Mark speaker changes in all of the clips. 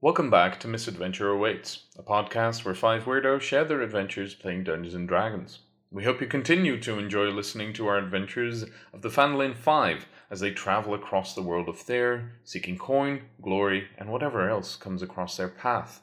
Speaker 1: Welcome back to Misadventure Awaits, a podcast where five weirdos share their adventures playing Dungeons and Dragons. We hope you continue to enjoy listening to our adventures of the Fanlin Five as they travel across the world of Thayer, seeking coin, glory, and whatever else comes across their path.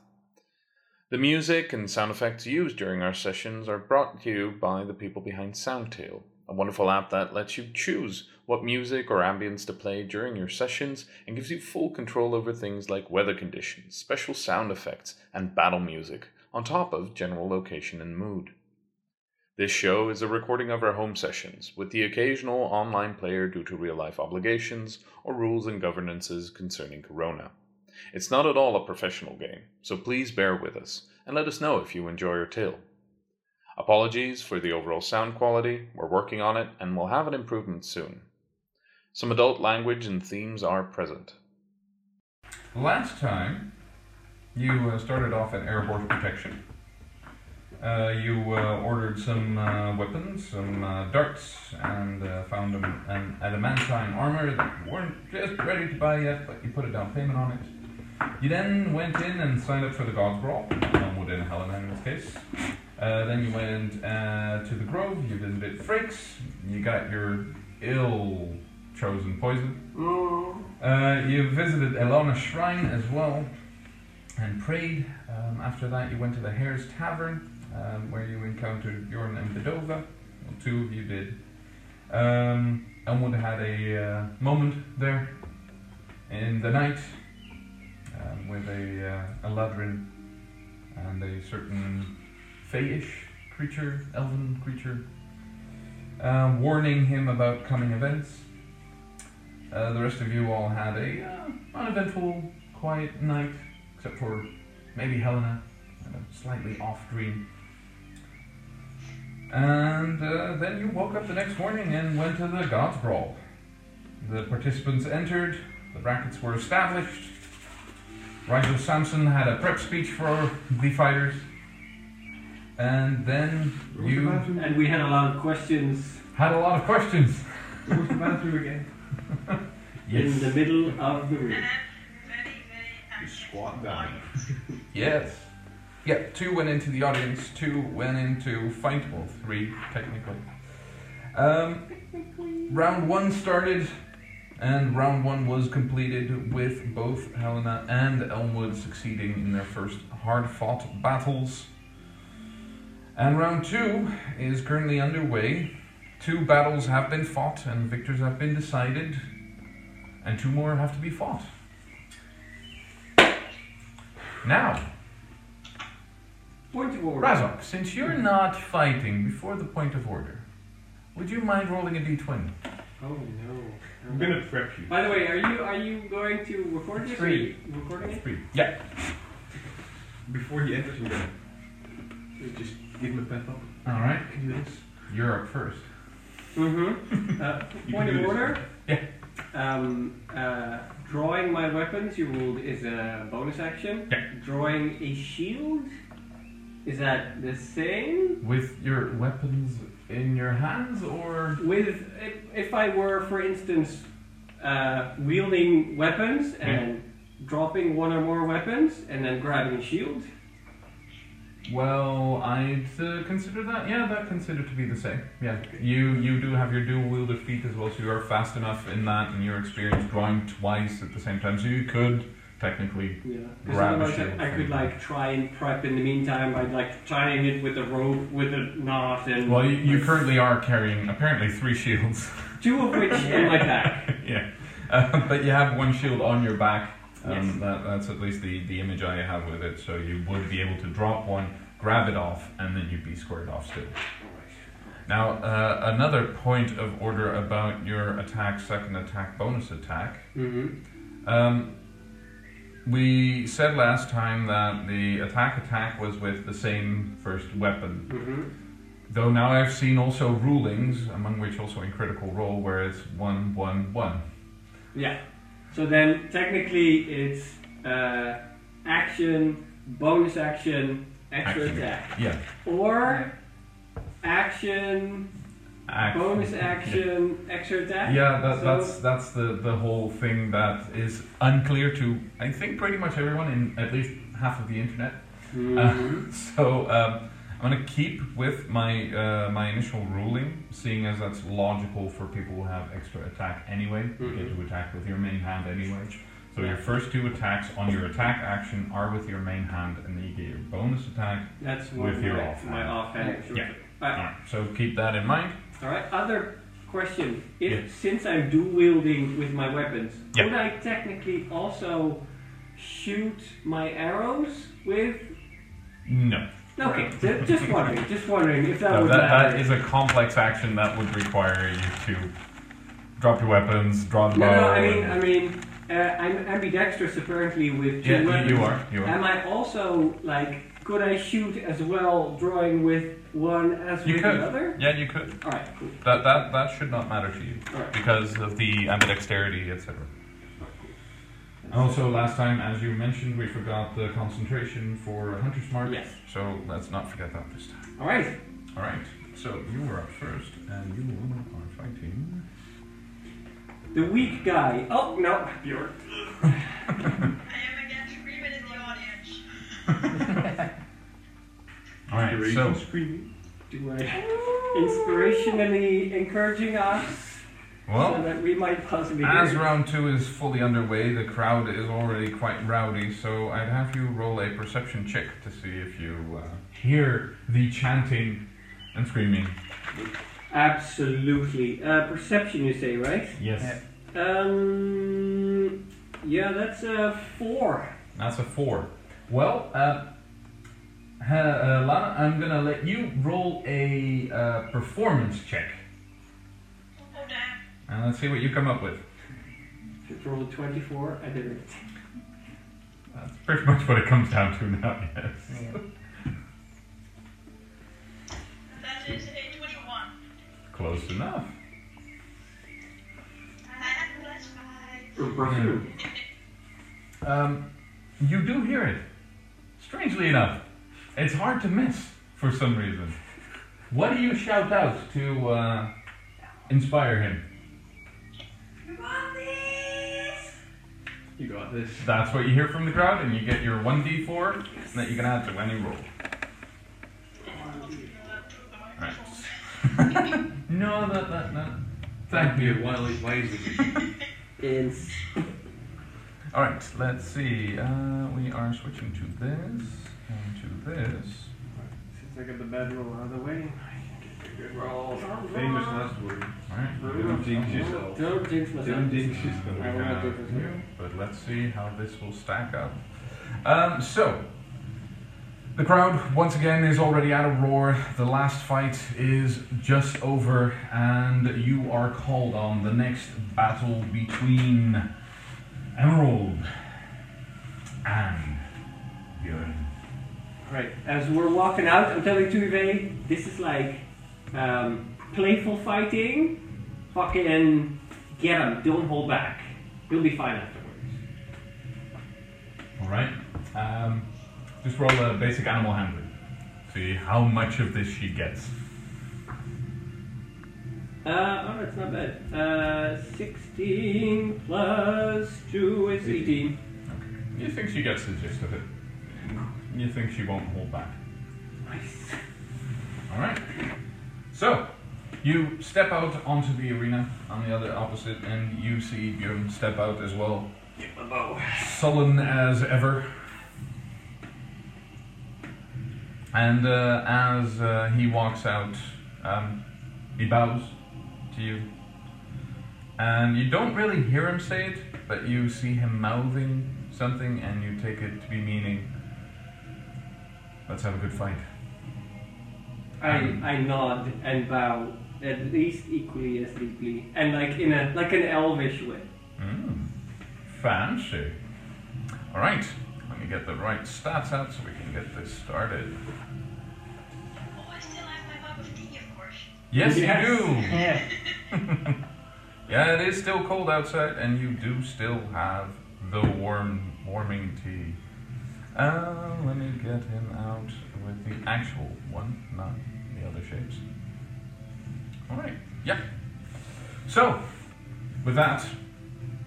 Speaker 1: The music and sound effects used during our sessions are brought to you by the people behind Soundtail, a wonderful app that lets you choose what music or ambience to play during your sessions and gives you full control over things like weather conditions, special sound effects, and battle music, on top of general location and mood. This show is a recording of our home sessions, with the occasional online player due to real life obligations or rules and governances concerning Corona. It's not at all a professional game, so please bear with us and let us know if you enjoy our tale. Apologies for the overall sound quality, we're working on it and we'll have an improvement soon. Some adult language and themes are present.
Speaker 2: Last time, you uh, started off at airborne protection. Uh, you uh, ordered some uh, weapons, some uh, darts, and uh, found an, an adamantine armor that you weren't just ready to buy yet, but you put a down payment on it. You then went in and signed up for the God's Brawl, um, within Helena in this case. Uh, then you went uh, to the Grove, you visited Frakes, you got your ill chosen poison. Uh, you visited Elona Shrine as well and prayed. Um, after that, you went to the Hare's Tavern um, where you encountered Jorn and Bedova. Well, two of you did. Um, Elmwood had a uh, moment there in the night um, with a, uh, a ladrin and a certain feyish creature, elven creature, um, warning him about coming events. Uh, the rest of you all had a uh, uneventful, quiet night, except for maybe Helena, had a slightly off dream. And uh, then you woke up the next morning and went to the God's Brawl. The participants entered, the brackets were established. Rigel Samson had a prep speech for the fighters. And then you
Speaker 3: And we had a lot of questions
Speaker 2: had a lot of questions.
Speaker 4: Where's the bathroom again?
Speaker 3: in the middle of the room.
Speaker 4: Squat down.
Speaker 2: Yes. Yeah, two went into the audience, two went into fight, well, three technically. Um, round one started, and round one was completed with both Helena and Elmwood succeeding in their first hard fought battles. And round two is currently underway. Two battles have been fought, and victors have been decided, and two more have to be fought. Now,
Speaker 3: Point of order.
Speaker 2: Razok, since you're not fighting before the point of order, would you mind rolling a d20?
Speaker 3: Oh no.
Speaker 4: I'm gonna prep you.
Speaker 3: By the way, are you are you going to record this? Are you recording it?
Speaker 2: Three. Yeah.
Speaker 4: Before he enters, I'm gonna just give him a pep up.
Speaker 2: All right.
Speaker 4: I can do this.
Speaker 2: You're up first.
Speaker 3: Mm-hmm. Uh,
Speaker 4: You
Speaker 3: point
Speaker 4: can do
Speaker 3: of
Speaker 4: this.
Speaker 3: order.
Speaker 2: Yeah.
Speaker 3: Um, uh, drawing my weapons, you ruled, is a bonus action.
Speaker 2: Yeah.
Speaker 3: Drawing a shield, is that the same?
Speaker 2: With your weapons in your hands, or
Speaker 3: With if, if I were, for instance, uh, wielding
Speaker 2: Hmm.
Speaker 3: weapons and dropping one or more weapons and then grabbing a shield.
Speaker 2: well, I'd uh, consider that. Yeah, that considered to be the same. Yeah. You you do have your dual wielded feet as well, so you are fast enough in that, and your experience drawing twice at the same time, so you could technically.
Speaker 3: Yeah, because
Speaker 2: Grab a
Speaker 3: otherwise
Speaker 2: shield
Speaker 3: I, I could
Speaker 2: from-
Speaker 3: like try and prep in the meantime. I'd like tie it with a rope, with a knot, and
Speaker 2: Well, you, you currently are carrying apparently three shields.
Speaker 3: two of which in my back.
Speaker 2: yeah, uh, but you have one shield on your back. Um,
Speaker 3: Yes.
Speaker 2: that, that's at least the, the image I have with it. So you would be able to drop one, grab it off, and then you'd be squared off still. Now, uh, another point of order about your attack, second attack, bonus attack.
Speaker 3: Mm-hmm.
Speaker 2: Um, we said last time that the attack attack was with the same first weapon.
Speaker 3: Mm-hmm.
Speaker 2: Though now I've seen also rulings, among which also in critical role, where it's one, one, one.
Speaker 3: Yeah. So then technically it's uh, action, bonus action, extra
Speaker 2: Action.
Speaker 3: attack,
Speaker 2: Yeah.
Speaker 3: or action,
Speaker 2: action.
Speaker 3: Bonus action, extra attack.
Speaker 2: Yeah, that,
Speaker 3: So-
Speaker 2: that's that's the, the whole thing that is unclear to I think pretty much everyone in at least half of the internet.
Speaker 3: Mhm.
Speaker 2: Uh, so um, I'm gonna keep with my uh, my initial ruling, seeing as that's logical for people who have extra attack anyway. You get to attack with your main hand anyway. So your first two attacks on your attack action are with your main hand, and then you get your bonus attack.
Speaker 3: That's
Speaker 2: with
Speaker 3: one of
Speaker 2: your
Speaker 3: my,
Speaker 2: offhand.
Speaker 3: my offhand.
Speaker 2: Yeah. All
Speaker 3: Alright,
Speaker 2: right, so keep that in mind.
Speaker 3: alright, other question. If
Speaker 2: Yeah.
Speaker 3: since I'm dual wielding with my weapons,
Speaker 2: Yeah.
Speaker 3: would I technically also shoot my arrows with
Speaker 2: No,
Speaker 3: Okay, ju- just wondering, just wondering if that
Speaker 2: No,
Speaker 3: would
Speaker 2: that,
Speaker 3: matter.
Speaker 2: that is a complex action that would require you to drop your weapons, draw the
Speaker 3: no,
Speaker 2: bow.
Speaker 3: no, I mean,
Speaker 2: and-
Speaker 3: I mean, uh, I'm ambidextrous apparently with two
Speaker 2: yeah,
Speaker 3: weapons.
Speaker 2: you, you are. You are.
Speaker 3: Am I also like? Could I shoot as well, drawing with one as
Speaker 2: You
Speaker 3: with
Speaker 2: could.
Speaker 3: another?
Speaker 2: Yeah, you could.
Speaker 3: All right, cool.
Speaker 2: That that that should not matter to you
Speaker 3: All right.
Speaker 2: because of the ambidexterity, etc. And also, last time, as you mentioned, we forgot the concentration for Hunter's Mark.
Speaker 3: Yes.
Speaker 2: So let's not forget that this time.
Speaker 3: All right.
Speaker 2: All right. So you were up first, and you are fighting.
Speaker 3: The weak guy. Oh no, Bjorn.
Speaker 5: I am against agreement in the audience.
Speaker 2: All right. So
Speaker 4: screaming.
Speaker 3: Do I inspirationally encouraging us
Speaker 2: well.
Speaker 3: so that we might possibly hear
Speaker 2: As
Speaker 3: it?
Speaker 2: round two is fully underway, the crowd is already quite rowdy, so I'd have you roll a perception check to see if you uh, hear the chanting and screaming.
Speaker 3: Absolutely. Uh, perception, you say, right?
Speaker 2: Yes.
Speaker 3: Um. Yeah, that's a four.
Speaker 2: That's a four. Well, uh, ha- uh, Lana, I'm gonna let you roll a uh, performance check,
Speaker 5: Oh, damn.
Speaker 2: and let's see what you come up with.
Speaker 3: Just rolled a twenty-four. I did it.
Speaker 2: That's pretty much what it comes down to now. Yes.
Speaker 5: That is a 21.
Speaker 2: Close enough.
Speaker 5: And I have plus 5.
Speaker 3: Perfume.
Speaker 2: Um, you do hear it. Strangely enough, it's hard to miss for some reason. What do you shout out to uh, inspire him?
Speaker 5: You got this!
Speaker 3: You got this.
Speaker 2: That's what you hear from the crowd, and you get your 1d4 that you can add to any roll. Alright. no, that, that, that. Thank
Speaker 4: Be a
Speaker 2: you.
Speaker 4: wily, wisely.
Speaker 3: It's
Speaker 2: Alright, let's see. Uh, we are switching to this and to this.
Speaker 3: since I got the bad roll out of the way. Good roll.
Speaker 4: Famous last word.
Speaker 2: Alright.
Speaker 4: Don't jinx yourself.
Speaker 3: Don't jinx myself.
Speaker 4: Don't jinx yourself.
Speaker 2: we
Speaker 3: I will not
Speaker 2: have
Speaker 3: do this.
Speaker 2: here, but let's see how this will stack up. Um, so, the crowd once again is already at a roar. The last fight is just over, and you are called on the next battle between Emerald and Bjorn.
Speaker 3: Right. As we're walking out, I'm telling Tuve, this is like um, playful fighting. Fucking get him. Don't hold back. He'll be fine afterwards.
Speaker 2: All right. Um, just roll a basic animal handling. See how much of this she gets.
Speaker 3: Uh, oh, that's not bad. Uh, 16 plus 2 is 18.
Speaker 2: You think she gets the gist of it? You think she won't hold back?
Speaker 3: Nice.
Speaker 2: All right. So, you step out onto the arena on the other opposite, and you see Bjorn step out as well,
Speaker 3: Get my bow.
Speaker 2: sullen as ever. And uh, as uh, he walks out, um, he bows to you. And you don't really hear him say it, but you see him mouthing something, and you take it to be meaning, let's have a good fight.
Speaker 3: I,
Speaker 2: Um.
Speaker 3: I nod and bow at least equally as deeply, and like in a like an elvish way.
Speaker 2: Mm, fancy. All right, let me get the right stats out so we can get this started.
Speaker 5: Oh, I still have my cup of tea, of course.
Speaker 2: Yes,
Speaker 3: Yes.
Speaker 2: you do.
Speaker 3: Yeah.
Speaker 2: Yeah, it is still cold outside, and you do still have the warm warming tea. Uh, let me get him out with the actual one, not the other shapes. All right. Yeah. So, with that,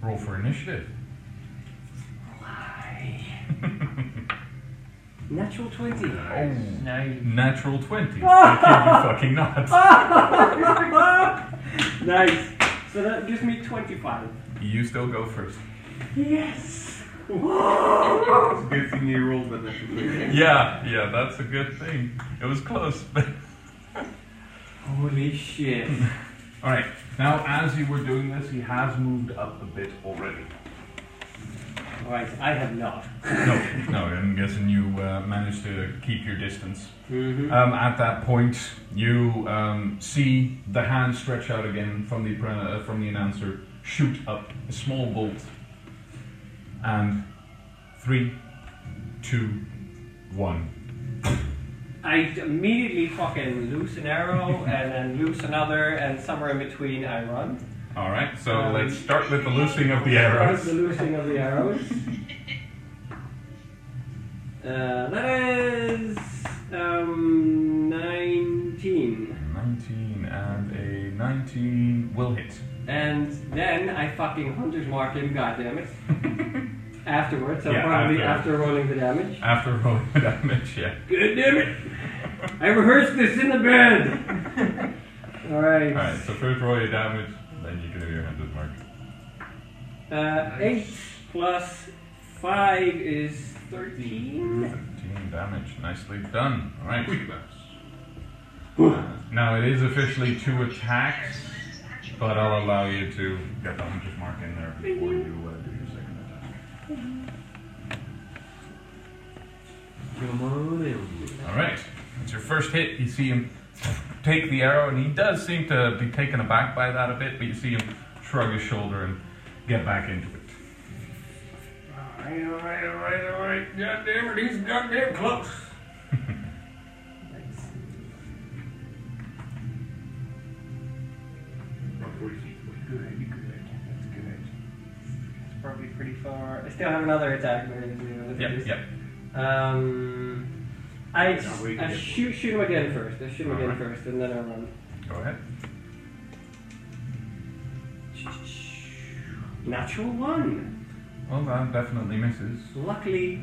Speaker 2: roll for initiative.
Speaker 3: Why? Natural 20.
Speaker 6: No.
Speaker 2: Natural twenty. How could you fucking not?
Speaker 3: nice. So that gives me 25.
Speaker 2: You still go first.
Speaker 3: Yes.
Speaker 4: It's a good thing you rolled that natural 20.
Speaker 2: Yeah, yeah, that's a good thing. It was close.
Speaker 3: Holy shit.
Speaker 2: All right. Now, as you were doing this, he has moved up a bit already.
Speaker 3: Alright, I have not.
Speaker 2: No, no. I'm guessing you uh, managed to keep your distance.
Speaker 3: Mm-hmm.
Speaker 2: Um, at that point, you um, see the hand stretch out again from the pre- uh, from the announcer, shoot up a small bolt, and three, two, one.
Speaker 3: I immediately fucking lose an arrow and then lose another, and somewhere in between I run.
Speaker 2: All right. So
Speaker 3: Um,
Speaker 2: let's start with the loosing of the
Speaker 3: Start the
Speaker 2: arrows.
Speaker 3: losing of the arrows. Uh, that is um, 19.
Speaker 2: Nineteen and a nineteen will hit.
Speaker 3: And then I fucking hunter's mark him, goddammit. Afterwards, so
Speaker 2: Yeah,
Speaker 3: probably
Speaker 2: after.
Speaker 3: after. rolling the damage.
Speaker 2: After rolling the damage, yeah.
Speaker 3: God damn it! I rehearsed this in the bed! Alright.
Speaker 2: All right. So first roll your damage, then you can do your hunter's mark.
Speaker 3: Uh, 8 plus 5 is 13.
Speaker 2: Fifteen damage. Nicely done. All right. Uh, now it is officially two attacks, but I'll allow you to get the hunter's mark in there before you uh, do your second attack.
Speaker 3: Come on in.
Speaker 2: All right, it's your first hit. You see him take the arrow, and he does seem to be taken aback by that a bit, but you see him shrug his shoulder and get back into it. Alright, alright, alright, alright. Goddamn it, he's goddamn close.
Speaker 3: It's probably pretty far. I still have another attack. but it's, you know,
Speaker 2: Yep,
Speaker 3: it's-
Speaker 2: yep.
Speaker 3: Um, I,
Speaker 4: Now we can
Speaker 3: I
Speaker 4: get-
Speaker 3: shoot, shoot him again first. I shoot him again
Speaker 2: Alright.
Speaker 3: first, and then I run.
Speaker 2: Go ahead.
Speaker 3: Natural one.
Speaker 2: Well, that definitely misses.
Speaker 3: Luckily,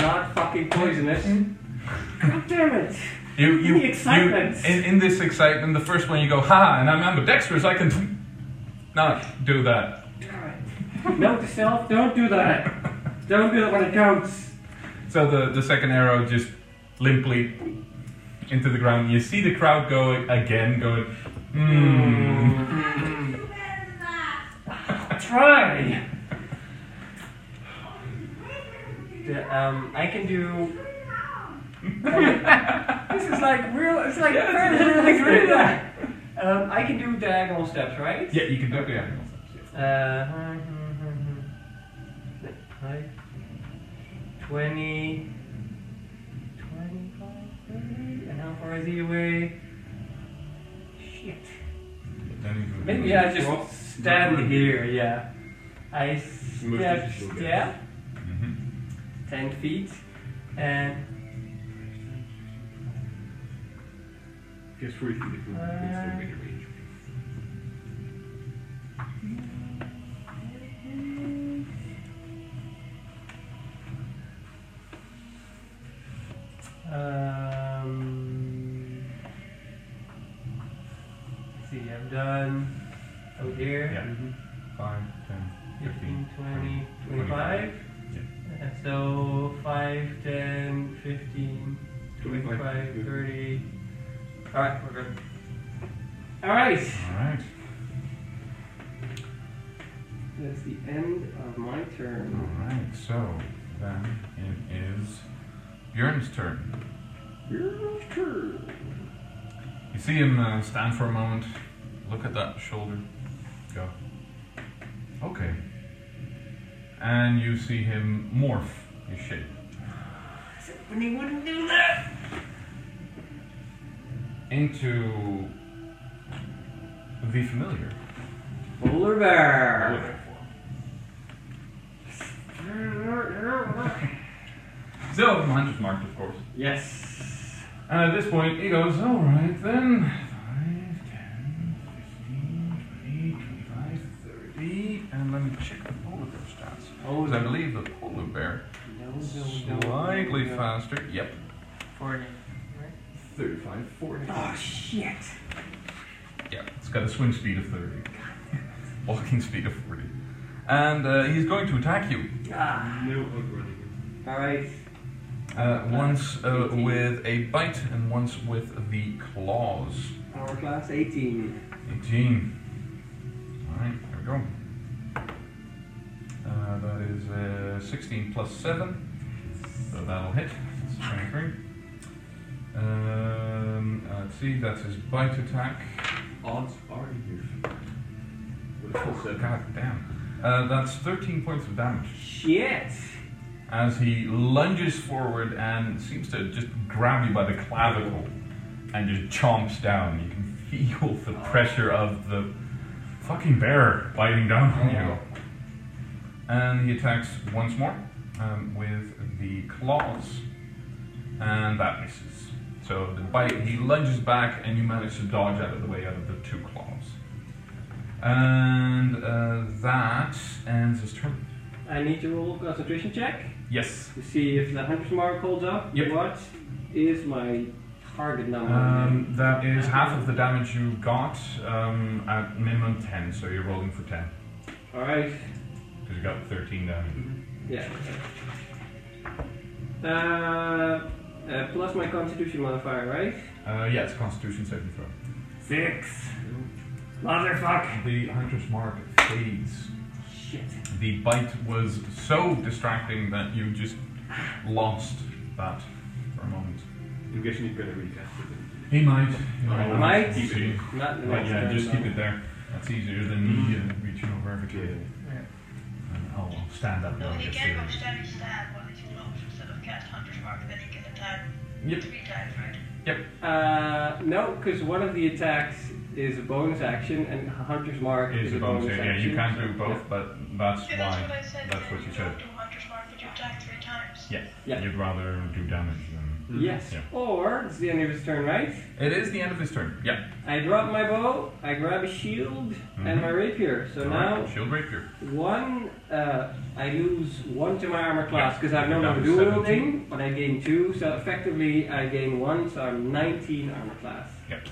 Speaker 3: not fucking poisonous. God damn it!
Speaker 2: You,
Speaker 3: The
Speaker 2: you,
Speaker 3: excitement.
Speaker 2: You, in, in this excitement, the first one you go, ha, and I'm ambidextrous, I can not do that.
Speaker 3: Note to self: don't do that. Don't do that when it counts.
Speaker 2: So the, the second arrow just limply into the ground. You see the crowd go again, going, hmm.
Speaker 5: Do better than that.
Speaker 3: Try. The, um, I can do. this is like real. It's like
Speaker 2: Yeah, it's
Speaker 3: it's really like- Um, I can do diagonal steps, right?
Speaker 2: Yeah, you can do the animal steps.
Speaker 3: Uh, 20, 25, 30, and how far is he away? Shit.
Speaker 2: yeah. Then you can-
Speaker 3: Maybe I just stand here, yeah. I
Speaker 4: Move
Speaker 3: step,
Speaker 4: this shoulder.
Speaker 3: step,
Speaker 2: Mhm.
Speaker 3: 10 feet, and
Speaker 4: Guess 40 feet if we can still be in range.
Speaker 3: um, let's see, I'm done. Out here.
Speaker 2: Yeah. Five, ten,
Speaker 3: 15, 20, 25.
Speaker 2: 25. Yeah.
Speaker 3: And so 5, 10, 15, 25,
Speaker 4: 25,
Speaker 3: 30. Alright, we're good. Alright,
Speaker 2: All right.
Speaker 3: that's the end of my turn.
Speaker 2: All right. So then it is Bjorn's turn.
Speaker 4: Your turn.
Speaker 2: You see him uh, stand for a moment, look at that shoulder, go, okay. And you see him morph his shape.
Speaker 3: When he wouldn't do that!
Speaker 2: into the familiar.
Speaker 3: Polar bear!
Speaker 2: So, mine just marked, of course.
Speaker 3: yes.
Speaker 2: And at this point, he goes, all right then. Five, ten, let me check the polar bear stats.
Speaker 3: Oh,
Speaker 2: Because I believe the polar bear
Speaker 3: No,
Speaker 2: is
Speaker 3: no, no.
Speaker 2: slightly
Speaker 3: no.
Speaker 2: faster. Yep.
Speaker 7: Forty. Right?
Speaker 4: 35, 40.
Speaker 3: Oh, shit.
Speaker 2: Yeah, it's got a swim speed of 30. Walking speed of 40. And uh, he's going to attack you
Speaker 3: Ah.
Speaker 4: No outrunning.
Speaker 3: Alright.
Speaker 2: uh, once uh, with a bite and once with the claws.
Speaker 3: Power class 18.
Speaker 2: 18. Alright, there we go. Uh, that is uh, 16 plus 7. So that'll hit. That's 23. Um, uh, let's see, that's his bite attack.
Speaker 4: Odds are in here. With a full seven.
Speaker 2: God damn. Uh, that's 13 points of damage.
Speaker 3: Shit.
Speaker 2: as he lunges forward and seems to just grab you by the clavicle and just chomps down. You can feel the pressure of the fucking bear biting down on you. And he attacks once more um, with the claws, and that misses. So the bite, he lunges back, and you manage to dodge out of the way out of the two claws. And uh, that ends his turn.
Speaker 3: I need to roll a concentration check
Speaker 2: Yes.
Speaker 3: to see if the 100 mark holds up.
Speaker 2: Yep.
Speaker 3: What is my target number?
Speaker 2: Um, that is half of the damage you got um, at minimum 10, so you're rolling for 10
Speaker 3: Alright.
Speaker 2: because you got 13 damage.
Speaker 3: Yeah. Uh, uh, plus my constitution modifier, right?
Speaker 2: Uh, yeah, it's Constitution saving throw.
Speaker 3: Six. Motherfuck.
Speaker 2: The Hunter's Mark fades.
Speaker 3: Shit.
Speaker 2: The bite was so distracting that you just lost that for a moment.
Speaker 4: I'm guessing you're going to recast it.
Speaker 2: He might. He
Speaker 4: might.
Speaker 3: Might.
Speaker 2: Keep it.
Speaker 3: Not the
Speaker 2: But
Speaker 3: next
Speaker 2: yeah,
Speaker 3: turn,
Speaker 2: just
Speaker 3: though.
Speaker 2: keep it there. That's easier than me
Speaker 3: Mm.
Speaker 2: uh, reaching over every kid.
Speaker 7: Yeah.
Speaker 2: I'll stand up
Speaker 5: No,
Speaker 2: now.
Speaker 5: he
Speaker 2: just
Speaker 5: can
Speaker 2: to-
Speaker 5: go stab stab, but if you know instead of cast Hunter's Mark, then he can attack
Speaker 2: Yep.
Speaker 5: three times, right?
Speaker 3: Uh, no, because one of the attacks is a bonus action, and Hunter's Mark
Speaker 2: It
Speaker 3: is,
Speaker 2: is a bonus.
Speaker 3: action.
Speaker 2: Yeah, you can do
Speaker 3: so-
Speaker 2: both, but that's
Speaker 5: Yeah, that's what
Speaker 2: why.
Speaker 5: I said.
Speaker 2: That's
Speaker 5: then
Speaker 2: what you
Speaker 5: you
Speaker 2: said.
Speaker 5: don't do Hunter's Mark, but you attack three times.
Speaker 2: Yeah.
Speaker 3: Yeah.
Speaker 2: You'd rather do damage than.
Speaker 3: Yes.
Speaker 2: Yeah.
Speaker 3: Or it's the end of his turn, right?
Speaker 2: It is the end of his turn. Yeah.
Speaker 3: I drop my bow, I grab a shield, and
Speaker 2: Mhm.
Speaker 3: my rapier. So
Speaker 2: Alright,
Speaker 3: now
Speaker 2: Shield rapier.
Speaker 3: one, uh, I lose one to my armor class because
Speaker 2: Yeah,
Speaker 3: I've no
Speaker 2: down
Speaker 3: longer
Speaker 2: to
Speaker 3: dual
Speaker 2: 17.
Speaker 3: wielding, but I gain two. So effectively, I gain one, so I'm 19 armor class.
Speaker 2: Yep.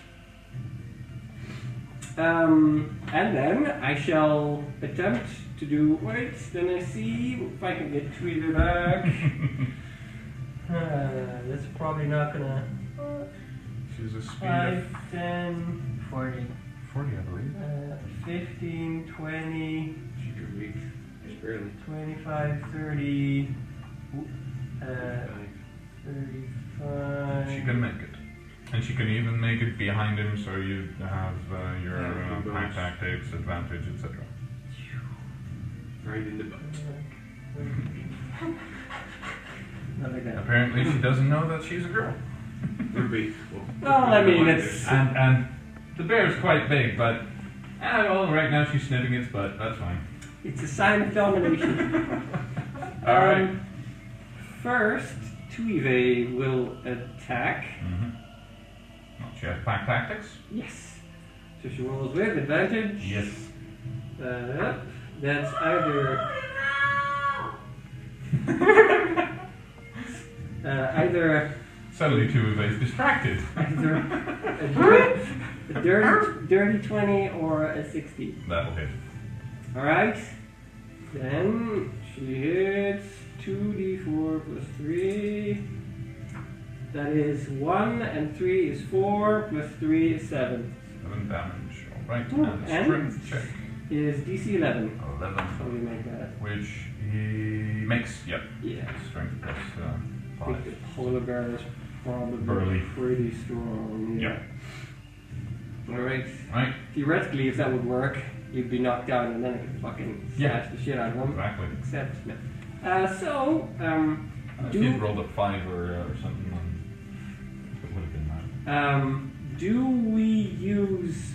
Speaker 3: Um, and then I shall attempt to do. Wait, then I see if I can get Tweeter back.
Speaker 7: Uh, that's probably not gonna.
Speaker 2: She's a speed
Speaker 7: Five,
Speaker 2: of
Speaker 7: ten, forty,
Speaker 2: 40, I believe.
Speaker 7: uh, fifteen, twenty,
Speaker 4: She could reach. Just barely.
Speaker 7: twenty-five, thirty, uh, thirty-five.
Speaker 2: She can make it. And she can even make it behind him, so you have uh, your
Speaker 7: Yeah,
Speaker 2: uh, pack
Speaker 4: bonus.
Speaker 2: tactics, advantage, etc.
Speaker 4: Right in the butt.
Speaker 7: Another guy.
Speaker 2: Apparently, she doesn't know that she's a girl.
Speaker 4: Would be. Well,
Speaker 3: Well, I mean, it's-
Speaker 2: And and the bear's quite big, but. Ah, well, right now she's sniffing its butt. That's fine.
Speaker 3: It's a sign of domination.
Speaker 2: All right.
Speaker 3: Um, first, Tuive will attack.
Speaker 2: Mm-hmm. She has pack tactics.
Speaker 3: Yes. So she rolls with advantage.
Speaker 2: Yes.
Speaker 3: Uh, that's either. Uh, either
Speaker 2: Suddenly, two of us distracted.
Speaker 3: either a, dir- a dirty, dirty 20 or a 60.
Speaker 2: That'll hit.
Speaker 3: Alright. Then she hits 2d4 plus 3. That is 1 and 3 is 4 plus 3 is 7.
Speaker 2: Seven damage. All right.
Speaker 3: Ooh,
Speaker 2: and a
Speaker 3: and-
Speaker 2: strength check.
Speaker 3: Is DC 11. So we
Speaker 2: Eleven.
Speaker 3: make that.
Speaker 2: Which he makes. Yep.
Speaker 3: Yeah.
Speaker 2: Strength plus uh,
Speaker 3: I think
Speaker 2: five.
Speaker 3: the polar bear is probably
Speaker 2: Burly.
Speaker 3: pretty strong. Yeah. Alright.
Speaker 2: Right.
Speaker 3: Theoretically, if that would work, you'd be knocked down and then I could fucking
Speaker 2: Yeah.
Speaker 3: slash the shit out of him.
Speaker 2: Exactly.
Speaker 3: Except, no. Uh, so, um,
Speaker 2: Uh,
Speaker 3: Do-
Speaker 2: If you'd rolled a five or, uh, or something, then it would have been that.
Speaker 3: Um, do we use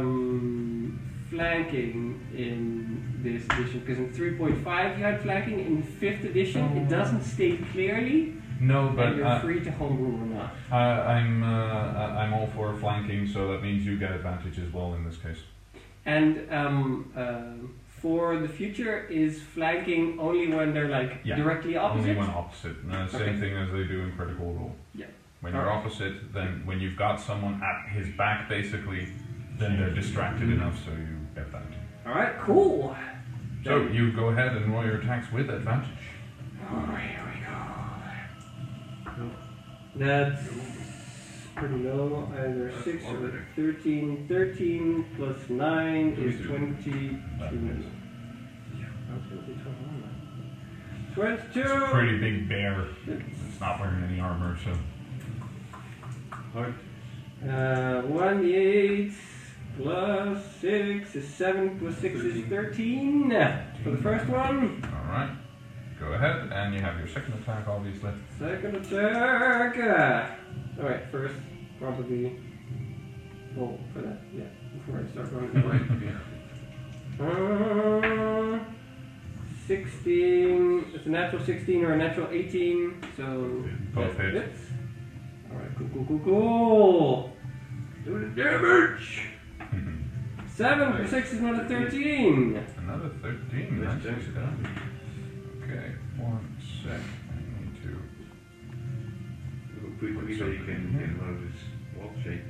Speaker 3: um, flanking in this edition? Because in 3.5 you had flanking, in 5th edition it doesn't state clearly
Speaker 2: No,
Speaker 3: whether
Speaker 2: but
Speaker 3: you're
Speaker 2: uh,
Speaker 3: free to homebrew or not.
Speaker 2: I, I'm uh, I- I'm all for flanking, so that means you get advantage as well in this case.
Speaker 3: And um, um, for the future is flanking only when they're like
Speaker 2: Yeah.
Speaker 3: directly opposite.
Speaker 2: Only one opposite. No, same
Speaker 3: Okay.
Speaker 2: thing as they do in Critical Role.
Speaker 3: Yeah.
Speaker 2: When you're opposite, then when you've got someone at his back, basically, then they're distracted enough so you get that.
Speaker 3: All right, cool.
Speaker 2: So you go ahead and roll your attacks with advantage.
Speaker 3: Oh, here we go. That's pretty low. Either 6 or 13. 13 plus 9 is 22.
Speaker 2: That is. It's a
Speaker 3: 22!
Speaker 2: pretty big bear. It's not wearing any armor, so.
Speaker 3: Uh, 1d8 plus 6 is 7 plus 6 is 13. For the first one.
Speaker 2: Alright. Go ahead, and you have your second attack, obviously.
Speaker 3: Second attack. Alright, first probably roll for that. Yeah, before I start running away. Uh, 16. It's a natural 16 or a natural 18, so.
Speaker 2: Both
Speaker 3: that
Speaker 2: hit.
Speaker 3: fits. Alright, cool, cool, cool, cool. Do the damage! 7 for 6 is another 13.
Speaker 2: Another 13.
Speaker 4: Nice
Speaker 2: Nice
Speaker 4: damage.
Speaker 2: done. Okay, one sec. I need to.
Speaker 4: Quick, quick, so you can get out of his wall shape.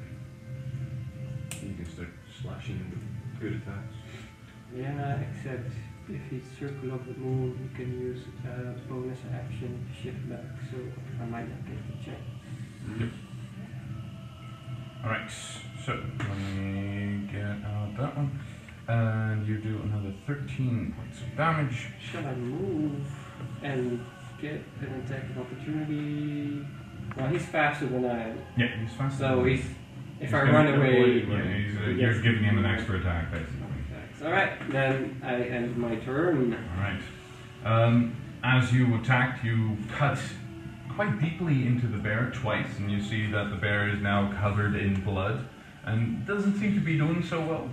Speaker 4: You can start slashing him with good attacks.
Speaker 8: Yeah, except if you circle of the moon, you can use uh, bonus action shift back, so I might not get the check.
Speaker 3: Mm-hmm.
Speaker 2: Alright, so let me get out that one. And you do another 13 points of damage.
Speaker 8: Shall I move and get an attack of opportunity? Well, he's faster than I am,
Speaker 2: Yeah, he's faster.
Speaker 8: so he's, if
Speaker 2: He's
Speaker 8: I
Speaker 2: gonna
Speaker 8: run
Speaker 2: get
Speaker 8: away.
Speaker 2: Yeah, he's, uh, you're
Speaker 8: Yes.
Speaker 2: giving him an extra attack, basically.
Speaker 8: Alright, then I end my turn.
Speaker 2: Alright. Um, as you attack, you cut quite deeply into the bear twice, and you see that the bear is now covered in blood and doesn't seem to be doing so well.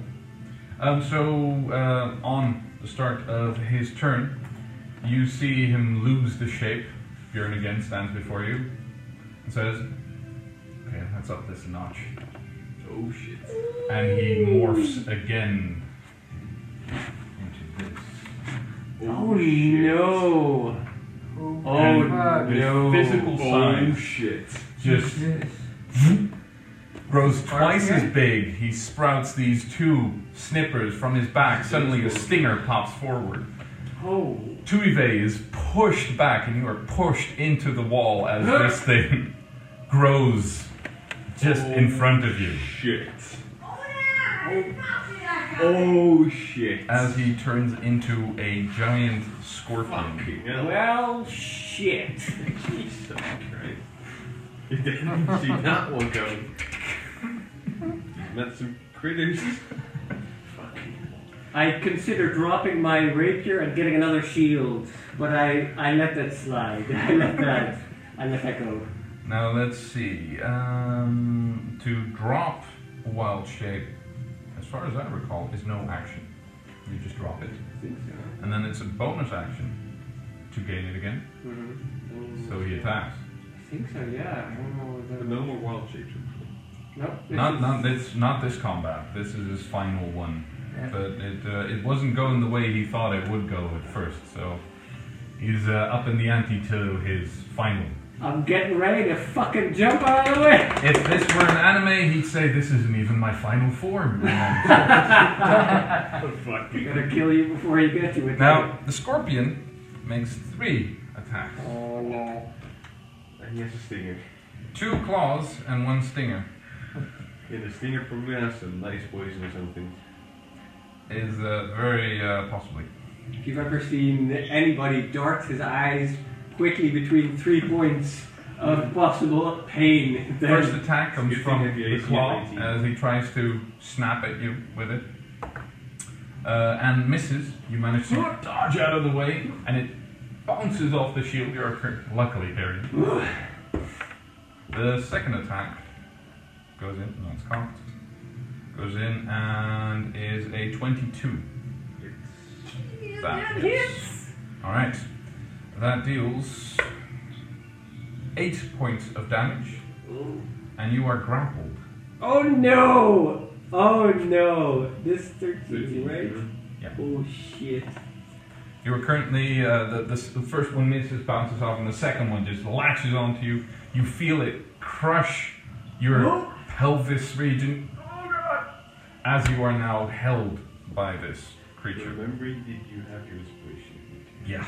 Speaker 2: Um, so, uh, on the start of his turn, you see him lose the shape. Bjorn again stands before you and says, Okay, that's up this notch.
Speaker 4: Oh shit.
Speaker 2: And he morphs again into this.
Speaker 4: Oh, shit.
Speaker 3: no!
Speaker 2: And
Speaker 3: fuck.
Speaker 2: his
Speaker 3: No.
Speaker 2: physical
Speaker 4: Oh
Speaker 2: size
Speaker 4: shit.
Speaker 2: just grows twice as big. He sprouts these two snippers from his back. Suddenly, a stinger pops forward.
Speaker 3: Oh.
Speaker 2: Tuive is pushed back, and you are pushed into the wall as this thing grows just in front of you.
Speaker 4: Shit.
Speaker 9: Oh.
Speaker 4: Oh shit.
Speaker 2: As he turns into a giant scorpion.
Speaker 4: Well,
Speaker 3: Well, shit.
Speaker 4: Jesus Christ. You didn't see that one coming. You met some critters.
Speaker 3: I consider dropping my rapier and getting another shield, but I, I let that slide. I let that. I let that go.
Speaker 2: Now let's see. Um, to drop wild shape, as far as I recall, is no action. You just drop it,
Speaker 4: I think so.
Speaker 2: and then it's a bonus action to gain it again.
Speaker 3: Mm-hmm.
Speaker 2: So he attacks.
Speaker 3: I think so, yeah. I don't know
Speaker 4: But
Speaker 3: whether-
Speaker 4: no more wild shapes.
Speaker 3: Nope, this
Speaker 2: Not
Speaker 3: is-
Speaker 2: not this not this combat. This is his final one. But it uh, it wasn't going the way he thought it would go at first. So he's uh, up in the ante to his final.
Speaker 3: I'm getting ready to fucking jump out of the way.
Speaker 2: If this were an anime, he'd say this isn't even my final form.
Speaker 4: Oh, fuck.
Speaker 3: I'm gonna kill you before you get to it.
Speaker 2: Now, the scorpion makes three attacks
Speaker 3: Oh no.
Speaker 4: And he has a stinger.
Speaker 2: two claws and one stinger.
Speaker 4: And the stinger probably has some nice poison or something.
Speaker 2: Is uh, very uh, possibly.
Speaker 3: If you've ever seen anybody dart his eyes quickly between three points of possible pain,
Speaker 2: First
Speaker 3: then
Speaker 2: attack comes
Speaker 4: You think
Speaker 2: from
Speaker 4: if you-
Speaker 2: the
Speaker 4: if you
Speaker 2: claw
Speaker 4: like to-
Speaker 2: as he tries to snap at you with it. Uh, and misses. You manage to dodge out of the way and it bounces off the shield you're cur- luckily buried. The second attack goes in, no, it's cocked. Goes in and is a 22. That hits. Alright. That deals 8 points of damage. And you are grappled.
Speaker 3: oh no, oh no. This 13, right? Oh shit.
Speaker 2: You are currently uh, the, the the first one misses, bounces off, and the second one just latches onto you. You feel it crush your pelvis region. Oh god! As you are now held by this creature.
Speaker 4: Remember, did you have your inspiration?
Speaker 2: Yeah.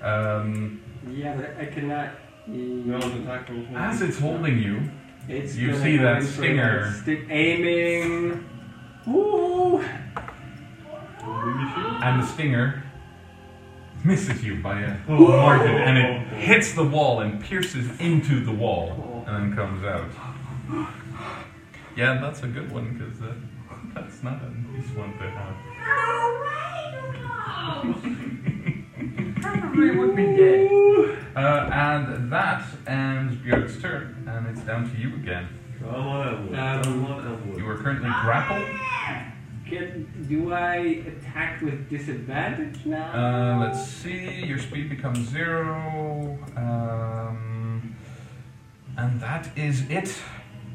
Speaker 2: Um,
Speaker 3: Yeah, but I cannot.
Speaker 4: No, the attack rolls. won't
Speaker 2: as
Speaker 4: be-
Speaker 2: it's holding you,
Speaker 3: It's
Speaker 2: You
Speaker 3: gonna
Speaker 2: see that
Speaker 3: go for
Speaker 2: stinger.
Speaker 3: it. Stick aiming.
Speaker 4: Will
Speaker 3: Ooh.
Speaker 4: you shoot?
Speaker 2: and the stinger misses you by a
Speaker 4: Oh.
Speaker 2: margin, and it hits the wall and pierces into the wall, and then comes out. Yeah, that's a good one because uh, that's not a nice one to have.
Speaker 3: Probably would be dead.
Speaker 2: Uh, and that ends Björk's turn, and it's down to you again.
Speaker 4: Come on, Elwood.
Speaker 3: Um,
Speaker 4: Come on, Elwood.
Speaker 2: You are currently grappled.
Speaker 3: Can, do I attack with disadvantage now?
Speaker 2: Uh, let's see, your speed becomes zero. Um, and that is it.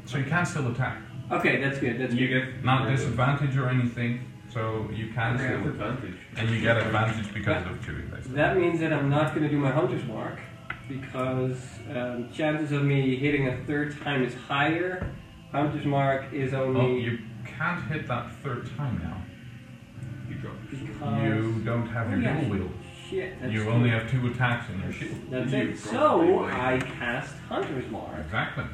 Speaker 2: So you can still attack.
Speaker 3: Okay, that's good. That's
Speaker 4: You
Speaker 3: good.
Speaker 4: get
Speaker 2: Not disadvantage or anything, so you can
Speaker 4: That's
Speaker 2: still.
Speaker 4: advantage.
Speaker 2: And you get advantage because of chewing dice.
Speaker 3: That means that I'm not going to do my hunter's mark because um, chances of me hitting a third time is higher. Hunter's mark is only
Speaker 2: Oh, you can't hit that third time now.
Speaker 4: You dropped your sword.
Speaker 3: because
Speaker 2: You don't have your
Speaker 3: Uh, Oh, yeah.
Speaker 2: dual wield.
Speaker 3: shit. That's
Speaker 2: You only have two attacks in your shield.
Speaker 3: That's
Speaker 4: You probably
Speaker 3: it. So
Speaker 4: wait.
Speaker 3: I cast hunter's mark.
Speaker 2: Exactly.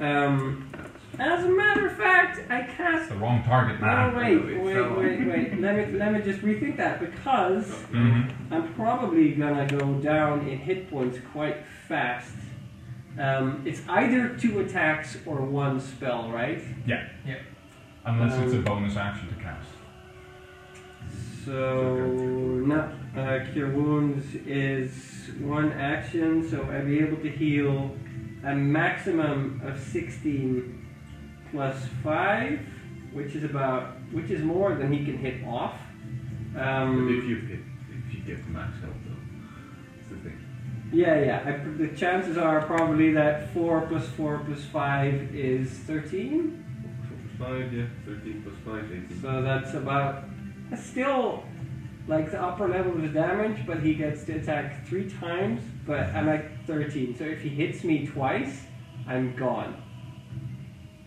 Speaker 3: Um, as a matter of fact, I
Speaker 2: It's
Speaker 3: cast.
Speaker 2: the wrong target,
Speaker 3: No,
Speaker 2: man.
Speaker 3: wait,
Speaker 4: really,
Speaker 3: wait,
Speaker 4: so-
Speaker 3: wait, wait. Let me let me just rethink that because
Speaker 4: Mm-hmm.
Speaker 2: Mhm.
Speaker 3: I'm probably gonna go down in hit points quite fast. Um, it's either two attacks or one spell, right?
Speaker 2: Yeah.
Speaker 3: Yeah.
Speaker 2: Unless it's a
Speaker 3: Um,
Speaker 2: bonus action to cast.
Speaker 3: So no, uh, cure wounds is one action, so I'd be able to heal a maximum of 16 plus five, which is about which is more than he can hit off. Um,
Speaker 4: But if you hit, if you get max health, though, that's the thing.
Speaker 3: Yeah, yeah. I, pr- the chances are probably that 4 plus 4 plus 5 is 13.
Speaker 4: Five, yeah. Thirteen plus five, eighteen.
Speaker 3: So that's about. That's still like the upper level of the damage, but he gets to attack 3 times, but I'm like 13. So if he hits me twice, I'm gone.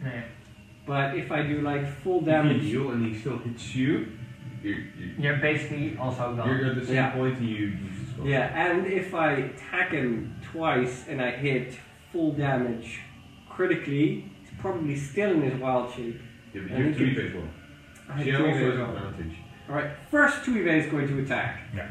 Speaker 10: Yeah.
Speaker 3: But if I do like full
Speaker 4: If
Speaker 3: damage.
Speaker 4: you heal and he still hits you, you're, you're,
Speaker 10: You're basically also gone.
Speaker 4: you're at the same
Speaker 3: Yeah.
Speaker 4: point and you use the spell.
Speaker 3: Yeah, and if I attack him twice and I hit full damage critically, it's probably still in his wild shape.
Speaker 4: Yeah, but
Speaker 3: And
Speaker 4: you have
Speaker 3: he can-
Speaker 4: three people.
Speaker 3: I had
Speaker 4: She
Speaker 3: three
Speaker 4: also has
Speaker 3: days off.
Speaker 4: advantage.
Speaker 3: All right, first Tuive is going to attack.
Speaker 2: Yeah.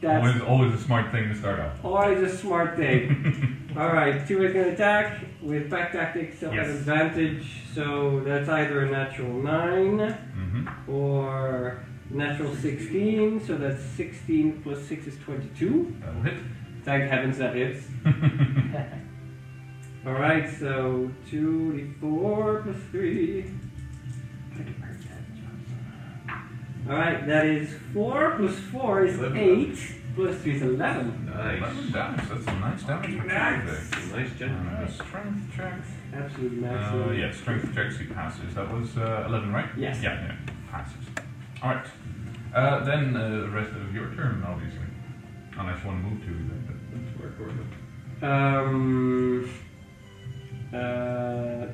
Speaker 3: That's
Speaker 2: Always, always a smart thing to start off.
Speaker 3: always Oh, a smart thing. All right, Tuive is going to attack with back tactics, so
Speaker 2: Yes.
Speaker 3: an advantage. So that's either a natural nine
Speaker 2: hmm
Speaker 3: or natural sixteen. So that's sixteen plus six is twenty-two.
Speaker 2: That'll hit.
Speaker 3: Thank heavens that hits. All right, so two d four plus three. All right, that is four plus four is
Speaker 4: Eleven.
Speaker 3: eight plus three is eleven.
Speaker 2: Eleven
Speaker 4: Nice.
Speaker 2: damage. That's a nice damage for
Speaker 3: Nice.
Speaker 2: Tuesday.
Speaker 4: Nice
Speaker 2: Uh,
Speaker 4: gentleman.
Speaker 2: strength check.
Speaker 3: Absolute maximum.
Speaker 2: Uh, yeah, strength checks. He passes. That was uh, eleven, right?
Speaker 3: Yes.
Speaker 2: Yeah, yeah. Passes. All right. Uh, then uh, the rest of your turn, obviously. Unless you want to move to then. but-
Speaker 4: Let's work for him.
Speaker 3: Um. Uh.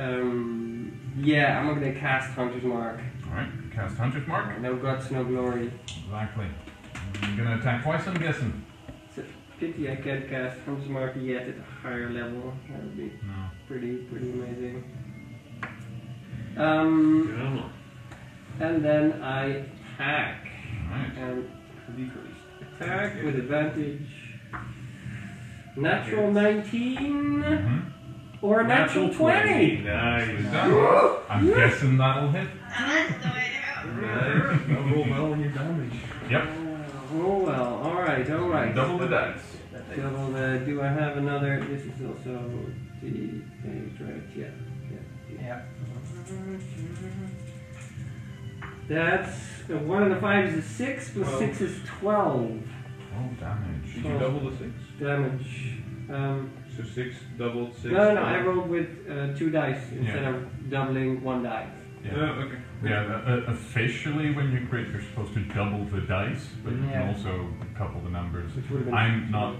Speaker 3: Um. Yeah, I'm gonna cast Hunter's Mark.
Speaker 2: All right. Cast Hunter's Mark.
Speaker 3: No guts, no glory.
Speaker 2: Exactly. You're gonna attack twice. I'm guessing.
Speaker 3: Pity I can't cast Hunter's Mark yet at a higher level. That would be
Speaker 2: No.
Speaker 3: pretty, pretty amazing. Um.
Speaker 4: Gentleman.
Speaker 3: And then I hack.
Speaker 2: All right.
Speaker 3: And
Speaker 4: Decreased.
Speaker 3: attack with advantage. Natural 19.
Speaker 2: Mm-hmm.
Speaker 3: Or a natural, 20.
Speaker 4: Nice.
Speaker 2: I'm guessing that'll hit.
Speaker 5: That's the way to go.
Speaker 4: Nice. Roll well on your damage.
Speaker 3: Oh well, alright, alright.
Speaker 2: Double the dice.
Speaker 3: Double the. Do I have another? This is also the page, right? Yeah.
Speaker 10: Yeah.
Speaker 3: That's uh, a 1 and a 5 is a 6, plus 6 is 12
Speaker 2: Twelve Oh, damage.
Speaker 4: Did you double the six?
Speaker 3: damage. Um,
Speaker 4: So six doubled six.
Speaker 3: no, no, no, I rolled with uh, 2 dice instead of doubling 1 die.
Speaker 2: Yeah.
Speaker 4: Oh, okay.
Speaker 2: Yeah, uh, uh, officially, when you crit, you're supposed to double the dice, but you
Speaker 10: Yeah.
Speaker 2: can also couple the numbers.
Speaker 3: Which would've been-
Speaker 2: I'm not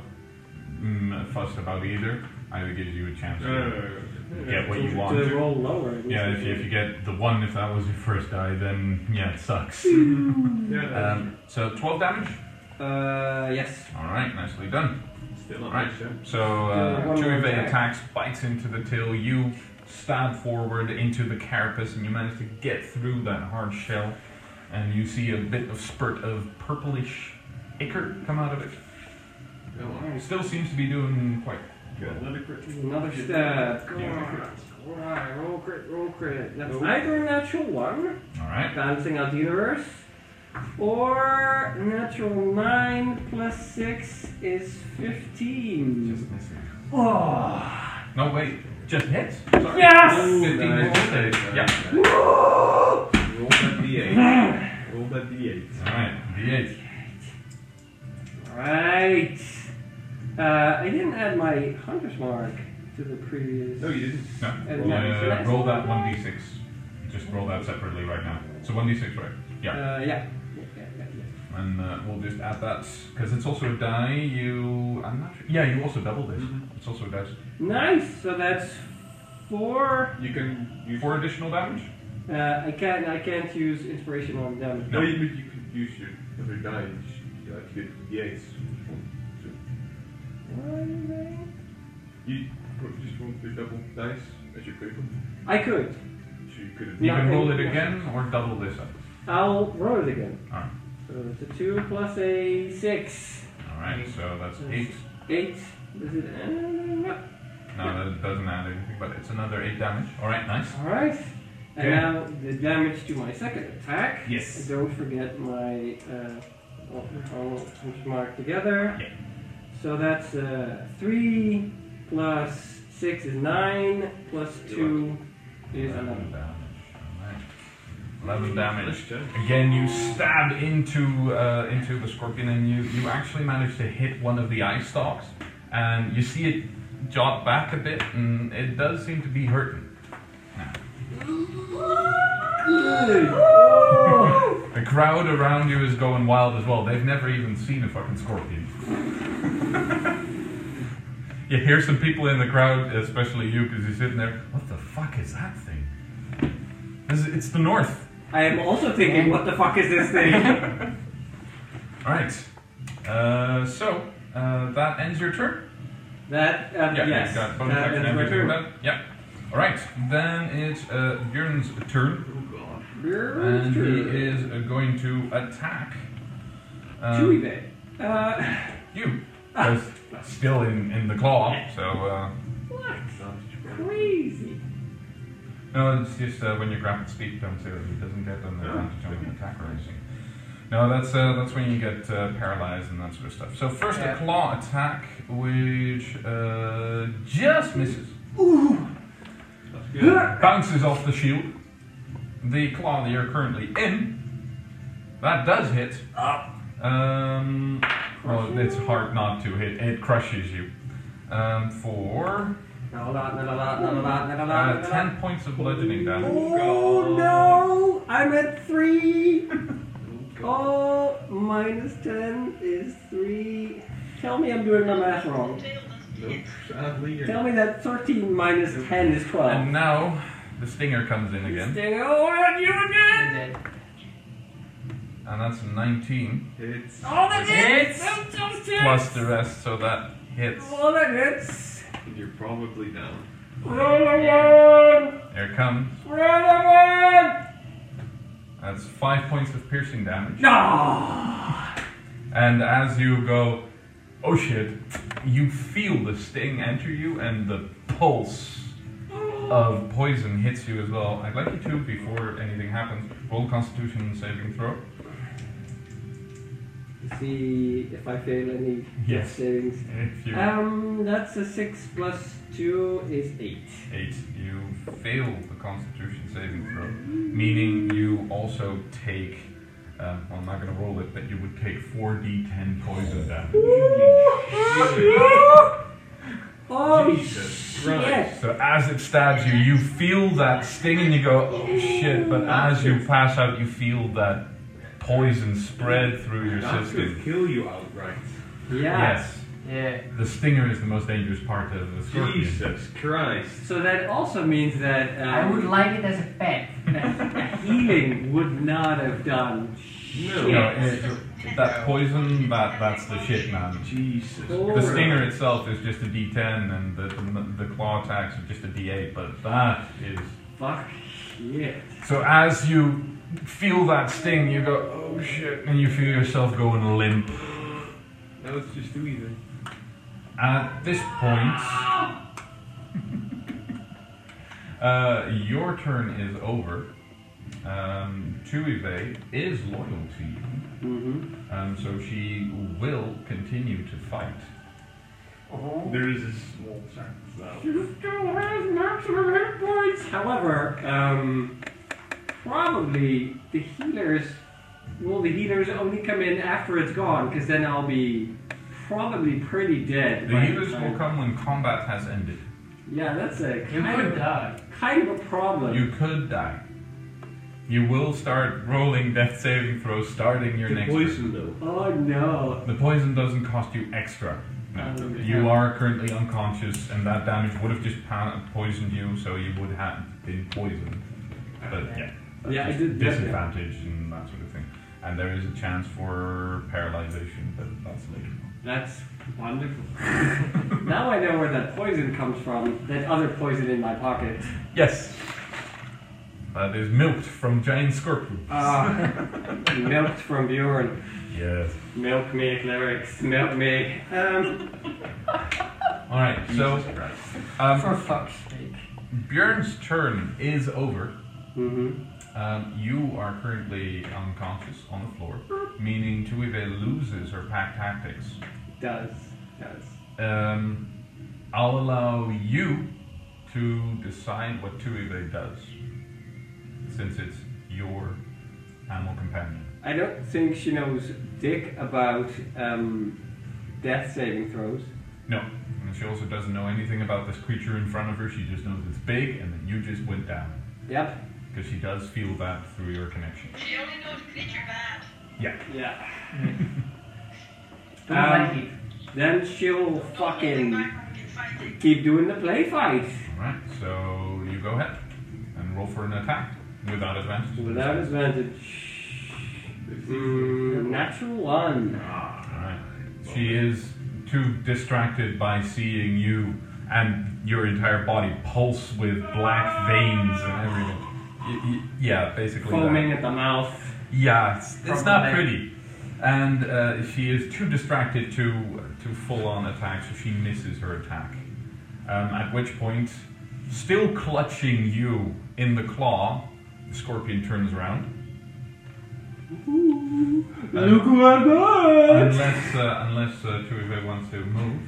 Speaker 2: mm, fussed about either. Either gives you a chance to get what you want.
Speaker 3: To roll lower. it
Speaker 2: Yeah,
Speaker 3: needs
Speaker 2: if
Speaker 3: to
Speaker 2: you, if you get the one, if that was your first die, then yeah, it sucks.
Speaker 3: Hmm.
Speaker 4: Yeah,
Speaker 2: Um, so 12 damage.
Speaker 3: be- Uh, yes.
Speaker 2: All right, nicely done.
Speaker 4: still not
Speaker 2: Right.
Speaker 4: much, yeah.
Speaker 2: So
Speaker 3: Yeah,
Speaker 2: uh,
Speaker 3: one more
Speaker 2: Juve
Speaker 3: attack.
Speaker 2: attacks, bites into the tail. You stab forward into the carapace, and you manage to get through that hard shell. And you see a bit of spurt of purplish ichor come out of it.
Speaker 4: Go on.
Speaker 2: Still seems to be doing quite good.
Speaker 4: Another crit.
Speaker 3: Another stab. Go
Speaker 2: Yeah.
Speaker 3: on. Go on. Roll crit, roll crit. That's
Speaker 4: Nope.
Speaker 3: either a natural one,
Speaker 2: All right.
Speaker 3: balancing out the universe, or natural nine plus six is fifteen.
Speaker 4: Just missing.
Speaker 3: Oh.
Speaker 2: No wait, just hits. Sorry.
Speaker 3: Yes.
Speaker 4: Ooh,
Speaker 2: 15
Speaker 4: nice.
Speaker 2: will save.
Speaker 4: Nice,
Speaker 2: Yeah.
Speaker 4: nice. Roll that d8. Roll that d8.
Speaker 2: All right. D8.
Speaker 3: Right. Uh, I didn't add my hunter's mark to the previous.
Speaker 4: No, you didn't.
Speaker 2: No.
Speaker 3: And
Speaker 2: Roll,
Speaker 3: then-
Speaker 2: uh, roll that 1d6. Just roll that separately right now. So 1d6, right? Yeah.
Speaker 3: Uh, yeah. Yeah, yeah, yeah, yeah.
Speaker 2: And uh, we'll just add that because it's also a die. You, I'm not sure. Yeah, you also double this.
Speaker 4: Mhm.
Speaker 2: It's also a dice.
Speaker 3: Nice. So that's four.
Speaker 4: You can use.
Speaker 2: Four additional damage.
Speaker 3: Uh, I can't. I can't use inspiration on them.
Speaker 4: No, you, could- you can use your other die. You should- You like to get d8s. You put- just want to double dice as you click them.
Speaker 3: I could.
Speaker 4: So you could
Speaker 2: You
Speaker 3: Yeah.
Speaker 2: can
Speaker 3: Nothing.
Speaker 2: roll it again or double this up.
Speaker 3: I'll roll it again.
Speaker 2: Alright.
Speaker 3: So it's a two plus a six.
Speaker 2: All right. So that's eight.
Speaker 3: Eight. Is it? Uh, no.
Speaker 2: No, that doesn't add anything, but it's another eight damage. All right. Nice.
Speaker 3: All right. And
Speaker 2: Okay.
Speaker 3: now the damage to my second attack.
Speaker 2: Yes.
Speaker 3: Don't forget my uh, all- all punch mark together.
Speaker 2: Yeah.
Speaker 3: So that's uh, three plus six is nine plus two is
Speaker 2: Eleven
Speaker 3: eleven.
Speaker 2: damage. All right. Eleven damage.
Speaker 4: Nice job.
Speaker 2: Again, you stab into uh, into the scorpion, and you you actually manage to hit one of the eye stalks, and you see it jog back a bit, and it does seem to be hurting.
Speaker 3: Good. Oh.
Speaker 2: The crowd around you is going wild as well. They've never even seen a fucking scorpion. you hear some people in the crowd, especially you, because you're sitting there. What the fuck is that thing? This is, it's the north.
Speaker 3: I am also thinking, what the fuck is this thing?
Speaker 2: All right. Uh, so uh, that ends your turn.
Speaker 3: that um,
Speaker 2: Yeah,
Speaker 3: yes.
Speaker 2: you've got bonus
Speaker 3: that
Speaker 2: action
Speaker 3: is my
Speaker 2: everything
Speaker 3: turn.
Speaker 2: done. Yeah. Alright, then it's uh, Björn's turn.
Speaker 4: Oh god.
Speaker 3: Very
Speaker 2: And
Speaker 3: true.
Speaker 2: he is uh, going to attack. um,
Speaker 3: Chewy Bay. Uh,
Speaker 2: You. That's still in, in the claw, so. Uh,
Speaker 3: what?
Speaker 4: Sausage roll.
Speaker 3: Crazy.
Speaker 2: no, it's just uh, when you grapple speak, don't say that he doesn't get an advantage on an attack or anything. No, that's uh, that's when you get uh, paralyzed and that sort of stuff. So first
Speaker 10: Yeah.
Speaker 2: a claw attack, which uh, just misses.
Speaker 4: That's good.
Speaker 2: bounces off the shield. The claw that you're currently in, that does hit. Um, well, it's hard not to hit. It crushes you. Um, for
Speaker 3: Not a lot, not a lot, not a lot, not
Speaker 2: uh,
Speaker 3: a lot. not a lot.
Speaker 2: ten points of bludgeoning damage.
Speaker 3: Oh no! I'm at three! Oh, minus ten is three. Tell me I'm doing my math wrong.
Speaker 5: Tail doesn't do
Speaker 4: Nope.
Speaker 5: it.
Speaker 4: Sadly, you're
Speaker 3: Tell me that 13 minus 10 is 12.
Speaker 2: And now the stinger comes in again,
Speaker 3: Dang, oh, and you again!
Speaker 10: Is it-
Speaker 2: and that's 19
Speaker 4: It's
Speaker 3: All that hits!
Speaker 10: Hits.
Speaker 3: That's just it.
Speaker 2: plus the rest, so that hits.
Speaker 3: All that hits!
Speaker 4: You're probably down.
Speaker 3: Roll a one!
Speaker 2: There it comes.
Speaker 3: Roll a
Speaker 2: That's five points of piercing damage.
Speaker 3: one! No!
Speaker 2: And as you go, oh shit, you feel the sting enter you and the pulse of poison hits you as well. I'd like you to, before anything happens, roll constitution saving throw.
Speaker 3: See if I fail any
Speaker 2: Yes.
Speaker 3: savings.
Speaker 2: If you
Speaker 3: Um, that's a 6 plus 2 is 8.
Speaker 2: eight, you fail the constitution saving throw, meaning you also take. Uh, well, I'm not going to roll it, but you would take 4d10 poison damage.
Speaker 3: Oh,
Speaker 4: Jesus
Speaker 3: shit.
Speaker 4: Christ.
Speaker 2: So as it stabs you, you feel that sting and you go, oh shit. But as you pass out, you feel that poison spread through your
Speaker 4: That could
Speaker 2: system.
Speaker 4: kill you outright.
Speaker 3: Yeah.
Speaker 2: Yes.
Speaker 10: Yeah.
Speaker 2: The stinger is the most dangerous part of the scorpion.
Speaker 4: Jesus Christ.
Speaker 3: So that also means that uh,
Speaker 10: I would like it as a pet.
Speaker 3: healing would not have done
Speaker 4: No.
Speaker 2: You know, it- it- that poison, that that's the shit, man.
Speaker 4: Jesus.
Speaker 3: Oh.
Speaker 2: The stinger itself is just a D10, and the, the, the claw attacks are just a D8. But that is
Speaker 3: fuck shit.
Speaker 2: so. As you feel that sting, you go, "Oh shit!" and you feel yourself going limp.
Speaker 4: That was just too easy.
Speaker 2: At this point, uh, your turn is over. Um, Tuive is loyal to you,
Speaker 3: Mm-hmm.
Speaker 2: um, so she will continue to fight.
Speaker 4: Uh-huh. There is a small chance that.
Speaker 3: You still has maximum hit points. However, um, probably the healers. Well, the healers only come in after it's gone, because then I'll be probably pretty dead.
Speaker 2: The
Speaker 3: by
Speaker 2: healers
Speaker 3: time.
Speaker 2: will come when combat has ended.
Speaker 3: Yeah, that's a
Speaker 10: You
Speaker 3: kind
Speaker 10: could
Speaker 3: of,
Speaker 10: die.
Speaker 3: kind of a problem.
Speaker 2: You could die. You will start rolling death saving throws starting your
Speaker 4: The
Speaker 2: next
Speaker 4: poison though.
Speaker 3: oh no.
Speaker 2: turn. The poison doesn't cost you extra. No.
Speaker 3: Oh, okay.
Speaker 2: You are currently unconscious, and that damage would have just pa- poisoned you, so you would have been poisoned. But yeah, that's
Speaker 3: Yeah, I
Speaker 2: just
Speaker 3: did that, yeah.
Speaker 2: disadvantage and that sort of thing. And there is a chance for paralyzation, but that's later.
Speaker 3: That's wonderful. now I know where that poison comes from. That other poison in my pocket.
Speaker 2: Yes. That is milked from giant scorpions.
Speaker 3: Ah, milked from Bjorn.
Speaker 2: yes.
Speaker 3: Milk me, clerics. Milk me. Um,
Speaker 2: All right. So,
Speaker 4: Jesus Christ.
Speaker 2: um,
Speaker 10: For fuck's sake.
Speaker 2: Bjorn's turn is over.
Speaker 3: mhm.
Speaker 2: Um, you are currently unconscious on the floor, meaning Tuive loses her pack tactics.
Speaker 3: Does does.
Speaker 2: Um, I'll allow you to decide what Tuive does, since it's your animal companion.
Speaker 3: I don't think she knows dick about um, death saving throws.
Speaker 2: No, and she also doesn't know anything about this creature in front of her. She just knows it's big, and that you just went down
Speaker 3: Yep.
Speaker 2: because she does feel that through your connection.
Speaker 5: She only knows creature bad.
Speaker 2: Yeah.
Speaker 3: Yeah.
Speaker 10: Don't
Speaker 3: Um,
Speaker 10: like it.
Speaker 3: Then she'll
Speaker 5: Don't
Speaker 3: fucking
Speaker 5: look back when you fight it.
Speaker 3: keep doing the play fight
Speaker 2: All right. So you go ahead and roll for an attack without advantage.
Speaker 3: without advantage. Mm, natural one.
Speaker 2: Alright. She is too distracted by seeing you and your entire body pulse with black veins and everything. Y- y- yeah, basically. that.
Speaker 3: Foaming at the mouth.
Speaker 2: Yeah, it's, it's
Speaker 10: From
Speaker 2: not
Speaker 10: the-
Speaker 2: pretty. And uh, she is too distracted to to full on attack, so she misses her attack. Um, at which point, still clutching you in the claw, the scorpion turns around.
Speaker 3: Look what I
Speaker 2: Unless uh, unless uh, Tuive wants to move,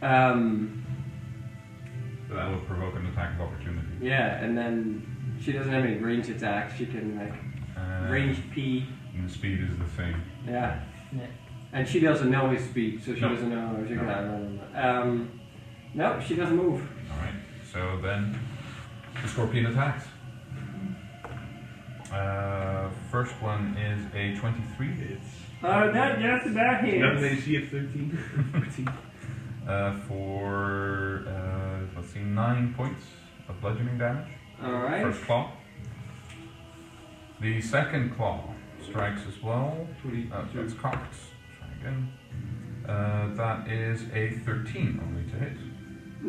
Speaker 3: Um,
Speaker 2: that will provoke an attack of opportunity.
Speaker 3: yeah, and then she doesn't have any range attacks. She can like
Speaker 2: Uh,
Speaker 3: range P.
Speaker 2: And the speed is the same.
Speaker 3: Yeah,
Speaker 10: Yeah.
Speaker 3: and she doesn't know his speed, so she
Speaker 2: No.
Speaker 3: doesn't know. If she
Speaker 2: No.
Speaker 3: can, um, no, she doesn't move.
Speaker 2: Alright, so then the scorpion attacks. Uh, first one is a 23.
Speaker 4: It's.
Speaker 3: Oh, that just about
Speaker 4: Not an
Speaker 3: hits.
Speaker 4: AC of 13.
Speaker 2: Uh, for, uh, let's see, 9 points of bludgeoning damage.
Speaker 3: All right.
Speaker 2: First claw. The second claw strikes as well. Uh, that's
Speaker 4: 22.
Speaker 2: cocked. Try again. Uh, that is a 13 only to hit.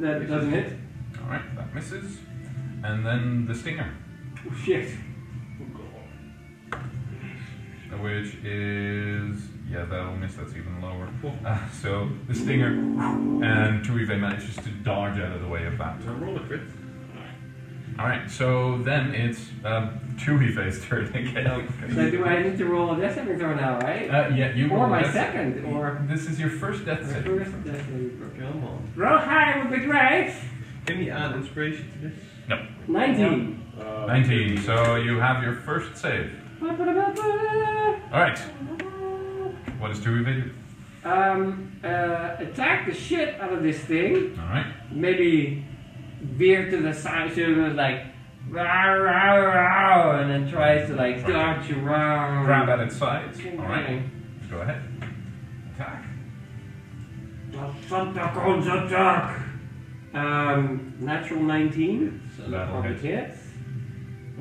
Speaker 3: That doesn't hit.
Speaker 2: Alright, that misses. And then the stinger.
Speaker 3: Oh, shit.
Speaker 4: Oh,
Speaker 2: which is yeah that'll miss that's even lower uh, so the stinger and Tuive manages to dodge out of the way of that
Speaker 4: Now uh, roll a crit.
Speaker 2: all right so then it's um, Tuive's turn again
Speaker 3: So do I need to roll a death saving throw now, right?
Speaker 2: uh, yeah you
Speaker 3: or
Speaker 2: roll
Speaker 3: my
Speaker 2: death save.
Speaker 3: second, or
Speaker 2: this is your first death
Speaker 3: my
Speaker 2: save
Speaker 3: first death saving throw.
Speaker 4: Come on.
Speaker 3: Roll high would be great.
Speaker 4: Give me add inspiration to this.
Speaker 3: Nineteen.
Speaker 4: Uh,
Speaker 2: 19 so you have your first save
Speaker 3: Ba-ba-da-ba-ba.
Speaker 2: all right what does Tuive do
Speaker 3: Um, uh, attack the shit out of this thing.
Speaker 2: all right
Speaker 3: Maybe veer to the side, so it was like, rah, rah, rah, and then tries to like dodge around.
Speaker 2: Grab at its sides. All right.
Speaker 3: Okay.
Speaker 2: Go ahead. Attack.
Speaker 3: Well, Santa Claus attack. Um, natural 19. So that
Speaker 2: That'll
Speaker 3: probably hits.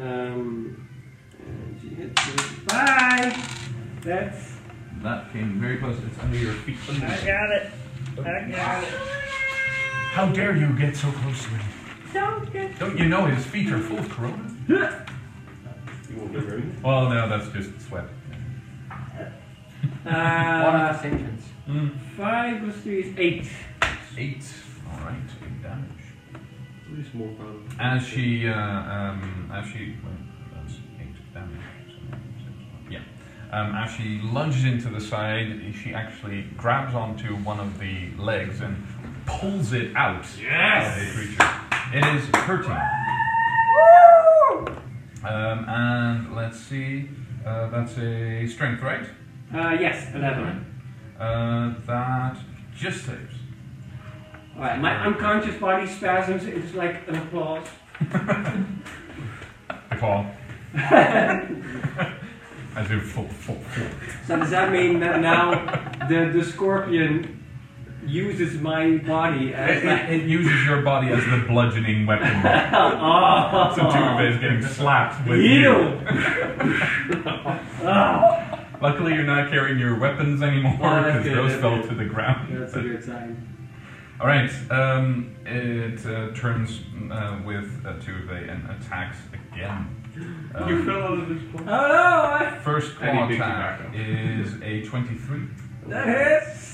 Speaker 3: Um, and she hits with five. That's.
Speaker 2: That came very close. It's under your feet.
Speaker 3: got it. I got it.
Speaker 2: How dare you get so close to me?
Speaker 3: Ah. Don't get.
Speaker 2: Don't you know his feet are full of corona?
Speaker 4: You won't get very
Speaker 2: Well, no, that's just sweat.
Speaker 10: One
Speaker 3: Uh,
Speaker 10: of us entrance.
Speaker 3: Mm. five plus three is eight.
Speaker 2: Eight. All right, eight damage.
Speaker 4: At least more fun.
Speaker 2: As she, uh, um, as she, well, that's eight damage. so six, Yeah. Um, as she lunges into the side, she actually grabs onto one of the legs and pulls it out yes! of the creature. It is hurting. Um, and let's see. Uh, that's a strength, right?
Speaker 3: Uh, yes, 11.
Speaker 2: Uh, that just saves.
Speaker 3: Alright, my unconscious body spasms into like an applause.
Speaker 2: I fall. I do fall, fall, fall.
Speaker 3: So does that mean that now the, the scorpion uses my body as
Speaker 2: It,
Speaker 3: like
Speaker 2: it- it uses your body as the bludgeoning weapon.
Speaker 3: oh,
Speaker 2: so Tuba is getting slapped with
Speaker 3: you.
Speaker 2: Luckily, you're not carrying your weapons anymore
Speaker 3: Ah. Oh, that's
Speaker 2: because
Speaker 3: good,
Speaker 2: those
Speaker 3: that's
Speaker 2: fell
Speaker 3: good.
Speaker 2: to the ground.
Speaker 3: That's a good sign.
Speaker 2: All right. Um, it uh, turns uh, with uh, Tuba and attacks again.
Speaker 4: You
Speaker 2: Um,
Speaker 4: fell out of this
Speaker 3: Oh,
Speaker 4: plane.
Speaker 3: I-
Speaker 2: first
Speaker 4: And he
Speaker 2: claw
Speaker 4: picks you
Speaker 2: attack
Speaker 4: back up.
Speaker 2: is a 23,
Speaker 3: that hits.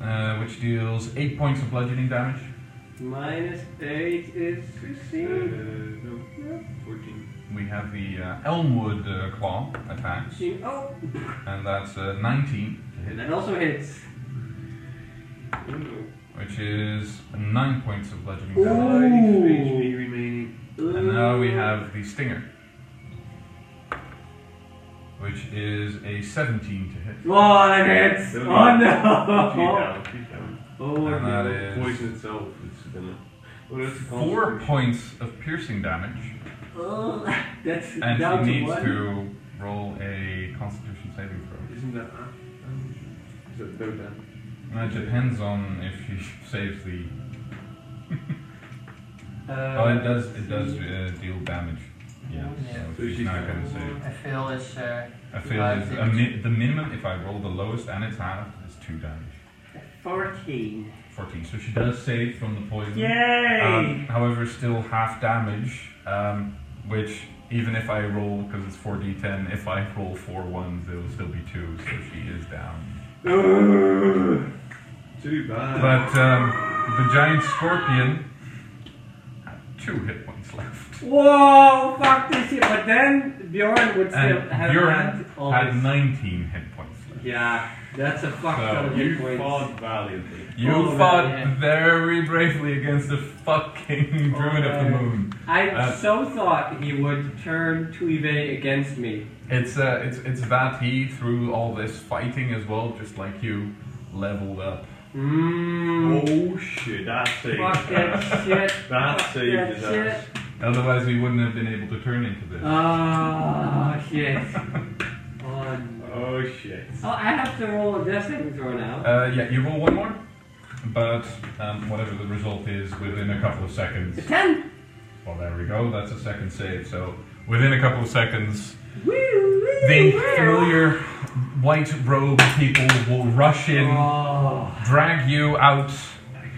Speaker 2: uh, which deals eight points of bludgeoning damage.
Speaker 3: Minus eight is
Speaker 4: Uh,
Speaker 3: 16.
Speaker 4: no, 14.
Speaker 2: We have the uh, Elmwood uh, claw attacks,
Speaker 3: Oh,
Speaker 2: and that's uh, 19 to hit.
Speaker 3: that also hits.
Speaker 4: Oh, no.
Speaker 2: which is nine points of bludgeoning
Speaker 3: Ooh.
Speaker 2: damage.
Speaker 4: HP remaining.
Speaker 2: And now we have the stinger, which is a 17 to hit.
Speaker 3: Oh, that
Speaker 4: Really? She's
Speaker 3: hits. Oh no.
Speaker 4: down, she's down.
Speaker 3: Oh,
Speaker 2: And that
Speaker 3: no.
Speaker 2: is
Speaker 4: Poison itself, it's gonna. What is it called?
Speaker 2: four points of piercing damage,
Speaker 3: Oh, that's
Speaker 2: and
Speaker 3: down
Speaker 2: she
Speaker 3: to
Speaker 2: needs
Speaker 3: one.
Speaker 2: to roll a Constitution saving throw.
Speaker 4: Isn't that. up? Um, Is it no down?
Speaker 2: And it depends on if she saves the.
Speaker 3: Uh,
Speaker 2: Oh, it does. It does uh, deal damage. Yeah. So
Speaker 4: So
Speaker 2: she's
Speaker 4: she's
Speaker 2: not
Speaker 4: gonna-
Speaker 2: going to save.
Speaker 10: I feel is uh,
Speaker 2: I feel it's a mi- the minimum if I roll the lowest and it's half is two damage.
Speaker 3: 14.
Speaker 2: 14. So she does save from the poison.
Speaker 3: Yay!
Speaker 2: Um, however, still half damage, um, which even if I roll, because it's 4d10, if I roll four ones, it'll still be two, so she is down.
Speaker 4: Too bad.
Speaker 2: But um, the giant scorpion had two hit points left.
Speaker 3: Whoa, fuck this shit. But then Bjorn would still
Speaker 2: And
Speaker 3: have
Speaker 2: Buren
Speaker 3: all
Speaker 2: had
Speaker 3: this.
Speaker 2: 19 hit points left.
Speaker 3: Yeah, that's a fuck
Speaker 2: So,
Speaker 3: ton of
Speaker 4: you
Speaker 3: hit points.
Speaker 4: fought valiantly.
Speaker 2: You
Speaker 3: Oh,
Speaker 2: fought
Speaker 10: man.
Speaker 2: very bravely against the fucking
Speaker 3: Oh,
Speaker 2: druid of the
Speaker 3: man.
Speaker 2: moon.
Speaker 3: I
Speaker 2: Uh,
Speaker 3: so thought he would turn Tuive against me.
Speaker 2: It's uh, it's it's that he through all this fighting as well, just like you, leveled up.
Speaker 3: Mmm.
Speaker 4: Oh shit, that saved
Speaker 3: Fuck
Speaker 4: us.
Speaker 3: that shit.
Speaker 4: That
Speaker 3: Fuck
Speaker 4: saved
Speaker 3: that
Speaker 4: his
Speaker 3: shit.
Speaker 4: ass.
Speaker 2: Otherwise, we wouldn't have been able to turn into
Speaker 3: Uh.
Speaker 2: this.
Speaker 3: Oh, shit. oh, no.
Speaker 4: Oh shit.
Speaker 3: oh, I have to roll a death saving throw now.
Speaker 2: Uh, yeah, you roll one more, but um, whatever the result is, within a couple of seconds.
Speaker 3: A 10.
Speaker 2: Well, there we go. That's a second save. So within a couple of seconds,
Speaker 3: Woo, woo,
Speaker 2: the
Speaker 3: woo. Oh.
Speaker 2: familiar white robe people will rush in.
Speaker 3: Oh.
Speaker 2: drag you out.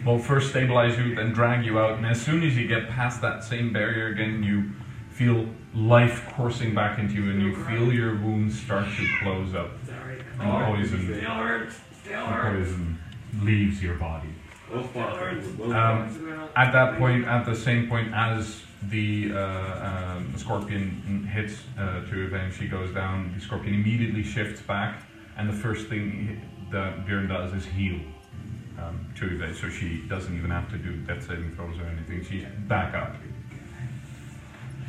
Speaker 2: Well, first stabilize you, then drag you out. And as soon as you get past that same barrier again, you feel life coursing back into you, and you feel your wounds start to close up.
Speaker 3: Sorry. Oh,
Speaker 2: And poison,
Speaker 3: Still hurts. Still
Speaker 2: the
Speaker 3: hurts.
Speaker 2: poison leaves your body.
Speaker 4: Well fought. Well
Speaker 2: Um,
Speaker 4: fought.
Speaker 3: oh,
Speaker 2: At that point, at the same point as the uh, um, scorpion hits uh, Tuive and she goes down, the scorpion immediately shifts back, and the first thing he- that Bjorn does is heal um, Tuive, so she doesn't even have to do death saving throws or anything. She's back up.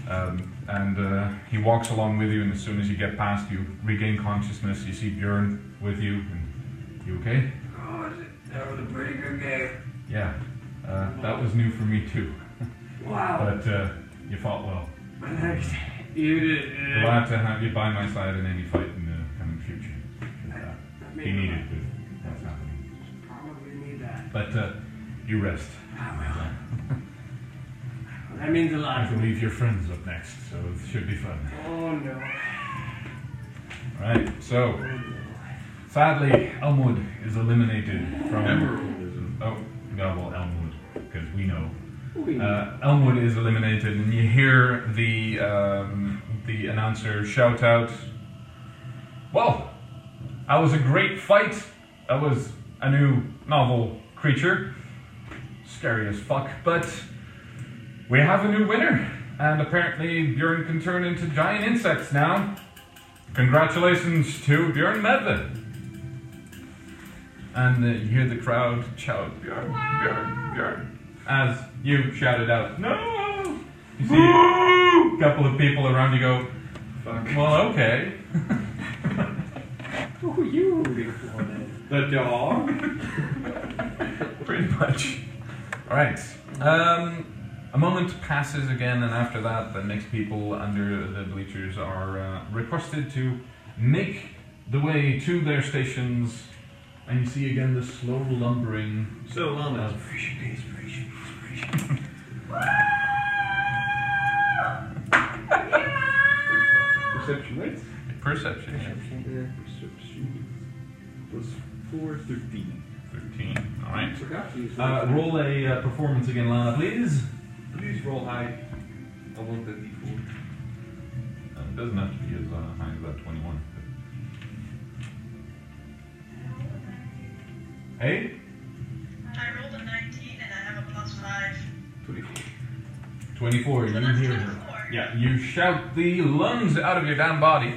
Speaker 2: Um, and uh, he walks along with you, and as soon as you get past, you regain consciousness. You see Bjorn with you, and you okay?
Speaker 3: That was a pretty good game.
Speaker 2: Yeah. Uh, that was new for me too,
Speaker 3: Wow.
Speaker 2: but uh, you fought well.
Speaker 3: You did. uh,
Speaker 2: Glad to have you by my side in any fight in the coming future. 'Cause, uh, he needed it. That's happening.
Speaker 3: Probably need that.
Speaker 2: But uh, you rest.
Speaker 3: I will. That means a
Speaker 2: I
Speaker 3: lot.
Speaker 2: believe your friends up next, so it should be fun.
Speaker 3: Oh no.
Speaker 2: Alright, so sadly, Elmwood is eliminated from.
Speaker 4: Emerald is a-
Speaker 2: Oh, yeah, well, Elmwood, because we know.
Speaker 3: Ooh.
Speaker 2: Uh, Elmwood is eliminated, and you hear the um, the announcer shout out, "Well, that was a great fight. That was a new novel creature, scary as fuck, but we have a new winner, and apparently Bjorn can turn into giant insects now. Congratulations to Bjorn Medved." And uh, you hear the crowd shout, Bjorn, Bjorn, Bjorn as you shouted out, "No!" You see a couple of people around you go,
Speaker 4: Fuck.
Speaker 2: "Well, okay."
Speaker 3: Who are you rooting for then?
Speaker 4: The dog?
Speaker 2: Pretty much. All right. Um, a moment passes again, and after that, the next people under the bleachers are uh, requested to make the way to their stations, and you see again the slow lumbering
Speaker 4: So long as.
Speaker 3: Inspiration, inspiration, inspiration.
Speaker 4: Perception rates?
Speaker 2: perception.
Speaker 4: Perception plus 4, 13.
Speaker 2: Thirteen. All
Speaker 3: I
Speaker 2: right.
Speaker 3: forgot to use
Speaker 2: Uh,
Speaker 3: that.
Speaker 2: roll a uh, performance again, Lana, please.
Speaker 4: Please roll high. I want the d4.
Speaker 2: Uh, It doesn't have to be as uh, high as that 21. Hey?
Speaker 5: I rolled a 19 and I have a plus 5.
Speaker 4: 24.
Speaker 2: 24,
Speaker 5: So
Speaker 2: you
Speaker 5: that's
Speaker 2: hear
Speaker 5: 24.
Speaker 2: her. Yeah, you shout the lungs out of your damn body.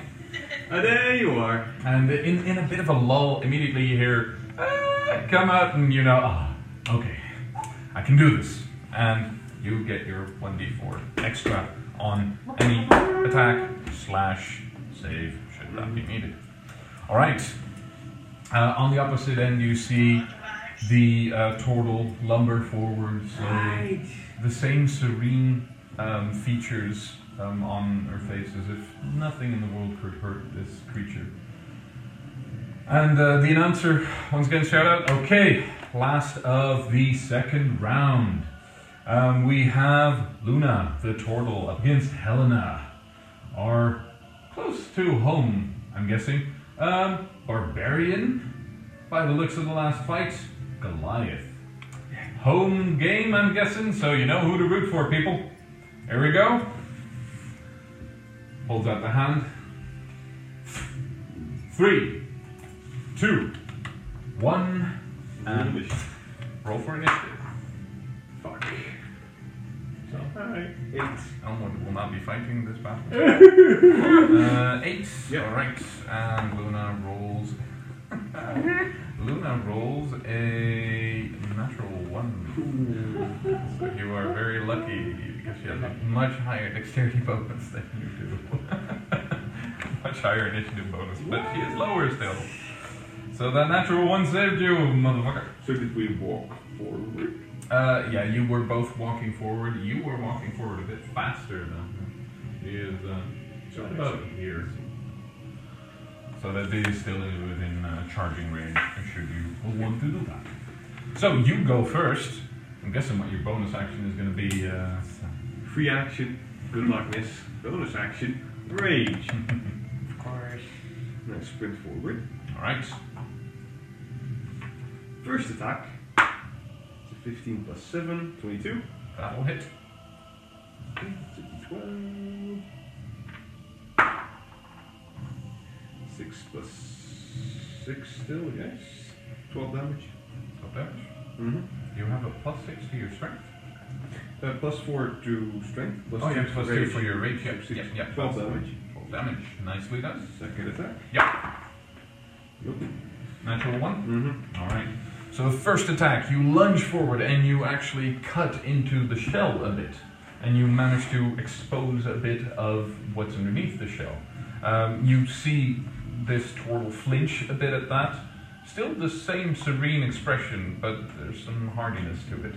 Speaker 4: Ah, there you are.
Speaker 2: And in, in a bit of a lull, immediately you hear, "Ah," come out and you know, ah, okay, I can do this. And you get your 1d4 extra on any attack slash save, should that be needed. Alright. Uh, on the opposite end, you see the uh, turtle lumber forward slowly.
Speaker 3: Right.
Speaker 2: The same serene um, features um, on her face as if nothing in the world could hurt this creature. And uh, the announcer, once again, shout out. Okay, last of the second round. Um, we have Luna the Turtle up against Helena, our close to home, I'm guessing, um, barbarian, by the looks of the last fight, Goliath. Home game, I'm guessing, so you know who to root for, people. Here we go. Holds out the hand. Three, two, one, and
Speaker 4: Rubbish.
Speaker 2: roll for initiative.
Speaker 4: Fuck.
Speaker 2: So,
Speaker 4: Alright. 8.
Speaker 2: Elmwood will not be fighting this battle. uh, eight.
Speaker 4: Yep.
Speaker 2: All right. And Luna rolls. Luna rolls a natural one. so you are very lucky because she has a much higher dexterity bonus than you do. much higher initiative bonus, but she is lower still. So that natural one saved you, motherfucker.
Speaker 4: So did we walk forward?
Speaker 2: Uh, yeah, you were both walking forward. You were walking forward a bit faster though. He is uh, just about here. So that it is still within uh, charging range. Should you want to do that? So you go first. I'm guessing what your bonus action is going to be. Uh,
Speaker 4: Free action. Good luck, miss. Bonus action. Rage.
Speaker 10: Of course.
Speaker 4: Now sprint forward.
Speaker 2: all right.
Speaker 4: First attack. It's a 15 plus 7, 22.
Speaker 2: That will hit.
Speaker 4: It's a 12. 6 plus 6 still, yes. 12 damage.
Speaker 2: Stop damage.
Speaker 4: Mm-hmm.
Speaker 2: You have a plus six to your strength.
Speaker 4: Uh, plus 4 to strength. Plus
Speaker 2: oh,
Speaker 4: two
Speaker 2: yeah,
Speaker 4: to
Speaker 2: plus two
Speaker 4: rage.
Speaker 2: for your rage. Yep,
Speaker 4: Six,
Speaker 2: yep, yep.
Speaker 4: 12 damage.
Speaker 2: Twelve damage. Nicely done.
Speaker 4: Second attack.
Speaker 2: Yep.
Speaker 4: Nope.
Speaker 2: Natural one.
Speaker 4: Mm-hmm.
Speaker 2: All right. So the first attack, you lunge forward and you actually cut into the shell a bit, and you manage to expose a bit of what's underneath the shell. Um, you see this turtle flinch a bit at that. Still the same serene expression, but there's some hardiness to it.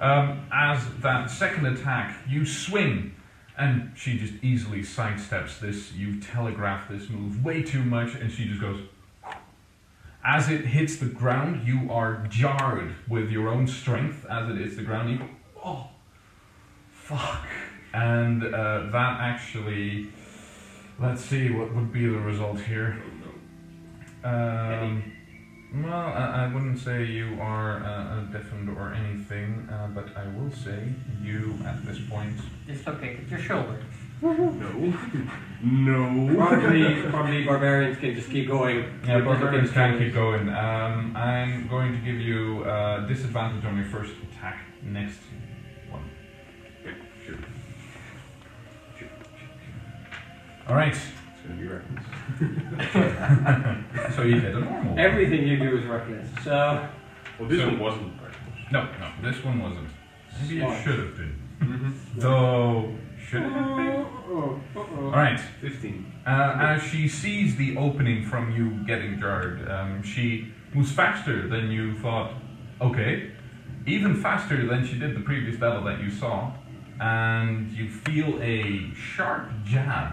Speaker 2: Um, as that second attack, you swing, and she just easily sidesteps this. You telegraph this move way too much, and she just goes. As it hits the ground, you are jarred with your own strength as it hits the ground. You go, oh, fuck. And uh, that actually. Let's see what would be the result here. Um, well, I, I wouldn't say you are uh, uh, deafened or anything, uh, but I will say you, at this point,
Speaker 10: Dislocated your shoulder.
Speaker 4: No. No.
Speaker 3: Probably, probably barbarians can just keep going.
Speaker 2: yeah,
Speaker 3: We're just
Speaker 2: barbarians
Speaker 3: looking
Speaker 2: can keep going. Um, I'm going to give you uh, disadvantage on your first attack next one.
Speaker 4: Sure.
Speaker 2: All right,
Speaker 4: It's gonna be reckless.
Speaker 2: so you hit a normal. one.
Speaker 3: Everything you do is reckless. So
Speaker 4: Well, this
Speaker 2: So-
Speaker 4: one wasn't reckless.
Speaker 2: no, no, this one wasn't. Maybe
Speaker 3: Smart.
Speaker 2: it should have been. Though, should it have been?
Speaker 3: Uh-oh, uh-oh.
Speaker 2: All right.
Speaker 4: Fifteen.
Speaker 2: Uh, as she sees the opening from you getting jarred, um, she moves faster than you thought. Okay, even faster than she did the previous battle that you saw, and you feel a sharp jab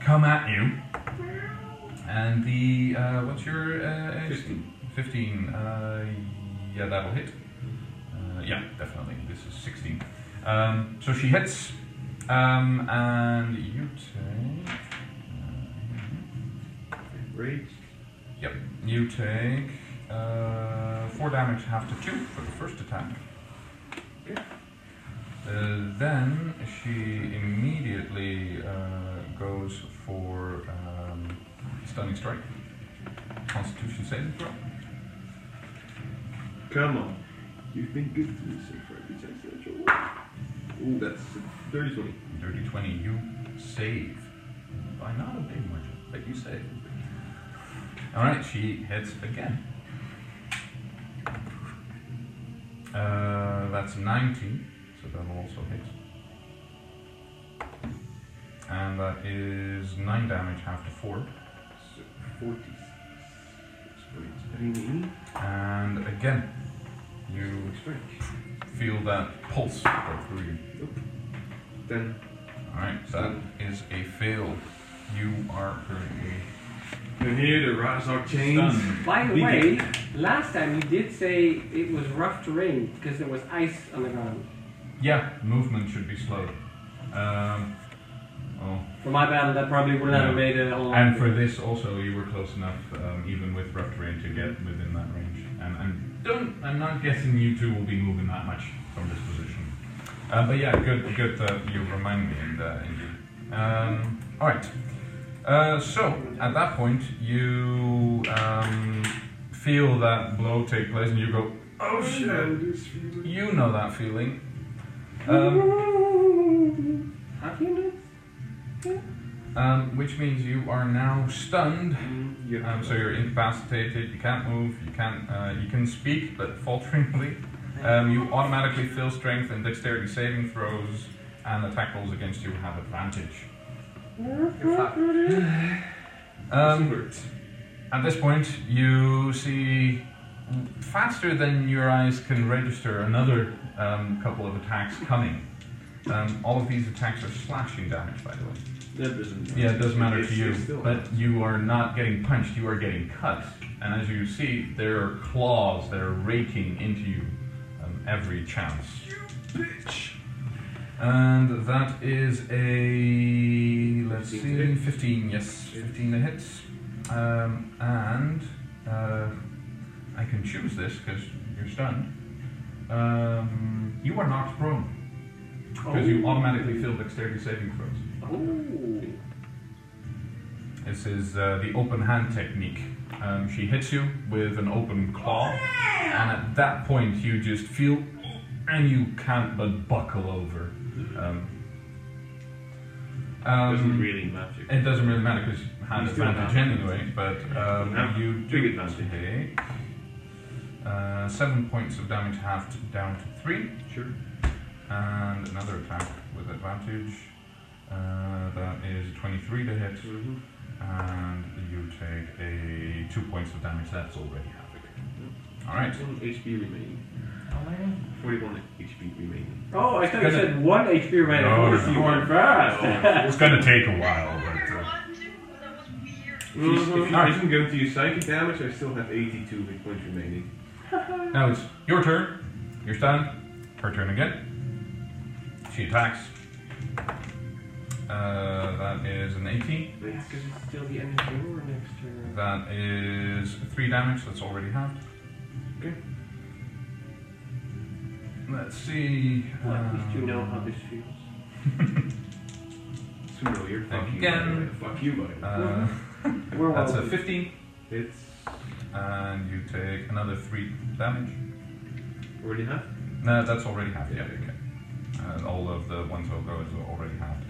Speaker 2: come at you. And the uh, what's your uh,
Speaker 4: Fifteen.
Speaker 2: Fifteen. Uh, yeah, that'll hit. Uh, yeah, definitely. This is sixteen. Um, so she hits, um, and you take.
Speaker 4: Rage.
Speaker 2: Yep. You take uh, four damage, half to two for the first attack. Uh, then she immediately uh, goes for um, stunning strike. Constitution saving throw.
Speaker 4: Come on. You've been good to me so far. You take that your Ooh, that's a dirty twenty.
Speaker 2: Dirty 20, you save. By not a big margin, but you save. Alright, she hits again. Uh, that's 19, so that'll also hit. And that is 9 damage, half to 4.
Speaker 4: So forty. Explains.
Speaker 2: And again, you
Speaker 4: Strike.
Speaker 2: feel that pulse go through you.
Speaker 4: Ten.
Speaker 2: Alright, so that is a fail. You are currently
Speaker 4: And here the Razok chains.
Speaker 2: stunned.
Speaker 3: By the
Speaker 2: We
Speaker 3: way, last time you did say it was rough terrain because there was ice on the ground.
Speaker 2: Yeah, movement should be slowed. Um, oh,
Speaker 3: For my battle, that probably wouldn't have
Speaker 2: Yeah.
Speaker 3: made a whole lot.
Speaker 2: and for this also, you were close enough, um, even with rough terrain, to get within that range. And I'm don't I'm not guessing you two will be moving that much from this position. Uh, but yeah, good good that you remind me and uh, indeed. Um, all right. Uh, so at that point, you um, feel that blow take place, and you go, "Oh shit!" You know that feeling. Um,
Speaker 3: Have you not?
Speaker 2: Um, which means you are now stunned.
Speaker 4: Mm, Yeah.
Speaker 2: Um, so you're incapacitated. You can't move. You can't. Uh, you can speak, but falteringly. Um, you automatically feel strength and dexterity saving throws, and attack rolls against you have advantage.
Speaker 10: You're fucked.
Speaker 2: Um, at this point, you see faster than your eyes can register another um, couple of attacks coming. Um, all of these attacks are slashing damage, by the way.
Speaker 4: That doesn't matter.
Speaker 2: Yeah, it doesn't matter to
Speaker 4: It's-
Speaker 2: you,
Speaker 4: it's still-
Speaker 2: but you are not getting punched, you are getting cut. And as you see, there are claws that are raking into you um, every chance. You bitch! And that is a. Let's
Speaker 4: Fifteen
Speaker 2: see,
Speaker 4: to hit.
Speaker 2: 15, yes, 15 to hit. Um, and uh, I can choose this because you're stunned. Um, you are knocked prone because
Speaker 4: Oh.
Speaker 2: you automatically feel dexterity saving throws.
Speaker 3: Oh.
Speaker 2: This is uh, the open hand technique. Um, she hits you with an open claw, and at that point you just feel, and you can't but buckle over. Um, um,
Speaker 4: doesn't really matter.
Speaker 2: it doesn't really matter because you had
Speaker 4: You still
Speaker 2: advantage
Speaker 4: have-
Speaker 2: anyway, but um,
Speaker 4: have
Speaker 2: you
Speaker 4: big
Speaker 2: do
Speaker 4: advantage.
Speaker 2: take uh, seven points of damage halved down to three.
Speaker 4: Sure.
Speaker 2: And another attack with advantage. Uh, that is 23 to hit.
Speaker 4: Mm-hmm.
Speaker 2: And you take
Speaker 3: Mm-hmm.
Speaker 2: a two points of damage. That's already havoc. All right.
Speaker 4: One HP remaining.
Speaker 10: How many?
Speaker 4: 41 HP remaining.
Speaker 3: Oh, I thought you
Speaker 2: Gonna-
Speaker 3: said one HP remaining.
Speaker 2: No,
Speaker 3: I was
Speaker 2: no.
Speaker 3: going fast.
Speaker 2: It's gonna take a while, but. Uh,
Speaker 5: One, two, that was weird.
Speaker 4: If you,
Speaker 3: Mm-hmm.
Speaker 4: if you didn't go to your psychic damage, I still have 82 hit points remaining.
Speaker 2: Now it's your turn. You're stunned. Her turn again. She attacks. Uh, that is an 18.
Speaker 3: Yeah, 'cause it's still the end of your next turn.
Speaker 2: That is 3 damage. That's already halved.
Speaker 4: Okay.
Speaker 2: Let's see.
Speaker 3: Well, at least you
Speaker 2: uh,
Speaker 3: know how this feels.
Speaker 4: It's familiar. Fuck you,
Speaker 2: Again.
Speaker 4: by the way. Fuck you, by the way.
Speaker 2: Uh,
Speaker 3: We're well
Speaker 2: that's a
Speaker 3: used.
Speaker 2: 15.
Speaker 4: It's
Speaker 2: And you take another 3 damage.
Speaker 4: already half.
Speaker 2: No, that's already halved.
Speaker 4: Yeah.
Speaker 2: Uh, all of the ones who go is already halved.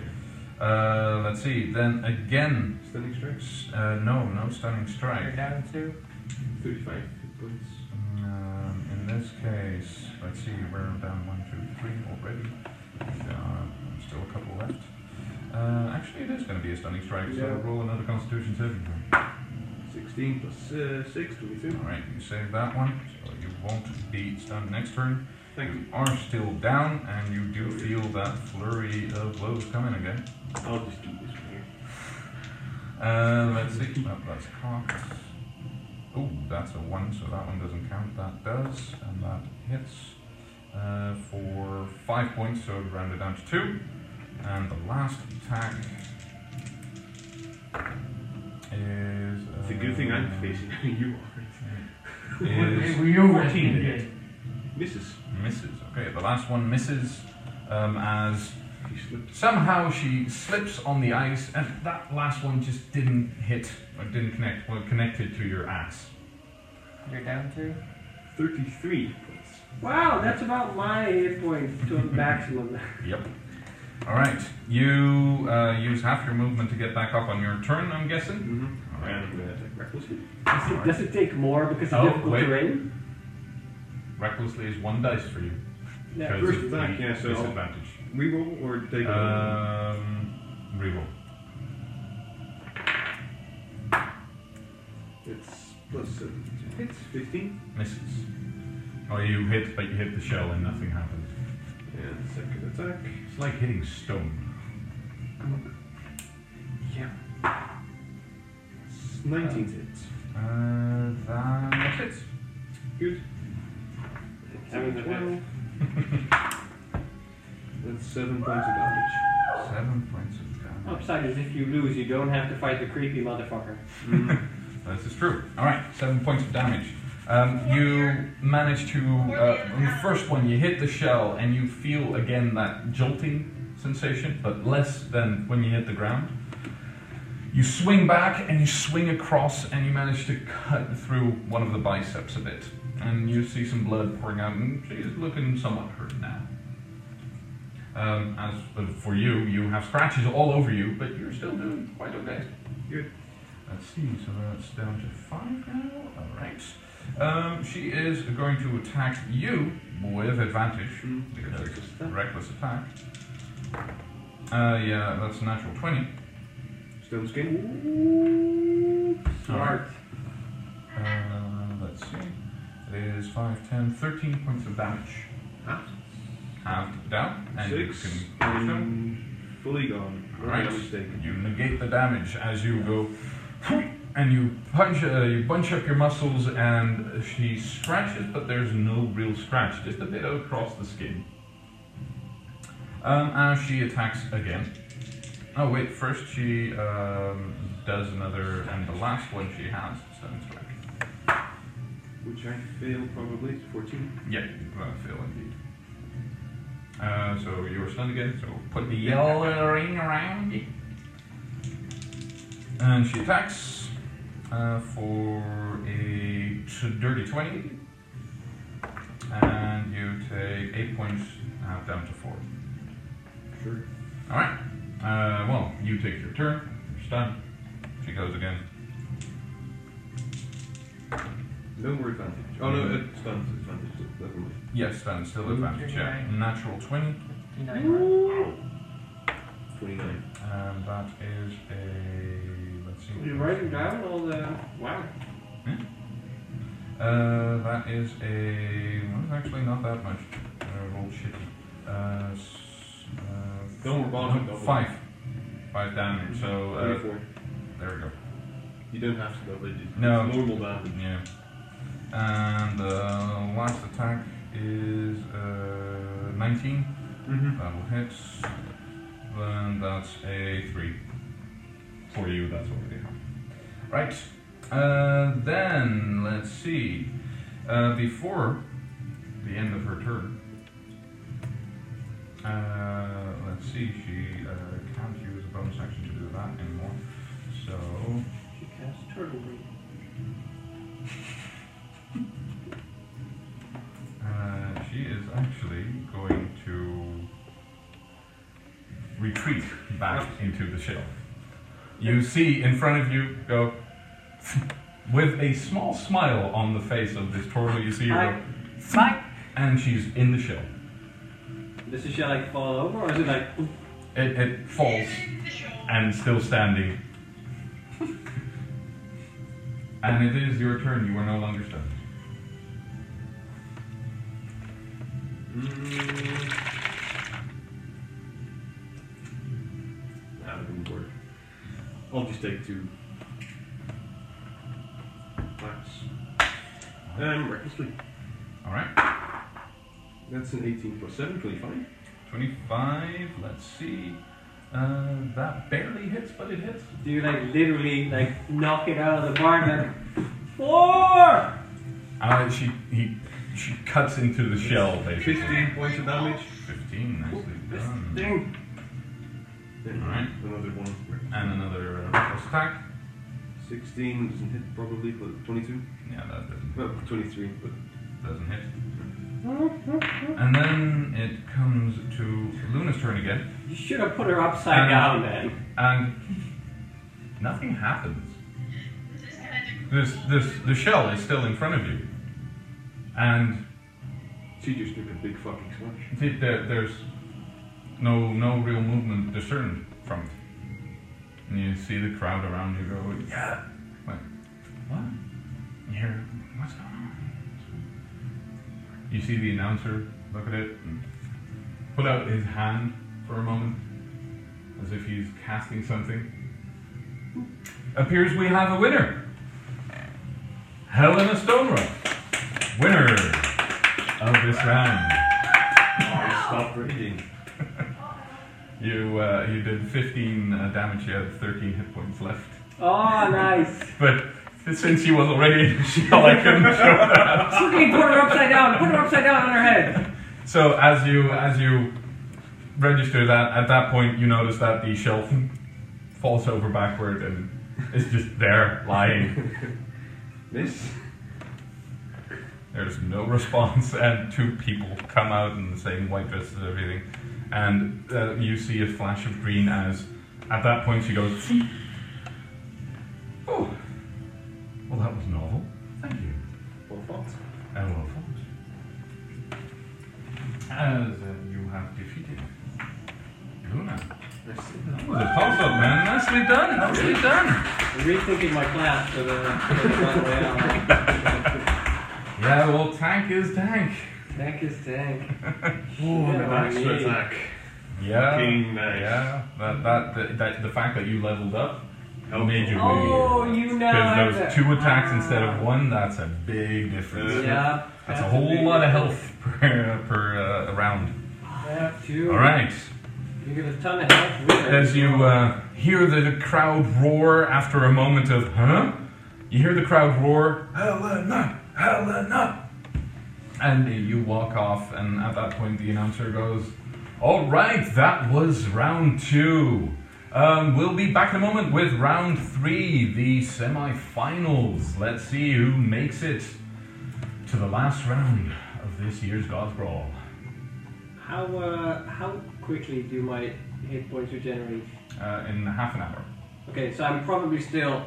Speaker 2: Uh, let's see. Then again,
Speaker 4: Stunning strikes.
Speaker 2: s- uh, no, no stunning
Speaker 10: You're
Speaker 2: strike.
Speaker 10: down to
Speaker 4: 35 hit points.
Speaker 2: Um, in this case, let's see. We're down one, two, three already. There are still a couple left. Uh, actually, it is going to be a stunning strike. So
Speaker 4: Yeah.
Speaker 2: roll another Constitution saving throw.
Speaker 4: 16 plus uh, 6, 22.
Speaker 2: All right, you save that one, so you won't be stunned next turn.
Speaker 4: Thank you.
Speaker 2: You are still down, and you do feel that flurry of blows coming again.
Speaker 4: I'll just do this one here.
Speaker 2: Uh, let's see. That, that's cocked. Oh, that's a one, so that one doesn't count. That does, and that hits uh, for five points, so rounded down to two. And the last attack is.
Speaker 4: It's a good thing I'm
Speaker 2: uh,
Speaker 4: facing who you are.
Speaker 2: Is
Speaker 10: Were you
Speaker 4: 14
Speaker 10: working?
Speaker 4: minutes. Misses.
Speaker 2: misses. Okay, the last one misses um, as
Speaker 4: He slipped.
Speaker 2: Somehow she slips on the ice, and that last one just didn't hit, or didn't connect. Well, it connected to your ass.
Speaker 10: You're down to
Speaker 4: 33 hit points.
Speaker 3: Wow, that's about my hit points to a maximum.
Speaker 2: Yep. All right, you uh, use half your movement to get back up on your turn. I'm guessing.
Speaker 4: Mm-hmm.
Speaker 2: Alright.
Speaker 4: And I'm going to attack recklessly.
Speaker 3: Does it, does it take more because of
Speaker 2: Oh,
Speaker 3: difficult
Speaker 2: wait.
Speaker 3: terrain?
Speaker 2: Recklessly is one dice for you.
Speaker 3: No.
Speaker 2: because
Speaker 4: first
Speaker 2: of the
Speaker 4: attack, yeah, so-
Speaker 2: disadvantage.
Speaker 4: Reroll or take a
Speaker 2: Uh, Um, reroll.
Speaker 4: It's plus 7. Hits. 15.
Speaker 2: Misses. Oh, you hit, but you hit the shell and nothing happens.
Speaker 4: And second attack.
Speaker 2: It's like hitting stone.
Speaker 10: yeah.
Speaker 4: It's 19 hits.
Speaker 2: Uh, that hits.
Speaker 4: Good.
Speaker 3: Seven to
Speaker 4: Twelve. That's 7 points of damage.
Speaker 2: Seven points of damage.
Speaker 3: Upside is if you lose, you don't have to fight the creepy motherfucker.
Speaker 2: This is true. All right, seven points of damage. Um, you manage to. Uh, on the first one, you hit the shell, and you feel again that jolting sensation, but less than when you hit the ground. You swing back and you swing across, and you manage to cut through one of the biceps a bit. And you see some blood pouring out, and she's looking somewhat hurt now. Um, as for you, you have scratches all over you, but you're still doing quite okay. Let's see, so that's down to five now. Alright. Um, she is going to attack you with advantage
Speaker 4: Mm.
Speaker 2: because it's
Speaker 4: Reckless
Speaker 2: a
Speaker 4: attack.
Speaker 2: reckless attack. Uh, yeah, that's a natural 20.
Speaker 4: Stone skin.
Speaker 3: Smart.
Speaker 2: Uh, let's see. It is 5, 10, 13 points of damage.
Speaker 4: Half.
Speaker 2: Halved down, and
Speaker 4: Six.
Speaker 2: you can push them.
Speaker 4: And fully gone. If I'm
Speaker 2: Alright.
Speaker 4: not mistaken.
Speaker 2: You negate the damage as you go, and you punch, uh, you bunch up your muscles, and she scratches, but there's no real scratch, just a bit across the skin. Um, as she attacks again. Oh wait, first she um, does another, and the last one she has stone strike.
Speaker 4: Which I fail probably. 14.
Speaker 2: Yeah, well, fail indeed. Uh, so you're stunned again, so put the yellow ring around you. And she attacks uh, for a t- dirty 20. And you take 8 points half down to 4.
Speaker 4: Sure.
Speaker 2: Alright. Uh, well, you take your turn. You're stunned. She goes again.
Speaker 4: No more advantage. Oh no, it stuns advantage. so Never mind.
Speaker 2: Yes, stunned, still advantage. Yeah. Natural 20.
Speaker 10: 59.
Speaker 2: Wow.
Speaker 4: 29.
Speaker 2: And that is a. Let's see.
Speaker 3: You writing down all the. Wow.
Speaker 2: Uh, Uh, that is a. Well, it's actually not that much. I rolled shitty. Uh, s- uh,
Speaker 4: Don't bother,
Speaker 2: no,
Speaker 4: don't bother.
Speaker 2: Five. Five damage. So uh,
Speaker 4: Twenty-four.
Speaker 2: there we go.
Speaker 4: You don't have to double it. It's
Speaker 2: No.
Speaker 4: normal damage.
Speaker 2: Yeah. And the last attack is uh, 19.
Speaker 4: Mm-hmm.
Speaker 2: That will hit. Then that's a 3. For you, that's already happened. Right. Uh, then, let's see. Uh, before the end of her turn, uh, let's see, she uh, can't use a bonus action to do that anymore. So,
Speaker 3: She casts turtle breed.
Speaker 2: uh, she is actually going to retreat back into the shell. You see in front of you go with a small smile on the face of this turtle. You see her go,
Speaker 10: Mike!
Speaker 2: and she's in the shell.
Speaker 3: Does the shell like fall over, or is it like? oop?
Speaker 2: It, it falls
Speaker 5: The show.
Speaker 2: and still standing. and it is your turn. You are no longer stunned.
Speaker 4: Mm. That wouldn't work. I'll just take two. That's. Um, recklessly.
Speaker 2: All right.
Speaker 4: That's an 18 plus 7, 25.
Speaker 2: 25, let's see. Uh, that barely hits, but it hits.
Speaker 3: Do you like literally like knock it out of the barn like four?
Speaker 2: Uh, she, he, she cuts into the shell, basically.
Speaker 4: 15 points of damage.
Speaker 2: 15, nicely done.
Speaker 3: Ding.
Speaker 4: Then
Speaker 2: Alright.
Speaker 4: Another one.
Speaker 2: And another uh, plus attack.
Speaker 4: 16 doesn't hit probably, but 22.
Speaker 2: Yeah, that doesn't,
Speaker 4: Well, 23, but
Speaker 2: doesn't hit. And then it comes to Luna's turn again,
Speaker 3: You should have put her upside
Speaker 2: Um,
Speaker 3: down, man.
Speaker 2: and nothing happens.
Speaker 5: This kind of
Speaker 2: This, this, the shell is still in front of you. And
Speaker 4: she just took a big fucking smash.
Speaker 2: Th- There, there's no no real movement discerned from it. And you see the crowd around you go, yeah. Like, what? You hear, what's going on? You see the announcer look at it and put out his hand for a moment as if he's casting something. Appears we have a winner. Helena Stonewall, winner of this round.
Speaker 4: Stop reading.
Speaker 2: You uh, you did 15 uh, damage. You had 13 hit points left.
Speaker 3: Oh, nice.
Speaker 2: But since she was already in the shell, I couldn't show that.
Speaker 3: Quickly put her upside down. Put her upside down on her head.
Speaker 2: So as you as you register that, at that point you notice that the shell falls over backward and is just there lying.
Speaker 4: Miss?
Speaker 2: There's no response, and two people come out in the same white dresses and everything, and uh, you see a flash of green as at that point she goes, "Oh, well that was novel. Thank you."
Speaker 4: Well, fought.
Speaker 2: And well As uh, you have defeated Luna.
Speaker 4: I see.
Speaker 2: That was a toss up, man. Nicely done. Nicely done.
Speaker 3: I'm rethinking my class for the, for the wrong way out.
Speaker 2: Yeah, well, tank is tank.
Speaker 3: Tank is tank.
Speaker 4: Oh,
Speaker 3: Yeah,
Speaker 4: an extra
Speaker 3: yeah.
Speaker 4: attack.
Speaker 2: Yeah.
Speaker 4: Fucking nice.
Speaker 2: Yeah. That, that, that, that, the fact that you leveled up
Speaker 4: Helpful.
Speaker 2: made you
Speaker 3: Oh, you now have
Speaker 2: Because those
Speaker 3: that.
Speaker 2: two attacks instead of
Speaker 3: Ah.
Speaker 2: one, that's a big difference.
Speaker 3: Yeah.
Speaker 2: That's a whole lot of health per, per uh, round.
Speaker 3: Have to.
Speaker 2: All right.
Speaker 3: You get a ton of health. with it.
Speaker 2: As you uh, hear the crowd roar after a moment of, huh? You hear the crowd roar, Helena, Helena! And uh, you walk off, and at that point the announcer goes, All right, that was round two. Um, we'll be back in a moment with round three, the semi finals. Let's see who makes it to the last round of this year's God's Brawl.
Speaker 3: How uh, how quickly do my hit points regenerate?
Speaker 2: Uh, in half an hour.
Speaker 3: Okay, so I'm probably still.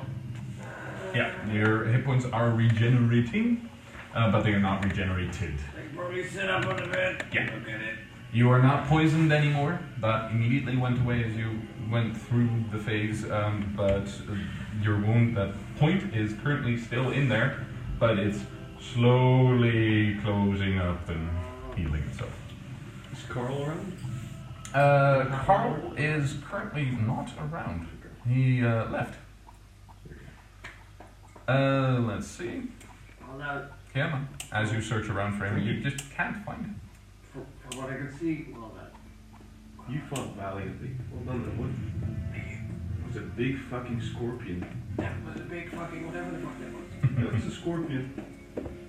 Speaker 2: Yeah, your hit points are regenerating, uh, but they are not regenerated.
Speaker 3: Like probably sit up on the bed.
Speaker 2: Yeah.
Speaker 3: Look at it.
Speaker 2: You are not poisoned anymore. That immediately went away as you went through the phase, um, but uh, your wound, that point, is currently still in there, but it's slowly closing up and healing itself.
Speaker 4: Is Carl around?
Speaker 2: Uh, Carl is currently not around. He uh, left. Uh, let's see.
Speaker 3: Well, now,
Speaker 2: Kiana, as you search around for him, you just can't find him.
Speaker 3: from, from what I can see, well, that
Speaker 4: You fought valiantly. Well done, that one. It was a big fucking scorpion.
Speaker 3: that was a big fucking whatever the fuck that was.
Speaker 4: That was a scorpion.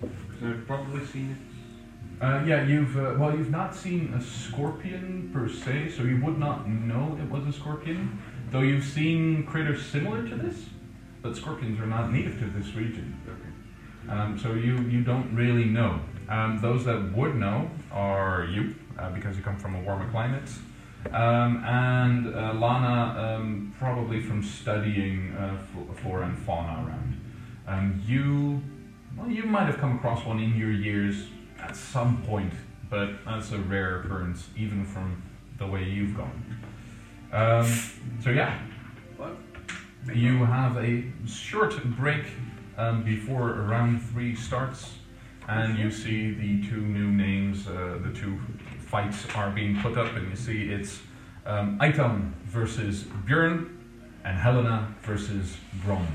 Speaker 4: 'Cause I've probably seen it.
Speaker 2: Uh, yeah, you've uh, well, you've not seen a scorpion per se, so you would not know it was a scorpion. Though you've seen critters similar to this, but scorpions are not native to this region,
Speaker 4: Okay.
Speaker 2: um, so you you don't really know. Um, those that would know are you, uh, because you come from a warmer climate, um, and uh, Lana, um, probably from studying uh, fl- flora and fauna around. Um, you, well, you might have come across one in your years at some point, but that's a rare occurrence, even from the way you've gone. Um, so yeah, you have a short break um, before round three starts, and you see the two new names. Uh, the two fights are being put up, and you see it's um, Item versus Björn, and Helena versus Bron.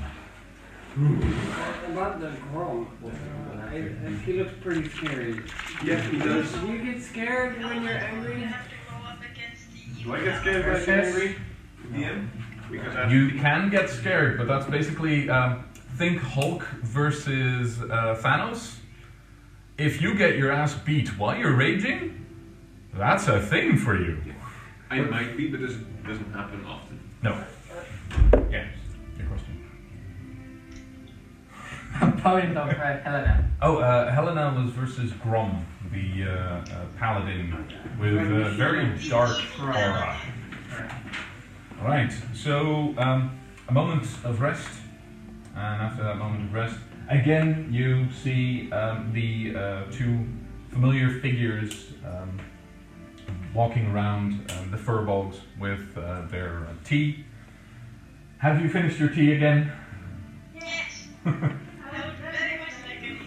Speaker 3: About the Grom, uh, I, I, he looks pretty scary.
Speaker 4: Yeah, he does.
Speaker 3: Do you get scared when you're angry?
Speaker 5: have to go up against the
Speaker 4: Do I get scared by angry? DM? Because I
Speaker 2: You can get scared, but that's basically um, think Hulk versus uh, Thanos. If you get your ass beat while you're raging, that's a thing for you.
Speaker 4: I might be, but this doesn't happen often.
Speaker 2: No. Yeah. Good question.
Speaker 10: I'm probably not right. Helena.
Speaker 2: Oh, uh, Helena was versus Grom, the uh, uh, paladin, with a very dark aura. Right. So, um, a moment of rest, and after that moment of rest, again you see um, the uh, two familiar figures um, walking around um, the furbolgs with uh, their uh, tea. Have you finished your tea again?
Speaker 5: Yes. I would very much like an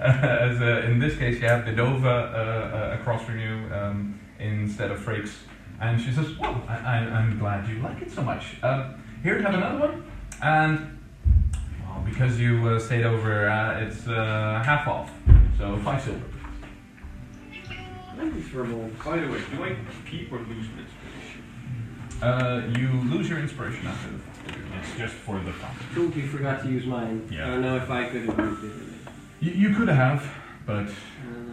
Speaker 2: as uh, in this case, you have Bedova uh, uh, across from you um, instead of Frakes. And she says, Well, I, I, I'm glad you like it so much. Um, here, have another one. And well, because you uh, stayed over, uh, it's uh, half off. So five silver.
Speaker 5: Thank you.
Speaker 3: Nice remote.
Speaker 4: By the way, do I keep or lose my inspiration?
Speaker 2: Uh, you lose your inspiration after the fight. It's just for the fun.
Speaker 3: Totally forgot to use mine.
Speaker 2: Yeah.
Speaker 3: I don't know if I could have used it.
Speaker 2: You, you could have, but
Speaker 3: I don't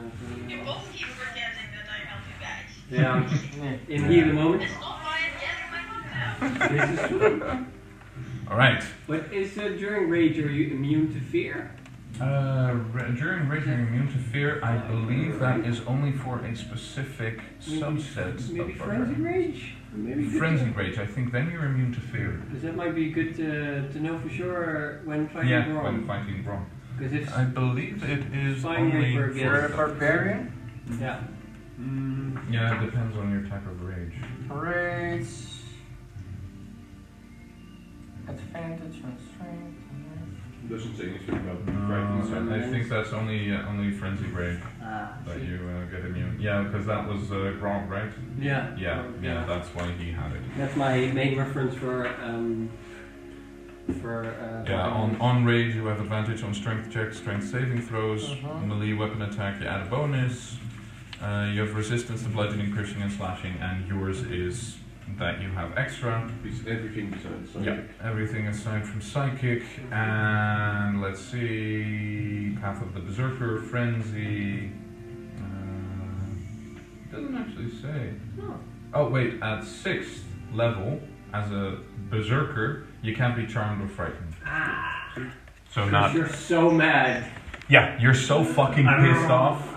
Speaker 3: know if I would
Speaker 5: You
Speaker 3: have.
Speaker 5: both keep forgetting that I help you guys.
Speaker 3: Yeah. In here, the moment.
Speaker 5: It's not why I'm getting my book now.
Speaker 3: This is true.
Speaker 2: all right.
Speaker 3: But is uh, during rage are you immune to fear?
Speaker 2: Uh, ra- during rage, you're immune to fear. I believe that is only for a specific
Speaker 3: Maybe-
Speaker 2: subset
Speaker 3: Maybe
Speaker 2: of
Speaker 3: frenzy rage. Maybe good-
Speaker 2: Frenzy rage. I think then you're immune to fear.
Speaker 3: 'cause that might be good to, to know for sure when fighting
Speaker 2: yeah, when
Speaker 3: wrong.
Speaker 2: fighting wrong.
Speaker 3: Because if
Speaker 2: I believe it is
Speaker 3: Fine
Speaker 2: only
Speaker 3: Reaper again.
Speaker 10: You're a barbarian?
Speaker 3: yeah,
Speaker 4: Mm,
Speaker 2: Yeah, it depends on your type of rage.
Speaker 10: Great. Advantage and strength.
Speaker 4: doesn't say anything about
Speaker 2: No,
Speaker 4: frightening sound.
Speaker 2: Uh, I think that's only uh, only frenzy rage
Speaker 10: Ah,
Speaker 2: that
Speaker 10: see.
Speaker 2: you uh, get immune. Yeah, because that was uh, wrong, right?
Speaker 3: yeah,
Speaker 2: Yeah, yeah, that's why he had it.
Speaker 3: That's my main reference for um for uh,
Speaker 2: Yeah, on, on rage you have advantage on strength checks, strength saving throws,
Speaker 10: Uh-huh.
Speaker 2: melee weapon attack, you add a bonus. Uh, you have resistance to bludgeoning, piercing, and slashing, and yours is that you have extra.
Speaker 4: It's everything besides sound.
Speaker 2: Yeah, everything aside from psychic, and let's see, Path of the Berserker, Frenzy. Uh, doesn't actually say.
Speaker 3: No.
Speaker 2: Oh wait, at sixth level as a Berserker, you can't be charmed or frightened. So
Speaker 3: because
Speaker 2: not.
Speaker 3: you're so mad.
Speaker 2: Yeah, you're so fucking pissed off.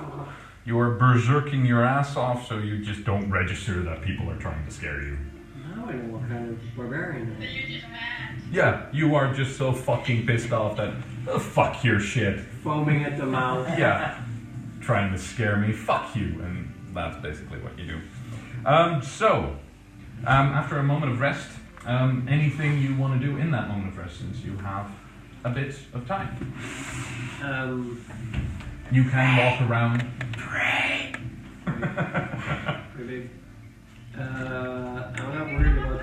Speaker 2: You're berserking your ass off, so you just don't register that people are trying to scare you.
Speaker 3: Now I know what kind of barbarian I
Speaker 5: But
Speaker 3: am.
Speaker 5: you're just mad.
Speaker 2: Yeah, you are just so fucking pissed off that "Oh, fuck your shit.
Speaker 3: Foaming at the mouth.
Speaker 2: yeah, trying to scare me. Fuck you, and that's basically what you do. Um, so, um, after a moment of rest, um, anything you want to do in that moment of rest, since you have a bit of time.
Speaker 3: Um,
Speaker 2: You can walk around.
Speaker 3: maybe. Uh, I'm not worried about.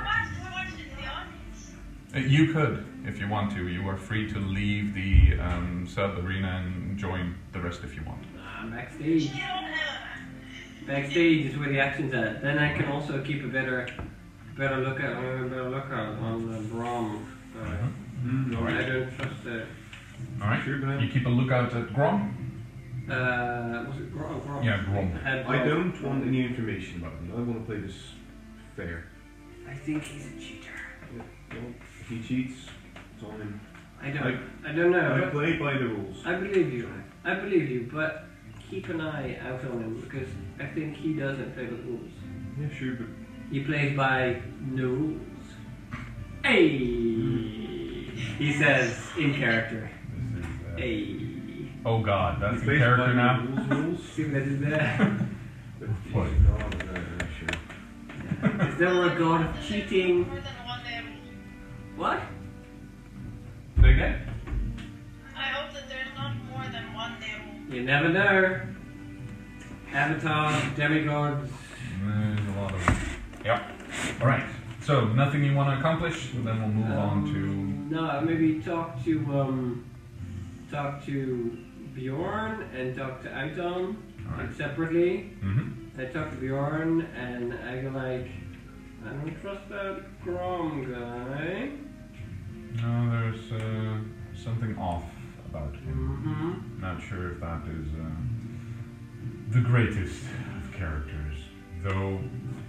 Speaker 2: Uh, You could, if you want to. You are free to leave the um, sub arena and join the rest if you want.
Speaker 3: Uh, backstage. Backstage is where the action's at. Then I can also keep a better, better look at, uh, better look out on the Brom.
Speaker 2: Uh-huh. Mm-hmm.
Speaker 3: Uh,
Speaker 4: Mm, all
Speaker 3: I
Speaker 4: right.
Speaker 3: don't trust the.
Speaker 2: All right.
Speaker 4: Sure, man.
Speaker 2: You keep a lookout at Grom.
Speaker 3: Uh, was it Grom? Grom?
Speaker 2: Yeah, Grom.
Speaker 3: Had
Speaker 4: I
Speaker 3: Grom.
Speaker 4: don't want any information about him. I want to play this fair.
Speaker 3: I think he's a cheater.
Speaker 4: Well, if he cheats, it's on him.
Speaker 3: I don't. I don't know.
Speaker 4: I play by the rules.
Speaker 3: I believe you. I believe you, but keep an eye out on him because I think he doesn't play the rules.
Speaker 4: Yeah, sure, but
Speaker 3: He plays by no rules. Hey, he says in character.
Speaker 2: This is, uh,
Speaker 3: Hey,
Speaker 2: Oh God, that's the
Speaker 4: Based
Speaker 2: character
Speaker 4: by
Speaker 2: now.
Speaker 4: the Rules, rules.
Speaker 3: see what I did there?
Speaker 4: But
Speaker 2: What?
Speaker 4: he's not, uh, sure.
Speaker 3: Is there a god of cheating? What?
Speaker 2: Say again.
Speaker 5: I hope that there's not more than one devil.
Speaker 3: You never know. Avatar, demigods.
Speaker 2: There's a lot of. Yep. All right. So nothing you want to accomplish. Then we'll move on to.
Speaker 3: Um, No, maybe talk to um, talk to Bjorn and talk to Anton
Speaker 2: All right.
Speaker 3: separately.
Speaker 2: Mm-hmm.
Speaker 3: I talked to Bjorn and I go like, I don't trust that Grom guy.
Speaker 2: No, there's uh, something off about him.
Speaker 3: Mm-hmm.
Speaker 2: Not sure if that is uh, the greatest of characters. Though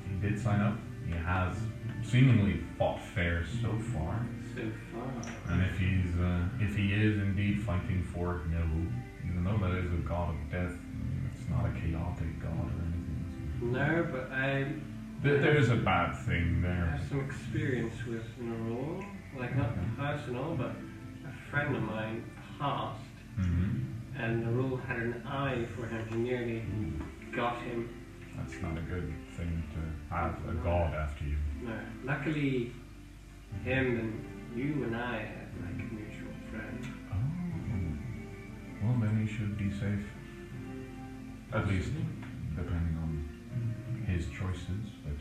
Speaker 2: he did sign up, he has seemingly fought fair so far.
Speaker 3: So far.
Speaker 2: And if he's uh, if he is indeed fighting for Nilu, even though that is a god of death, it's not a chaotic god or anything.
Speaker 3: No, but I
Speaker 2: There, there is a bad thing there.
Speaker 3: have some experience with Nerul. Like, not personal, but a friend of mine passed,
Speaker 2: hmm
Speaker 3: and Nerul had an eye for him. He nearly got him.
Speaker 2: That's not a good thing to have a god after you.
Speaker 3: No. Luckily, him and you and I have like a mutual friend.
Speaker 2: Oh. Well, then he should be safe. At least, depending on his choices. But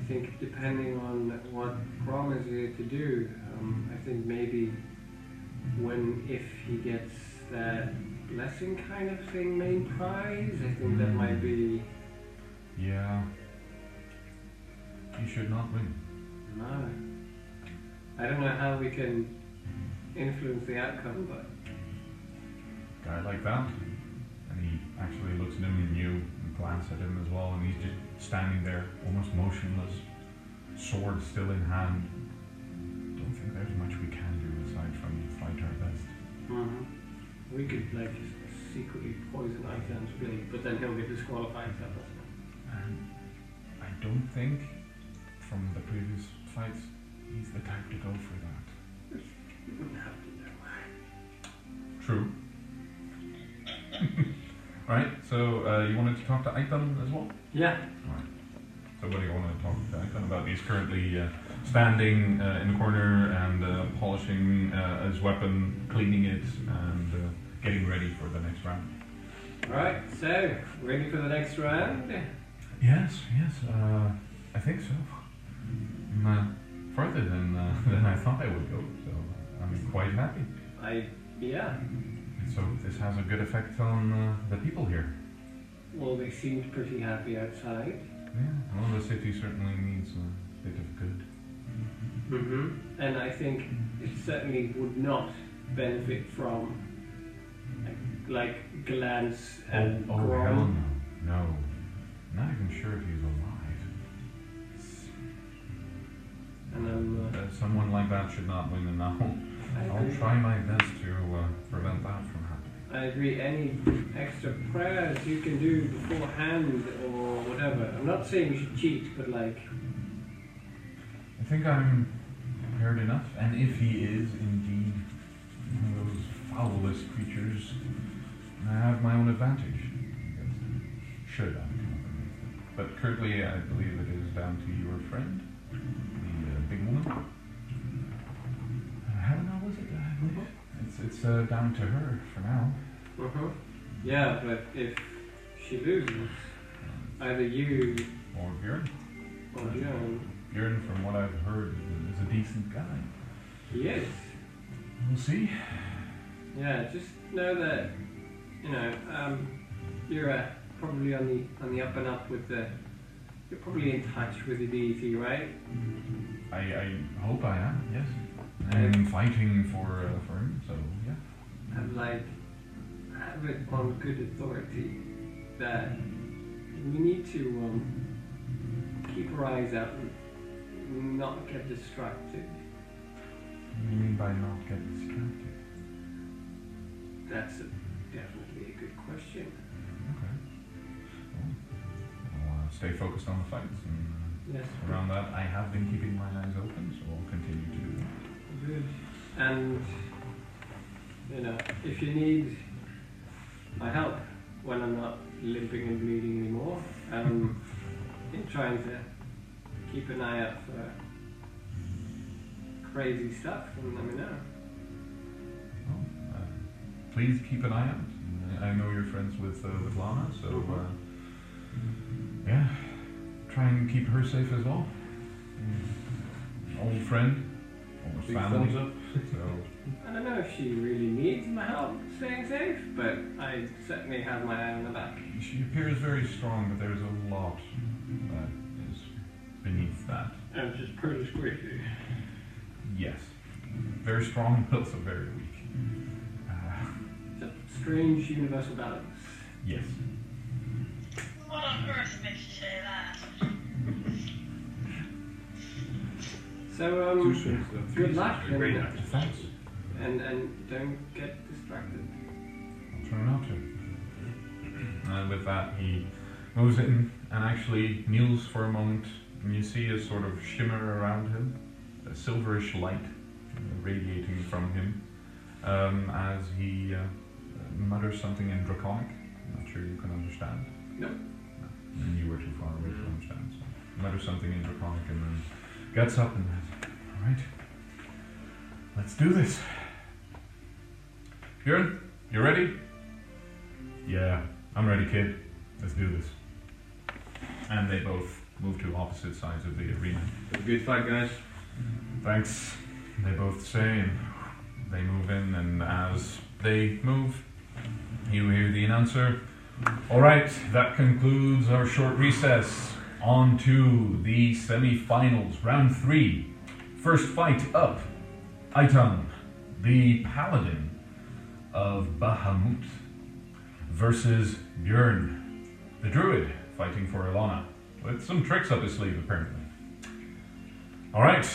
Speaker 3: I think depending on what Grom is here to do, um, I think maybe when if he gets that blessing kind of thing main prize, I think that might be
Speaker 2: yeah, he should not win.
Speaker 3: no. I don't know how we can influence the outcome, but
Speaker 2: Guy like that, and he actually looks at him and you, and glance at him as well, and he's just standing there, almost motionless, sword still in hand. Don't think there's much we can do aside from fight our best.
Speaker 3: we could like just secretly poison Iceland's blade, but then he'll get disqualified. so that's not-
Speaker 2: And I don't think, from the previous fights, he's the type to go for that.
Speaker 3: You wouldn't have to know.
Speaker 2: True. right, so uh, you wanted to talk to Aitan as well?
Speaker 3: Yeah.
Speaker 2: So what do you want to talk to Aitan about? He's currently uh, standing uh, in the corner and uh, polishing uh, his weapon, cleaning it, and uh, getting ready for the next round.
Speaker 3: Right. So ready for the next round?
Speaker 2: Yes, yes, uh, I think so. I'm, uh, further than uh, than I thought I would go, so I'm quite happy.
Speaker 3: I yeah.
Speaker 2: So this has a good effect on uh, the people here.
Speaker 3: Well, they seemed pretty happy outside.
Speaker 2: Yeah, well, the city certainly needs a bit of good.
Speaker 3: Mm-hmm. And I think it certainly would not benefit from, like, like glance and
Speaker 2: oh, oh hell
Speaker 3: Grom.
Speaker 2: no! No, not even sure if he's alive.
Speaker 3: And I'm, uh,
Speaker 2: Uh, someone like that should not win, and I'll,
Speaker 3: I
Speaker 2: I'll
Speaker 3: agree.
Speaker 2: try my best to uh, prevent that from happening.
Speaker 3: I agree. Any extra prayers you can do beforehand or whatever. I'm not saying you should cheat, but like,
Speaker 2: I think I'm prepared enough, and if he is indeed one of those foulest creatures, I have my own advantage. against him. Should I come up against him. But currently, I believe it is down to your friend, the uh, big woman. Uh, Helena, was it? I believe. It's, it's uh, down to her for now.
Speaker 3: Uh-huh. Yeah, but if she loses, either you
Speaker 2: Um, Or Bjorn.
Speaker 3: or John.
Speaker 2: Bjorn, from what I've heard, is a- is a decent guy.
Speaker 3: He is.
Speaker 2: We'll see.
Speaker 3: Yeah, just know that you know um, you're uh, probably on the on the up and up with the. You're probably in touch with the deity, right?
Speaker 2: I, I hope I am, yes. I'm fighting for, uh, for him, so yeah.
Speaker 3: I'm like, I have it on good authority that we need to um, keep our eyes out and not get distracted.
Speaker 2: What do you mean by not get distracted?
Speaker 3: That's a, definitely a good question.
Speaker 2: Okay. Well, I'll uh, stay focused on the fights, and
Speaker 3: Yes.
Speaker 2: around that, I have been keeping my eyes open, so I'll continue to do that.
Speaker 3: Good. And you know, if you need my help when I'm not limping and bleeding anymore, um, in trying to keep an eye out for crazy stuff, then let me know.
Speaker 2: Well, uh, please keep an eye out. And I I know you're friends with uh, with Lana, so uh, yeah, try and keep her safe as well. Old friend, almost
Speaker 4: Big
Speaker 2: family.
Speaker 4: thumbs up.
Speaker 2: So
Speaker 3: I don't know if she really needs my help staying safe, but I certainly have my eye on the back.
Speaker 2: she appears very strong, but there's a lot that is beneath that.
Speaker 3: I'm just pretty squishy.
Speaker 2: Yes. Very strong, but also very weak. Uh,
Speaker 3: It's a strange universal balance.
Speaker 2: yes.
Speaker 5: What on earth makes you say that?
Speaker 3: So
Speaker 4: Two
Speaker 3: um,
Speaker 4: strings, uh, three
Speaker 3: Good luck,
Speaker 4: strings, Great
Speaker 3: and-
Speaker 4: act.
Speaker 2: Thanks.
Speaker 3: and and don't get distracted.
Speaker 2: I'll try not to. And with that, he moves in and actually kneels for a moment, and you see a sort of shimmer around him, a silverish light uh, radiating from him, um, as he uh, uh, mutters something in Draconic. I'm not sure you can understand.
Speaker 3: No.
Speaker 2: No. And you were too far away to understand, so mutters something in Draconic and then gets up and says, All right, let's do this. Bjorn, you ready? Yeah, I'm ready, kid. Let's do this. And they both move to opposite sides of the arena.
Speaker 4: Have a Good fight, guys.
Speaker 2: Thanks, they both say, and they move in. And as they move, you hear the announcer. All right, that concludes our short recess. On to the semi-finals, round three. First fight up, Itam, the paladin of Bahamut, versus Björn, the druid, fighting for Ilana, with some tricks up his sleeve apparently. All right,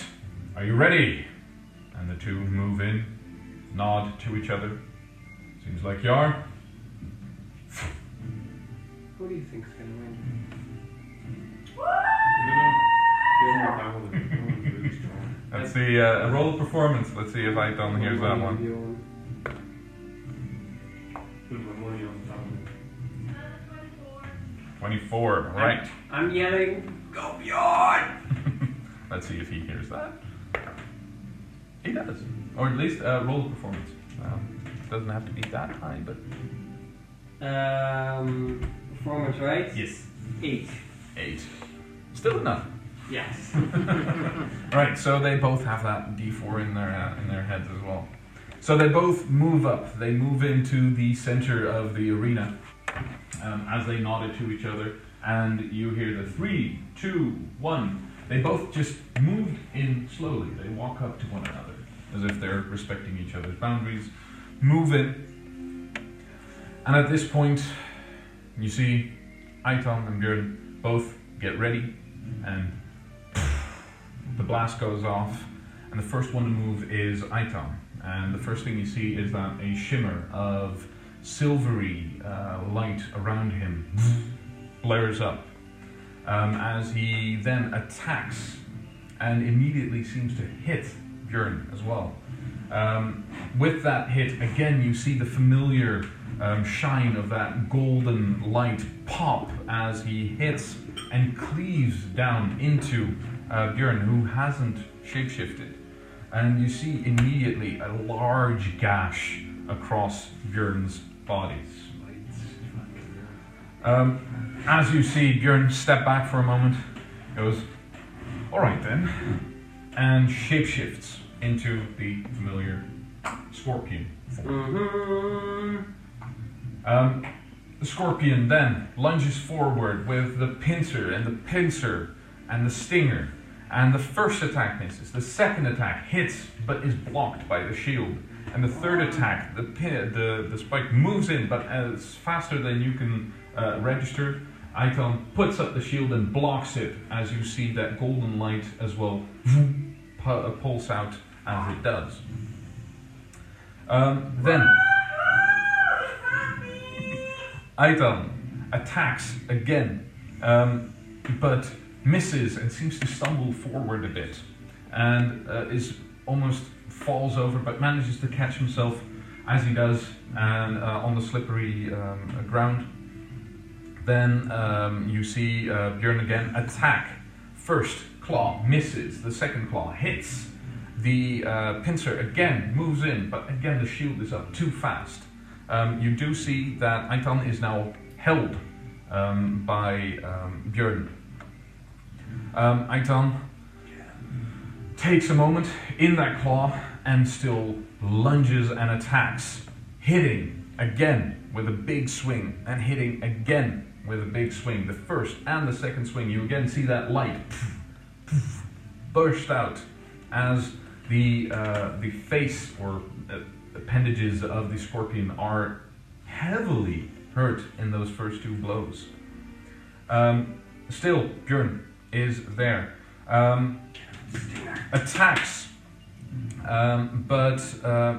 Speaker 2: are you ready? And the two move in, nod to each other. Seems like you are.
Speaker 3: Who do you think's gonna win?
Speaker 4: No, no. Kill him, I will. That one's really strong.
Speaker 1: Let's see, uh, a roll of performance. Let's see if I don't hear that one.
Speaker 3: Yawn.
Speaker 4: Put my money on top of it.
Speaker 1: 24, right.
Speaker 3: I'm yelling.
Speaker 2: Go beyond!
Speaker 1: Let's see if he hears that. He does. Or at least uh, roll of performance. Um, doesn't have to be that high, but.
Speaker 3: Um, performance, right?
Speaker 1: Yes.
Speaker 3: Eight.
Speaker 1: 8. Still enough.
Speaker 3: Yes.
Speaker 1: Right, so they both have that D4 in their uh, in their heads as well. So they both move up. They move into the center of the arena um, as they nodded to each other, and you hear the three, two, one. They both just move in slowly. They walk up to one another as if they're respecting each other's boundaries. Move in, and at this point, you see Aiton and Björn both get ready and the blast goes off, and the first one to move is Iton. And the first thing you see is that a shimmer of silvery uh, light around him blares up um, as he then attacks and immediately seems to hit Bjorn as well. Um, with that hit, again, you see the familiar um, shine of that golden light pop as he hits and cleaves down into uh, Bjorn, who hasn't shapeshifted.
Speaker 2: and you see immediately a large gash across Bjorn's body. Um, as you see Bjorn step back for a moment, goes, Alright then, and shapeshifts into the familiar scorpion form.
Speaker 3: Mm-hmm.
Speaker 2: Um, the scorpion then lunges forward with the pincer and the pincer and the stinger. And the first attack misses. The second attack hits but is blocked by the shield. And the third attack, the pin, the, the spike moves in, but as faster than you can uh, register, Icon puts up the shield and blocks it as you see that golden light as well pu- uh, pulse out as it does. Um, then Aidan attacks again, um, but misses and seems to stumble forward a bit, and uh, is almost falls over, but manages to catch himself as he does, and uh, on the slippery um, uh, ground. Then um, you see uh, Bjorn again attack. First claw misses. The second claw hits. The uh, pincer again moves in, but again the shield is up too fast. Um, you do see that Aitan is now held um, by um, Björn. Um, Aitan takes a moment in that claw and still lunges and attacks, hitting again with a big swing and hitting again with a big swing. The first and the second swing, you again see that light burst out as the uh, the face or uh, appendages of the scorpion are heavily hurt in those first two blows. Um, still, Bjorn is there. Um, attacks, um, but uh,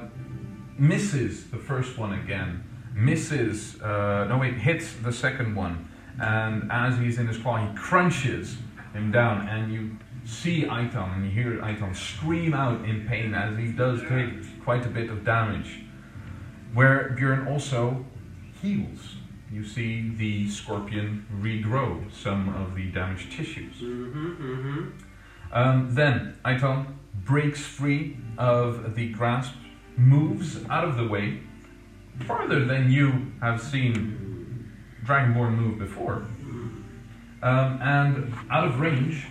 Speaker 2: misses the first one again. Misses. Uh, no wait, hits the second one, and as he's in his claw, he crunches him down, and you see Aiton and you hear Aiton scream out in pain as he does take quite a bit of damage. Where Bjorn also heals. You see the scorpion regrow some of the damaged tissues.
Speaker 3: Mm-hmm.
Speaker 2: Um, then Aiton breaks free of the grasp, moves out of the way, farther than you have seen Dragonborn move before, um, and out of range,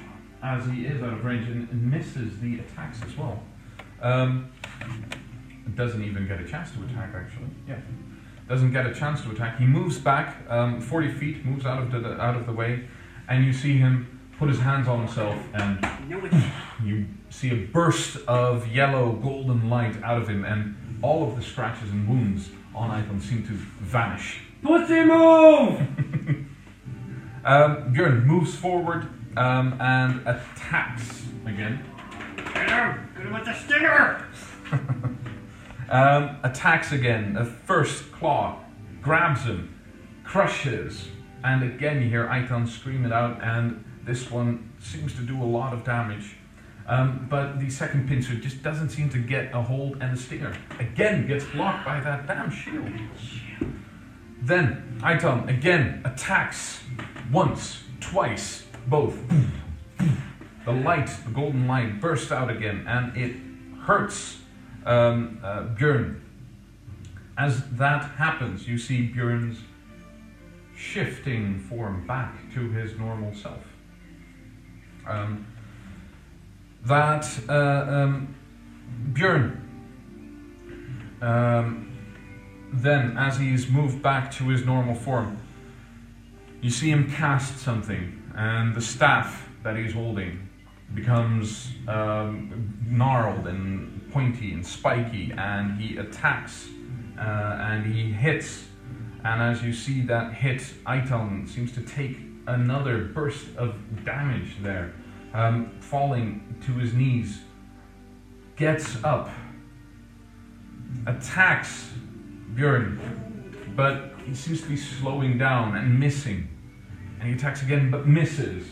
Speaker 2: as he is out of range, and, and misses the attacks as well. Um, doesn't even get a chance to attack, actually. Yeah. Doesn't get a chance to attack. He moves back um, 40 feet, moves out of the, the out of the way, and you see him put his hands on himself and
Speaker 11: No, it's
Speaker 2: you see a burst of yellow golden light out of him, and all of the scratches and wounds on Icon seem to vanish.
Speaker 3: Pussy move!
Speaker 2: Um, Bjorn moves forward um, and attacks again.
Speaker 11: Get him! Get him with the stinger!
Speaker 2: Um, attacks again. A first claw grabs him, crushes, and again you hear Icon scream it out, and this one seems to do a lot of damage. Um, but the second pincer just doesn't seem to get a hold, and the stinger again gets blocked by that damn shield. Then Icon again attacks once, twice, both. The light, the golden light, bursts out again, and it hurts um, uh, Björn. As that happens, you see Björn's shifting form back to his normal self. Um, that uh, um, Björn, um, then as he's moved back to his normal form, you see him cast something, and the staff that he's holding becomes um, gnarled and pointy and spiky, and he attacks uh, and he hits. And as you see that hit, Aiton seems to take another burst of damage there, um, falling to his knees, gets up, attacks Bjorn, but he seems to be slowing down and missing. And he attacks again, but misses.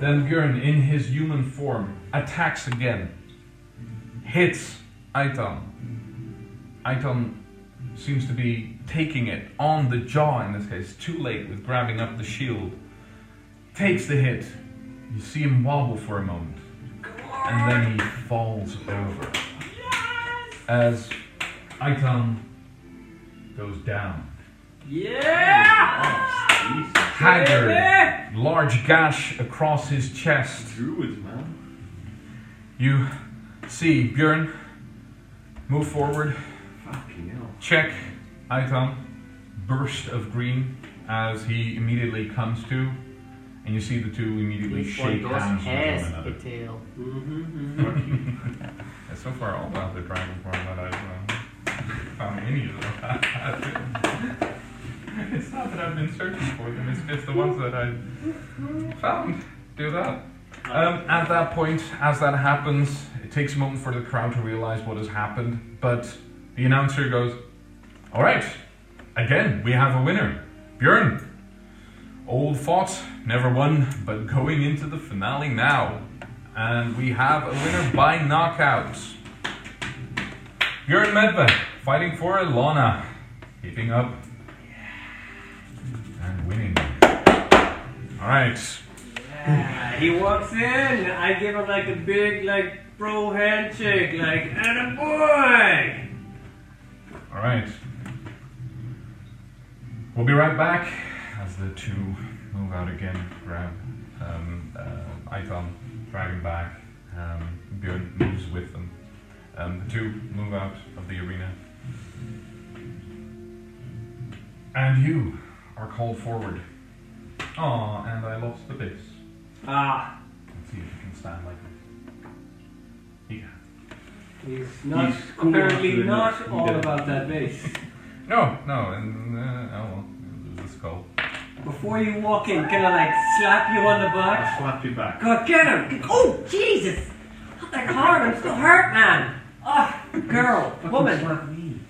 Speaker 2: Then Bjorn, in his human form, attacks again. Hits Aiton. Aiton seems to be taking it on the jaw in this case, too late with grabbing up the shield. Takes the hit. You see him wobble for a moment.
Speaker 3: Come
Speaker 2: and then he falls over. As Iton goes down.
Speaker 3: Yeah!
Speaker 4: Oh, Jesus.
Speaker 2: Haggard, large gash across his chest.
Speaker 4: Druids, man.
Speaker 2: You see Bjorn move forward,
Speaker 4: Fucking hell.
Speaker 2: check Iton, burst of green as he immediately comes to, and you see the two immediately
Speaker 10: Each
Speaker 2: shake
Speaker 10: one goes
Speaker 2: hands with one
Speaker 10: as
Speaker 2: another.
Speaker 10: a tail.
Speaker 2: Yeah, so far, all about the dragonborn that I've uh, found any of them. it's not that I've been searching for them, it's just the ones that I found do that. Um, at that point, as that happens, it takes a moment for the crowd to realize what has happened, but the announcer goes, Alright, again, we have a winner Björn. Old fought, never won, but going into the finale now. And we have a winner by knockouts. Björn Medved fighting for Ilana, keeping up and winning. Alright,
Speaker 3: Yeah, He walks in, I give him like a big, like, bro handshake, like, and a boy!
Speaker 2: alright. We'll be right back as the two move out again, grab um, uh, Icon, driving back. Um, Björn moves with them. Um, the two move out of the arena. And you are called forward. Ah, and I lost the base.
Speaker 3: Ah,
Speaker 2: Let's see if you can stand like this. Yeah.
Speaker 3: he's not,
Speaker 4: He's cool after
Speaker 3: apparently
Speaker 4: the
Speaker 3: not
Speaker 4: next
Speaker 3: all
Speaker 4: meetup.
Speaker 3: about that base.
Speaker 2: No, no, and uh, oh well, it was a skull.
Speaker 3: Before you walk in, can I, like, slap you on the butt?
Speaker 4: I'll slap you back.
Speaker 3: God, get him! Oh, Jesus! Not that hard, I'm still hurt, man! Ah, girl, woman.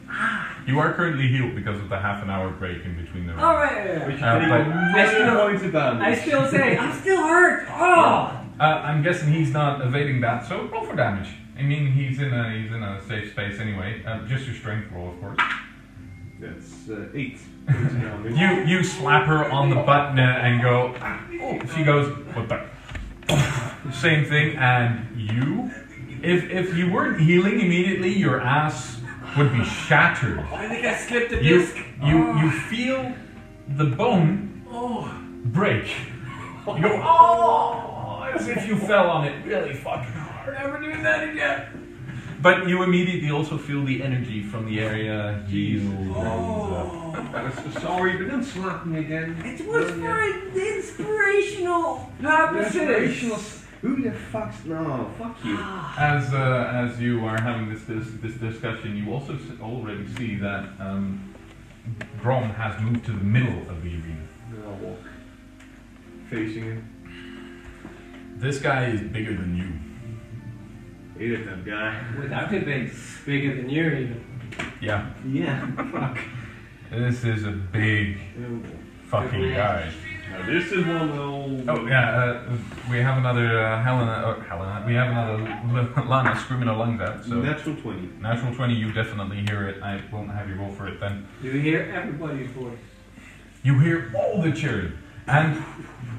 Speaker 2: You are currently healed because of the half an hour break in between the. rounds.
Speaker 3: Alright,
Speaker 4: Which
Speaker 2: Uh,
Speaker 4: did
Speaker 2: but-
Speaker 3: I still-
Speaker 4: no points of
Speaker 3: I
Speaker 4: damage.
Speaker 3: still say, I'm still hurt! Oh!
Speaker 2: Uh, I'm guessing he's not evading that, so roll for damage. I mean, he's in a he's in a safe space anyway. Uh, just your strength roll, of course.
Speaker 4: That's uh, eight points of damage.
Speaker 2: You you slap her on the butt na- and go. "Ah, oh." She goes what the. Same thing, and you. If if you weren't healing immediately, your ass would be shattered.
Speaker 3: I think I slipped a
Speaker 2: You
Speaker 3: disc.
Speaker 2: you you feel the bone break. You go oh, as if you fell on it really fucking hard. Never doing that again. But you immediately also feel the energy from the area heal.
Speaker 4: Oh.
Speaker 2: and, uh,
Speaker 4: I'm so sorry, but don't slap me again.
Speaker 3: Oh, It was for inspirational purposes.
Speaker 4: Inspirational. Who the fuck's no? Fuck you.
Speaker 2: As uh, as you are having this this, this discussion, you also s- already see that um, Grom has moved to the middle of the arena.
Speaker 4: Then I'll walk. Facing him.
Speaker 2: This guy is bigger than you.
Speaker 4: Ate it, that guy.
Speaker 3: Without it being bigger than you, even.
Speaker 2: Yeah,
Speaker 4: Yeah, fuck.
Speaker 2: this is a big fucking guy.
Speaker 4: Now this is one old.
Speaker 2: Oh yeah, uh, we have another uh, Helena. Oh, Helena. We have another L- Lana screaming her lungs out. So
Speaker 4: Natural 20.
Speaker 2: natural twenty, you definitely hear it. I won't have you roll for it then.
Speaker 3: You hear everybody's voice.
Speaker 2: You hear all the cheering, and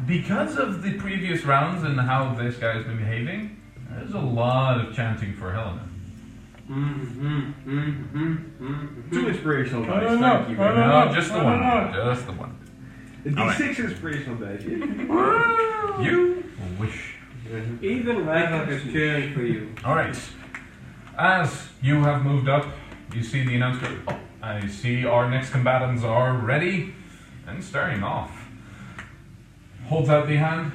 Speaker 2: because of the previous rounds and how this guy has been behaving, there's a lot of chanting for Helena.
Speaker 3: Mm-hmm, mm-hmm, mm-hmm.
Speaker 4: Two inspirational
Speaker 2: No,
Speaker 4: dice.
Speaker 2: no, no,
Speaker 4: Thank you.
Speaker 2: no,
Speaker 4: very much.
Speaker 2: just the one, just the one.
Speaker 4: D6 inspirational dice.
Speaker 2: You wish.
Speaker 3: Even Ragnarok is cheering for you.
Speaker 2: All right. As you have moved up, you see the announcement. Oh, I see our next combatants are ready and starting off. Holds out the hand.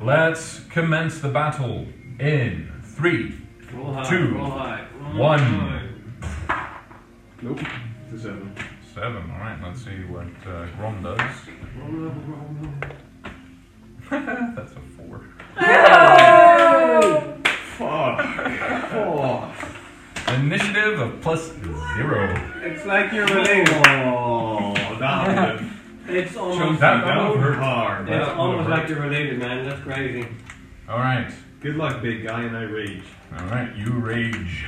Speaker 2: Let's commence the battle in three,
Speaker 3: Roll high,
Speaker 2: Two.
Speaker 3: roll high. roll high.
Speaker 2: one,
Speaker 4: nope. It's a seven.
Speaker 2: seven. All right, let's see what uh, Grom does.
Speaker 3: Roll, roll, roll,
Speaker 2: That's a four.
Speaker 4: Fuck. Fuck.
Speaker 2: Initiative of plus zero.
Speaker 3: roll. It's like you're related.
Speaker 4: Oh, that would
Speaker 3: It's
Speaker 2: Shows
Speaker 3: almost,
Speaker 2: that
Speaker 4: that
Speaker 2: that
Speaker 4: would
Speaker 2: would
Speaker 4: hurt
Speaker 2: hurt.
Speaker 4: hard.
Speaker 3: it's
Speaker 2: that
Speaker 3: almost
Speaker 2: would've
Speaker 3: like
Speaker 2: worked.
Speaker 3: you're related, man. That's crazy.
Speaker 2: All right,
Speaker 4: Good luck, big guy, and I rage.
Speaker 2: all right. You rage.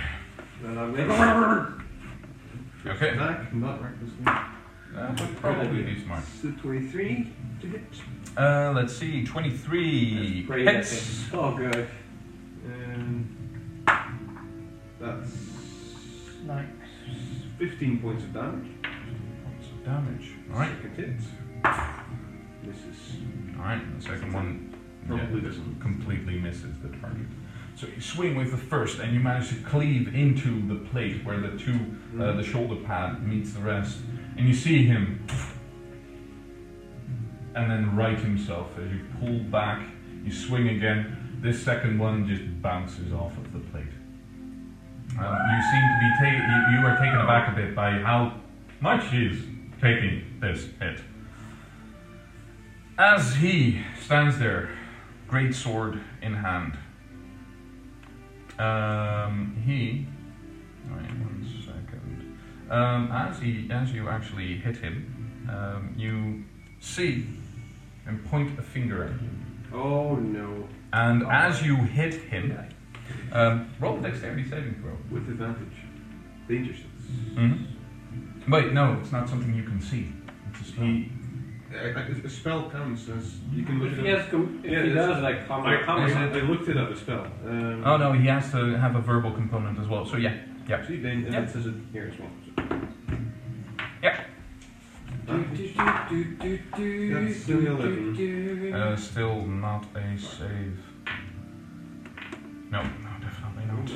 Speaker 3: Well, I mean,
Speaker 2: Okay.
Speaker 4: Back, not recklessly.
Speaker 2: That would probably be smart.
Speaker 4: It's the 23 to hit.
Speaker 2: Uh, let's see, 23
Speaker 3: That's pretty
Speaker 2: hits.
Speaker 3: epic. Oh, good.
Speaker 4: And that's
Speaker 10: Nine.
Speaker 4: 15 points of damage.
Speaker 2: Points of damage. Alright,
Speaker 4: Second hit. This is
Speaker 2: alright. The second one
Speaker 4: probably
Speaker 2: yeah,
Speaker 4: this one.
Speaker 2: completely misses the target. So you swing with the first, and you manage to cleave into the plate where the two, uh,
Speaker 4: Mm.
Speaker 2: the shoulder pad meets the rest, and you see him, and then right himself as you pull back. You swing again. This second one just bounces off of the plate. Um, you seem to be taken. You, you are taken aback a bit by how much he's taking this hit. As he stands there, great sword in hand, um, he. Wait one second. Um, as he, as you actually hit him, um, you see and point a finger at him.
Speaker 3: Oh no.
Speaker 2: And as you hit him, um, roll a dexterity saving throw.
Speaker 4: With advantage. Danger sense.
Speaker 2: Mm-hmm. Wait, no, it's not something you can see. It's a spell.
Speaker 4: He. I, I, a spell counts as. You can look
Speaker 3: If he
Speaker 4: it up.
Speaker 3: has, com- if
Speaker 4: Yeah,
Speaker 3: he
Speaker 4: that's-
Speaker 3: does, like,
Speaker 4: I,
Speaker 3: come
Speaker 4: I, I looked it up, a spell. Um,
Speaker 2: oh no, he has to have a verbal component as well. So yeah, yeah,
Speaker 4: See, then, and
Speaker 2: Yeah.
Speaker 4: uh, it says it here as well.
Speaker 2: yeah.
Speaker 4: That's still 11.
Speaker 2: Uh, still not a save. No, no, definitely not.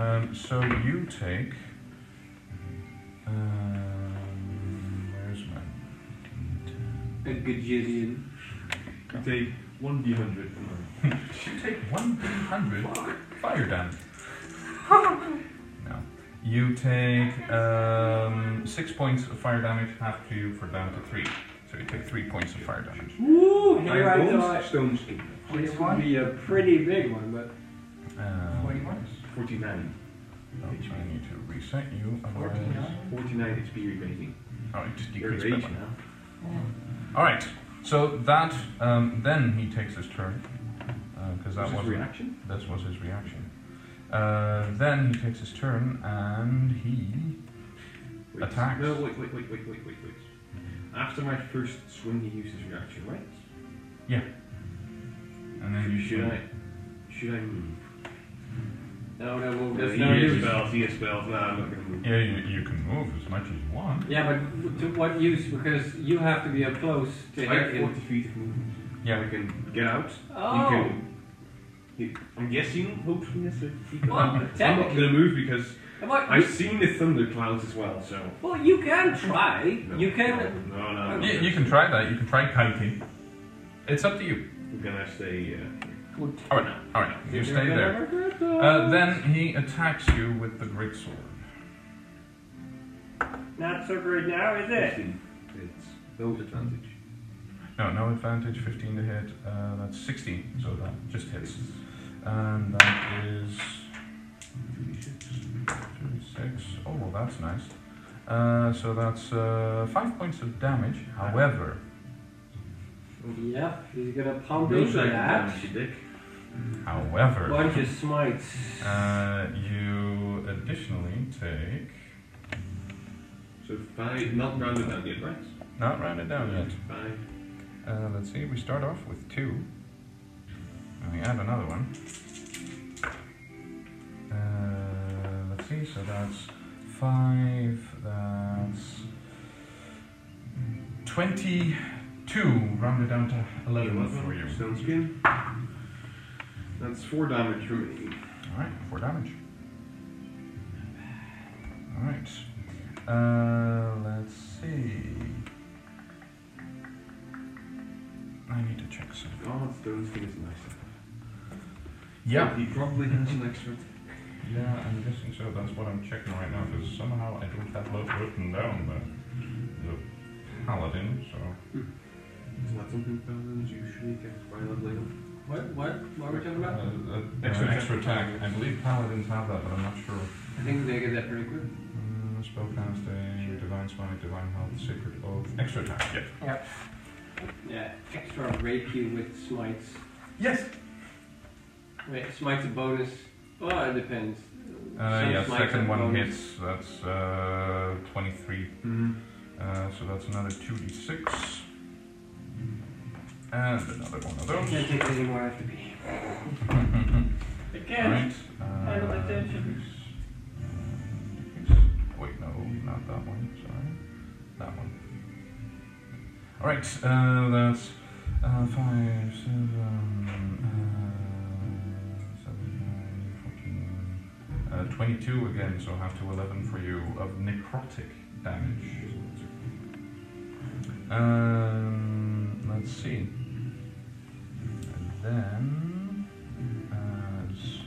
Speaker 2: Um, so you take. Um, where's my?
Speaker 3: a gajillion.
Speaker 4: You take 1d100. come on.
Speaker 2: You take 100 fire damage. no. You take um, 6 points of fire damage, half to you for down to 3. So you take 3 points of fire damage.
Speaker 3: Woo! Here I
Speaker 4: Iron bones,
Speaker 3: thought
Speaker 4: stone skin.
Speaker 3: this would be a pretty big one, but
Speaker 2: Um,
Speaker 10: Forty-one.
Speaker 4: 49.
Speaker 2: oh, I need to reset you. Otherwise...
Speaker 10: Forty-nine.
Speaker 4: 49 HP remaining.
Speaker 2: Oh, it just
Speaker 4: Your
Speaker 2: decreased by
Speaker 4: rage
Speaker 2: one.
Speaker 4: now.
Speaker 2: Alright, so that, um, then he takes his turn. Because
Speaker 4: That
Speaker 2: that
Speaker 4: was
Speaker 2: was
Speaker 4: his reaction.
Speaker 2: That was his reaction. Uh, then he takes his turn and he.
Speaker 4: Wait,
Speaker 2: Attacks.
Speaker 4: No, wait, wait, wait, wait, wait, wait, wait. After my first swing, he uses reaction, right?
Speaker 2: And then you
Speaker 4: Should
Speaker 2: shoot.
Speaker 4: I? Should I move?
Speaker 3: no, no, we'll
Speaker 4: That's
Speaker 3: that's
Speaker 4: no
Speaker 3: no
Speaker 4: he has
Speaker 3: use.
Speaker 4: spells. He has spells. Nah, I'm not gonna move.
Speaker 2: Yeah, you, you can move as much as you want.
Speaker 3: Yeah, but w- to what use? Because you have to be up close to
Speaker 4: I have
Speaker 3: hit him.
Speaker 4: 40 feet of movement.
Speaker 2: Yeah.
Speaker 4: I can get out.
Speaker 3: Oh.
Speaker 4: You can. You, I'm guessing. Hopefully, yes. I-
Speaker 3: Well,
Speaker 4: I'm, I'm not
Speaker 3: technically-
Speaker 4: gonna move because
Speaker 3: What,
Speaker 4: I've seen the thunder clouds as well. So.
Speaker 3: well, you can try.
Speaker 4: No,
Speaker 3: You can.
Speaker 4: No, no. no,
Speaker 2: You, you can try that. You can try kiting. It's up to you.
Speaker 4: I'm gonna stay. Uh,
Speaker 10: Good.
Speaker 2: All right, all right. You stay there. Uh, then he attacks you with the greatsword.
Speaker 3: Not so great now, is it?
Speaker 4: 15. It's no advantage.
Speaker 2: No, no advantage. Fifteen to hit. Uh, that's sixteen. So that just hits. And that is thirty-six. Oh, well, that's nice. Uh, so that's uh, five points of damage. However,
Speaker 3: Yep, he's gonna pump
Speaker 4: No
Speaker 3: into
Speaker 4: second
Speaker 3: that.
Speaker 4: damage, you dick.
Speaker 2: however.
Speaker 3: Bunch of smites.
Speaker 2: Uh, you additionally take.
Speaker 4: So five, not rounded down yet, right?
Speaker 2: Not rounded down yet.
Speaker 4: Five.
Speaker 2: Uh, let's see, we start off with two. And we add another one. Uh, let's see, so that's five, that's 22, rounded down to 11 for you.
Speaker 4: Stone skin. That's four damage remaining.
Speaker 2: Alright, four damage. Alright. Uh, let's see. I need to check some.
Speaker 4: God, stone skin is nice.
Speaker 2: Yeah.
Speaker 4: He probably has an extra.
Speaker 2: Yeah, I'm guessing so. That's what I'm checking right now because somehow I don't have load written down the, the paladin, so.
Speaker 4: Is that something paladins usually get by leveling up?
Speaker 3: What? What? What are we talking
Speaker 2: Uh,
Speaker 3: about?
Speaker 2: uh,
Speaker 4: Extra
Speaker 2: extra, extra attack. I believe paladins have that, but I'm not sure.
Speaker 3: I think they get that pretty quick.
Speaker 2: Mm, spellcasting, divine smite, divine health, sacred oath. Extra attack, yeah.
Speaker 10: Yep.
Speaker 3: Yeah, extra rape you with smites.
Speaker 2: Yes!
Speaker 3: Wait, smite's a bonus. Well, it depends.
Speaker 2: Uh,
Speaker 3: Some
Speaker 2: yeah,
Speaker 3: smites
Speaker 2: second
Speaker 3: are
Speaker 2: one
Speaker 3: bonus.
Speaker 2: hits. That's uh, 23.
Speaker 4: Mm-hmm.
Speaker 2: Uh, so that's another 2d6. And another one of those.
Speaker 3: Can't take any more after me.
Speaker 2: and
Speaker 3: Like, Again.
Speaker 2: Right.
Speaker 3: Handle
Speaker 2: Uh,
Speaker 3: attention.
Speaker 2: increase- increase- Wait, no, not that one. Sorry, that one. All right. Uh, that's uh, five, seven, uh, seven, nine, fourteen, uh, twenty-two again. So half to eleven for you of necrotic damage. Um, let's see. And then, uh, s-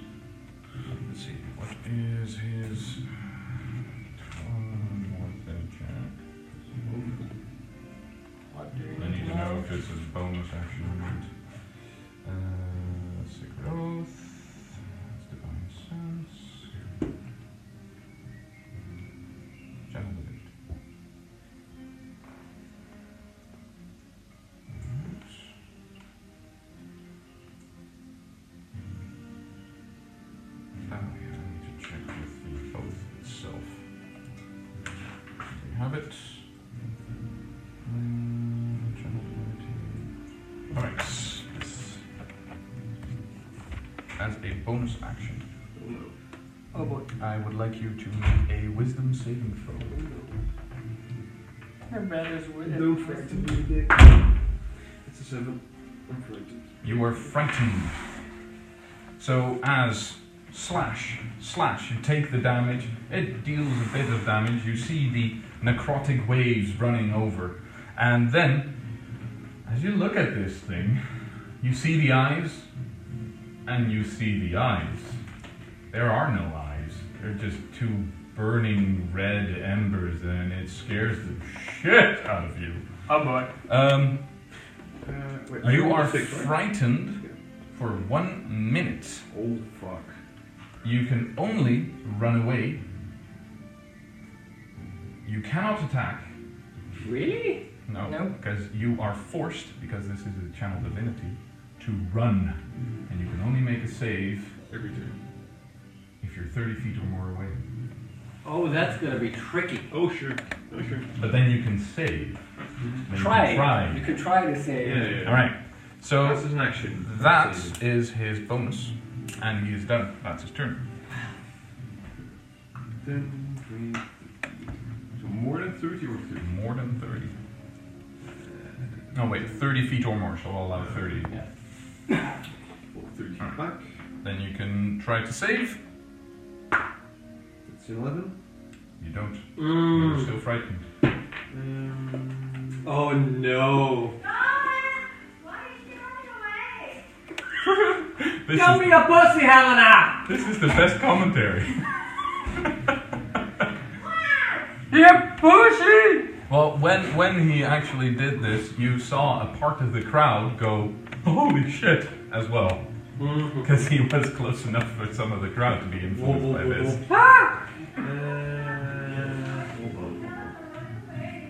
Speaker 2: let's see, what is his. Um, One more thing check.
Speaker 10: What do you
Speaker 2: I need to know if
Speaker 10: have?
Speaker 2: it's his bonus action or not. Uh, Sacred Oath. That's Divine Sense. Channel the Vision. Alright. Oh, yeah, I need to check with the oath itself. There you have it. Mm, channel clarity. Alright. this- As a bonus action,
Speaker 3: Oh boy.
Speaker 2: I would like you to make a wisdom saving throw.
Speaker 10: Your bed is with
Speaker 4: Don't frighten me, Dick. It's a seven. I'm frightened.
Speaker 2: You are frightened. So as slash slash, you take the damage. It deals a bit of damage. You see the necrotic waves running over, and then, as you look at this thing, you see the eyes, and you see the eyes. There are no eyes. They're just two burning red embers, and it scares the shit out of you.
Speaker 11: Oh boy.
Speaker 2: Um.
Speaker 4: Uh, wait,
Speaker 2: You are
Speaker 4: six, right?
Speaker 2: frightened for one minute.
Speaker 4: Oh fuck.
Speaker 2: You can only run away. You cannot attack.
Speaker 11: Really?
Speaker 2: No,
Speaker 10: No.
Speaker 2: because you are forced, because this is a channel divinity, to run. And you can only make a save
Speaker 4: Every turn.
Speaker 2: if you're 30 feet or more away.
Speaker 11: Oh, that's gonna be tricky.
Speaker 4: Oh sure. Oh sure.
Speaker 2: But then you can save. Then you can
Speaker 11: Try. You
Speaker 2: Try.
Speaker 11: can try to say.
Speaker 4: Yeah, yeah. yeah.
Speaker 2: Alright,
Speaker 4: Oh. That's
Speaker 2: so
Speaker 4: an action.
Speaker 2: that is his bonus. And he is done. That's his turn.
Speaker 4: Then we. So more than thirty or thirty.
Speaker 2: More than 30. No, wait, 30 feet or more, so I'll allow 30.
Speaker 4: Well, thirty
Speaker 2: Alright.
Speaker 4: back.
Speaker 2: Then you can try to save.
Speaker 4: That's an eleven.
Speaker 2: You don't. You're
Speaker 3: Mm.
Speaker 2: still frightened.
Speaker 4: Um,
Speaker 3: Oh no.
Speaker 5: Ah, why is she running away?
Speaker 2: This
Speaker 11: Tell
Speaker 2: is,
Speaker 11: me a pussy, Helena!
Speaker 2: this is the best commentary.
Speaker 10: You're pushing!
Speaker 2: Well, when, when he actually did this, you saw a part of the crowd go, holy shit, as well.
Speaker 11: Mm-hmm.
Speaker 2: Because he was close enough for some of the crowd to be influenced
Speaker 4: Oh,
Speaker 2: by this.
Speaker 4: uh, hold on.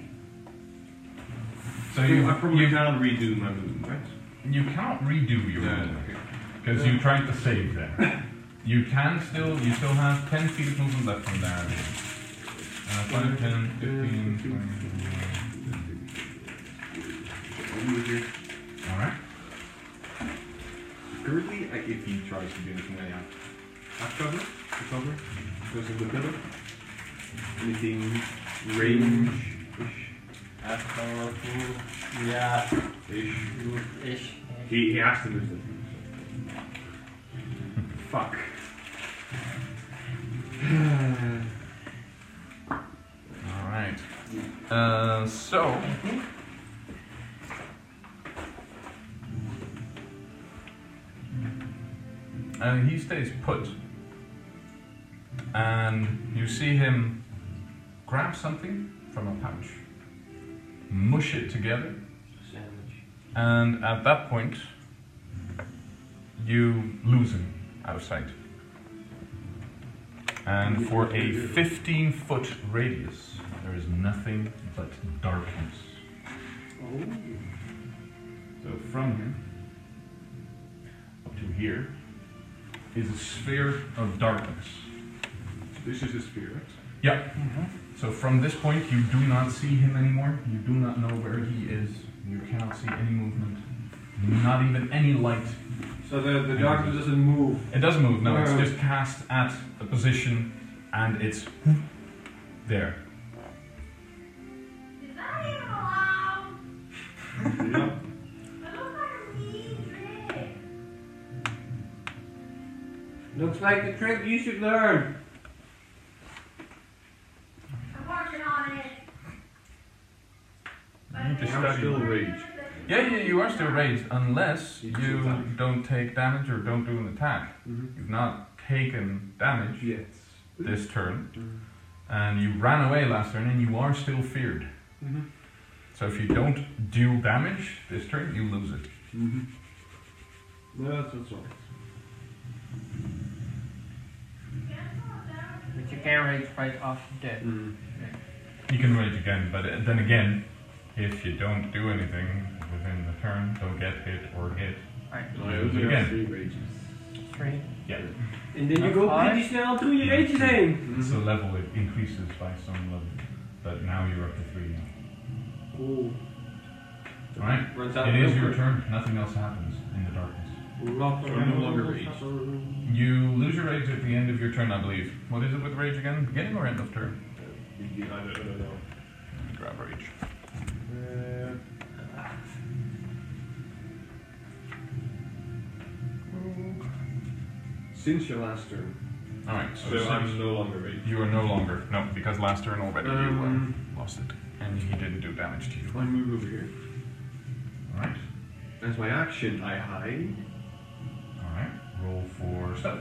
Speaker 11: Mm-hmm.
Speaker 2: So
Speaker 4: You,
Speaker 2: you,
Speaker 4: I probably
Speaker 2: you,
Speaker 4: can't redo my movement, right?
Speaker 2: you cannot redo your roll.
Speaker 4: okay.
Speaker 2: Because you tried to save there. You can still, you still have 10 feet of movement left from there. Uh, 5, 10, 15, 20.
Speaker 4: Over here.
Speaker 2: Alright.
Speaker 4: Currently, like, if he tries to do anything like that, half cover, half cover, goes in the middle. Anything range-ish, half powerful-ish.
Speaker 10: Yeah. Ish.
Speaker 4: He, he has to move them. Fuck.
Speaker 2: Alright. Uh, so. And Uh, he stays put. And you see him grab something from a pouch, mush it together, and at that point, you lose him outside. And for a 15 foot radius, there is nothing but darkness.
Speaker 3: Oh.
Speaker 2: So from here up to here is a sphere of darkness.
Speaker 4: This is a spirit.
Speaker 2: Yeah.
Speaker 3: Mm-hmm.
Speaker 2: So from this point, you do not see him anymore. You do not know where he is. You cannot see any movement. Not even any light
Speaker 3: So the, the doctor doesn't move.
Speaker 2: It doesn't move, no, it's
Speaker 3: No.
Speaker 2: just cast at the position and it's there.
Speaker 5: Is that even allowed?
Speaker 4: Yeah.
Speaker 5: It looks like a mean trick.
Speaker 3: Looks like the trick you should learn.
Speaker 5: I'm working on it.
Speaker 2: You just
Speaker 4: I'm
Speaker 2: study.
Speaker 4: still rage.
Speaker 2: Yeah, yeah, you are still raised unless you
Speaker 4: You just attack.
Speaker 2: don't take damage or don't do an attack.
Speaker 4: Mhm.
Speaker 3: Mm-hmm.
Speaker 2: You've not taken damage
Speaker 4: Yes.
Speaker 2: this turn,
Speaker 3: Mm-hmm.
Speaker 2: and you ran away last turn, and you are still feared. Mm-hmm.
Speaker 4: Mhm.
Speaker 2: So if you don't do damage this turn, you lose it.
Speaker 4: Mm-hmm. No, that's what's wrong.
Speaker 10: But you can't rage right off dead.
Speaker 4: Mm.
Speaker 2: You can rage again, but then again, if you don't do anything within the turn, don't get hit or hit.
Speaker 10: Alright,
Speaker 4: I only
Speaker 2: Again.
Speaker 4: have three rages.
Speaker 10: three.
Speaker 2: Yeah,
Speaker 3: And then you go
Speaker 10: Five.
Speaker 3: pretty snel to your age thing.
Speaker 4: Mm-hmm.
Speaker 2: it's a level it increases by some level, but now you're up to three. Now.
Speaker 3: Ooh,
Speaker 2: All right.
Speaker 3: runs out
Speaker 2: Mm-hmm. It
Speaker 3: real
Speaker 2: is your
Speaker 3: quick.
Speaker 2: turn. Nothing else happens in the darkness.
Speaker 3: Rock
Speaker 4: So I'm no
Speaker 3: around,
Speaker 4: longer
Speaker 3: rock
Speaker 4: raged.
Speaker 3: around.
Speaker 2: You lose your rage at the end of your turn, I believe. What is it with rage again? Beginning or end of turn?
Speaker 4: I don't, I don't know.
Speaker 2: Let me Grab rage.
Speaker 4: Uh, since your last turn.
Speaker 2: All right.
Speaker 4: So
Speaker 2: So,
Speaker 4: I'm no longer rage.
Speaker 2: you are no longer no because last turn already
Speaker 4: Um,
Speaker 2: you uh, lost it and he didn't do damage to you.
Speaker 4: I move over here.
Speaker 2: All right.
Speaker 4: As my action, I hide.
Speaker 2: All right. Roll for stealth.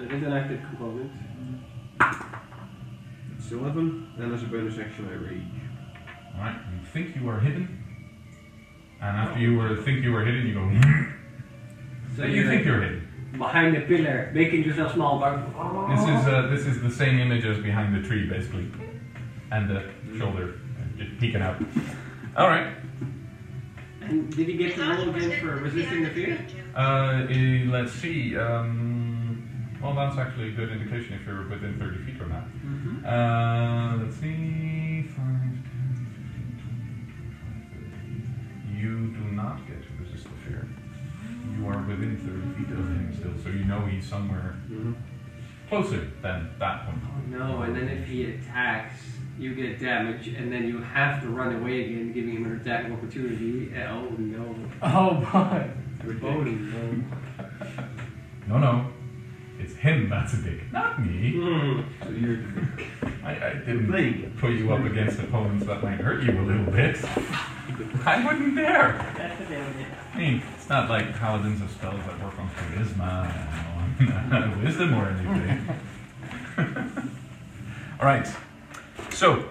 Speaker 3: It is an active component.
Speaker 4: It's 11. And as a bonus action, I rage.
Speaker 2: All right. You think you are hidden, and after you were think you were hidden, you go. "Hmm,
Speaker 3: So
Speaker 2: you think you're hidden.
Speaker 3: behind the pillar, making yourself small. But oh,
Speaker 2: This is uh, this is the same image as behind the tree, basically, and the shoulder uh, just peeking out. All right.
Speaker 3: And did he get to roll again for resisting the fear?
Speaker 2: Uh, eh, let's see. Um, well, that's actually a good indication if you're within 30 feet or not.
Speaker 3: Mm-hmm.
Speaker 2: Uh, let's see. 5, 10, 15, 20, 25, 30. You do not get to resist the fear. You are within 30 feet of him still, so you know he's somewhere
Speaker 4: Mm-hmm.
Speaker 2: closer than that one.
Speaker 3: No, and then if he attacks, you get damage, and then you have to run away again, giving him an attack of opportunity. Eh, Oh no!
Speaker 10: Oh boy.
Speaker 3: Oh no!
Speaker 2: No, no. It's him that's a dick, not me.
Speaker 3: Mm.
Speaker 4: So you're
Speaker 2: I, I
Speaker 4: Blame
Speaker 2: didn't put you up against opponents that might hurt you a little bit. I wouldn't dare.
Speaker 10: That's a damage.
Speaker 2: I mean, it's not like paladins of spells that work on charisma and on wisdom or anything. All right. So,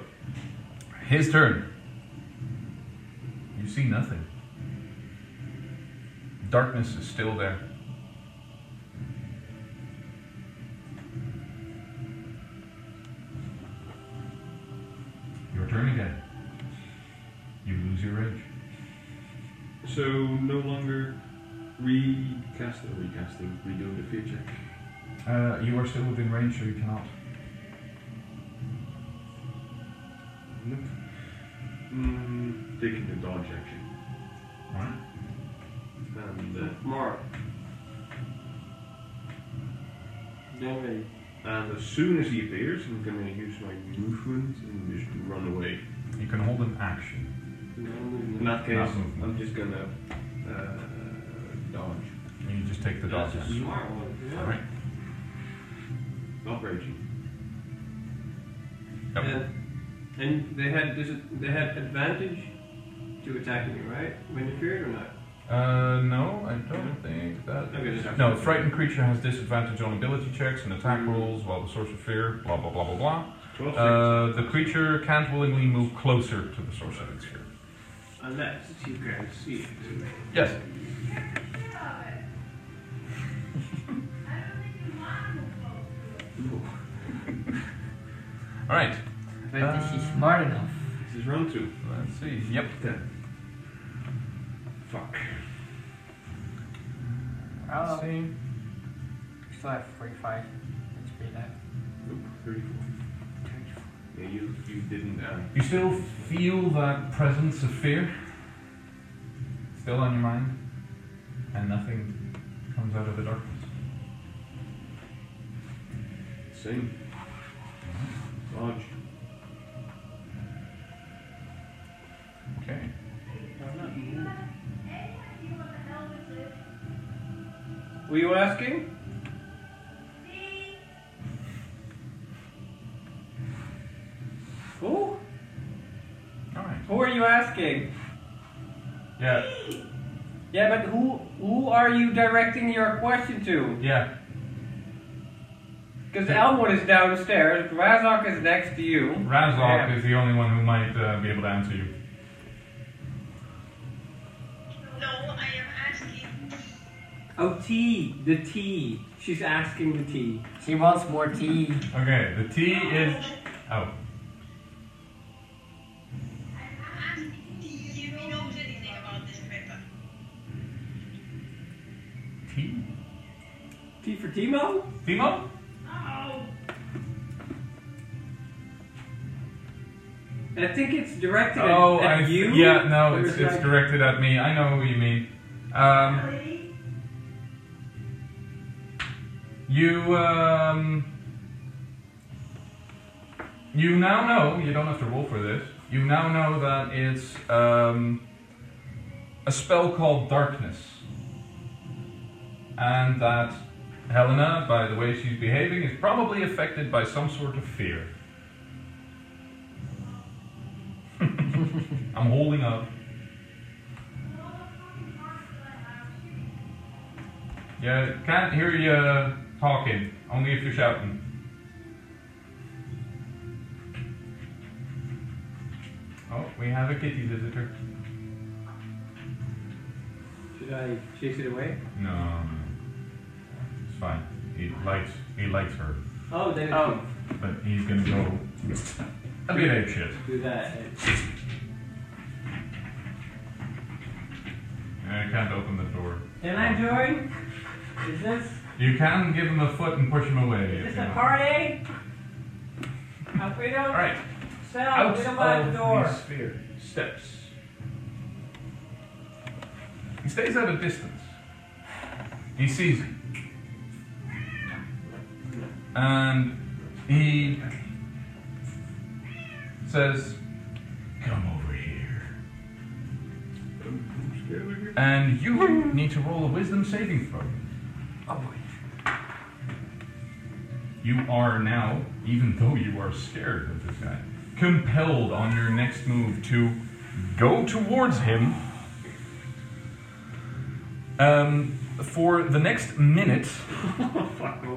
Speaker 2: his turn. You see nothing. Darkness is still there. Your turn again. You lose your rage.
Speaker 4: So no longer recasting, recasting, redoing the fear check.
Speaker 2: Uh, you are still within range, so you cannot.
Speaker 4: Nope. Mm, taking the dodge action.
Speaker 2: Alright.
Speaker 4: And uh,
Speaker 3: More. Don't worry.
Speaker 4: and as soon as he appears, I'm going to use my movement and just run away.
Speaker 2: You can hold an action.
Speaker 3: No
Speaker 4: In
Speaker 3: movement.
Speaker 4: that case,
Speaker 2: Not movement.
Speaker 4: I'm just going to uh, dodge.
Speaker 2: You just take the dodge
Speaker 3: That's a
Speaker 2: action.
Speaker 3: smart one. Yeah.
Speaker 2: Alright.
Speaker 4: Not raging.
Speaker 2: Yep.
Speaker 3: And, and they had this, they had advantage to attacking you, right? When you feared or not?
Speaker 2: Uh, no, I don't think that.
Speaker 3: Okay, just have
Speaker 2: No, frightened creature has disadvantage on ability checks and attack rolls while the source of fear, blah blah blah blah blah.
Speaker 4: 12
Speaker 2: Uh, the creature can't willingly move closer to the source of its fear.
Speaker 3: Unless you can see it.
Speaker 2: Yes. Alright,
Speaker 10: But is he
Speaker 2: Uh,
Speaker 10: smart enough?
Speaker 4: This is round two.
Speaker 2: let's see. Yep.
Speaker 4: Ten. Fuck.
Speaker 2: Let's
Speaker 10: Oh,
Speaker 2: see.
Speaker 10: still have 45 HP left.
Speaker 4: Nope, 34. Yeah, you, you didn't. Uh,
Speaker 2: You still feel that presence of fear? Still on your mind? and nothing comes out of the darkness.
Speaker 4: Same. Lodge.
Speaker 2: Okay.
Speaker 3: Were you asking? Who?
Speaker 2: All right.
Speaker 3: Who are you asking?
Speaker 2: Yeah.
Speaker 3: Yeah, but who who are you directing your question to?
Speaker 2: Yeah.
Speaker 3: Because Elwood is downstairs, Razok is next to you.
Speaker 2: Razok
Speaker 3: Yeah.
Speaker 2: is the only one who might uh, be able to answer you.
Speaker 5: No, I am asking.
Speaker 11: Oh, tea. The tea. She's asking the tea.
Speaker 10: She wants more tea.
Speaker 2: Okay. The T is. Oh.
Speaker 5: I'm asking you if he knows anything about this paper.
Speaker 2: T.
Speaker 11: Tea for Timo?
Speaker 2: Timo.
Speaker 5: Oh,
Speaker 11: I think it's directed at-
Speaker 2: Oh,
Speaker 11: at
Speaker 2: I,
Speaker 11: you.
Speaker 2: yeah, no,
Speaker 11: Or
Speaker 2: it's,
Speaker 11: is
Speaker 2: it's
Speaker 11: that-
Speaker 2: directed at me. I know who you mean. Um,
Speaker 5: really?
Speaker 2: you, um, you now know, you don't have to roll for this, you now know that it's um, a spell called Darkness. And that Helena, by the way she's behaving, is probably affected by some sort of fear. I'm holding up. Yeah, can't hear you uh, talking. Only if you're shouting. Oh, we have a kitty visitor.
Speaker 3: Should I chase it away?
Speaker 2: No, it's fine. He likes he likes her,
Speaker 3: Oh, then it
Speaker 10: Oh.
Speaker 2: but he's gonna go a bit ape shit.
Speaker 3: should do that.
Speaker 2: I can't open the door.
Speaker 3: Can I join? Is this
Speaker 2: You can give him a foot and push him away. if
Speaker 3: is this
Speaker 2: you
Speaker 3: a
Speaker 2: want.
Speaker 3: party? Uh, we don't
Speaker 2: All right,
Speaker 3: sell.
Speaker 2: out
Speaker 3: We don't buy the door.
Speaker 2: of the sphere steps. He stays at a distance. He sees you. And he says, Come over here.
Speaker 4: I'm scared of you.
Speaker 2: And you need to roll a wisdom saving throw.
Speaker 10: Oh boy.
Speaker 2: You are now, even though you are scared of this guy, compelled on your next move to go towards him um, for the next minute.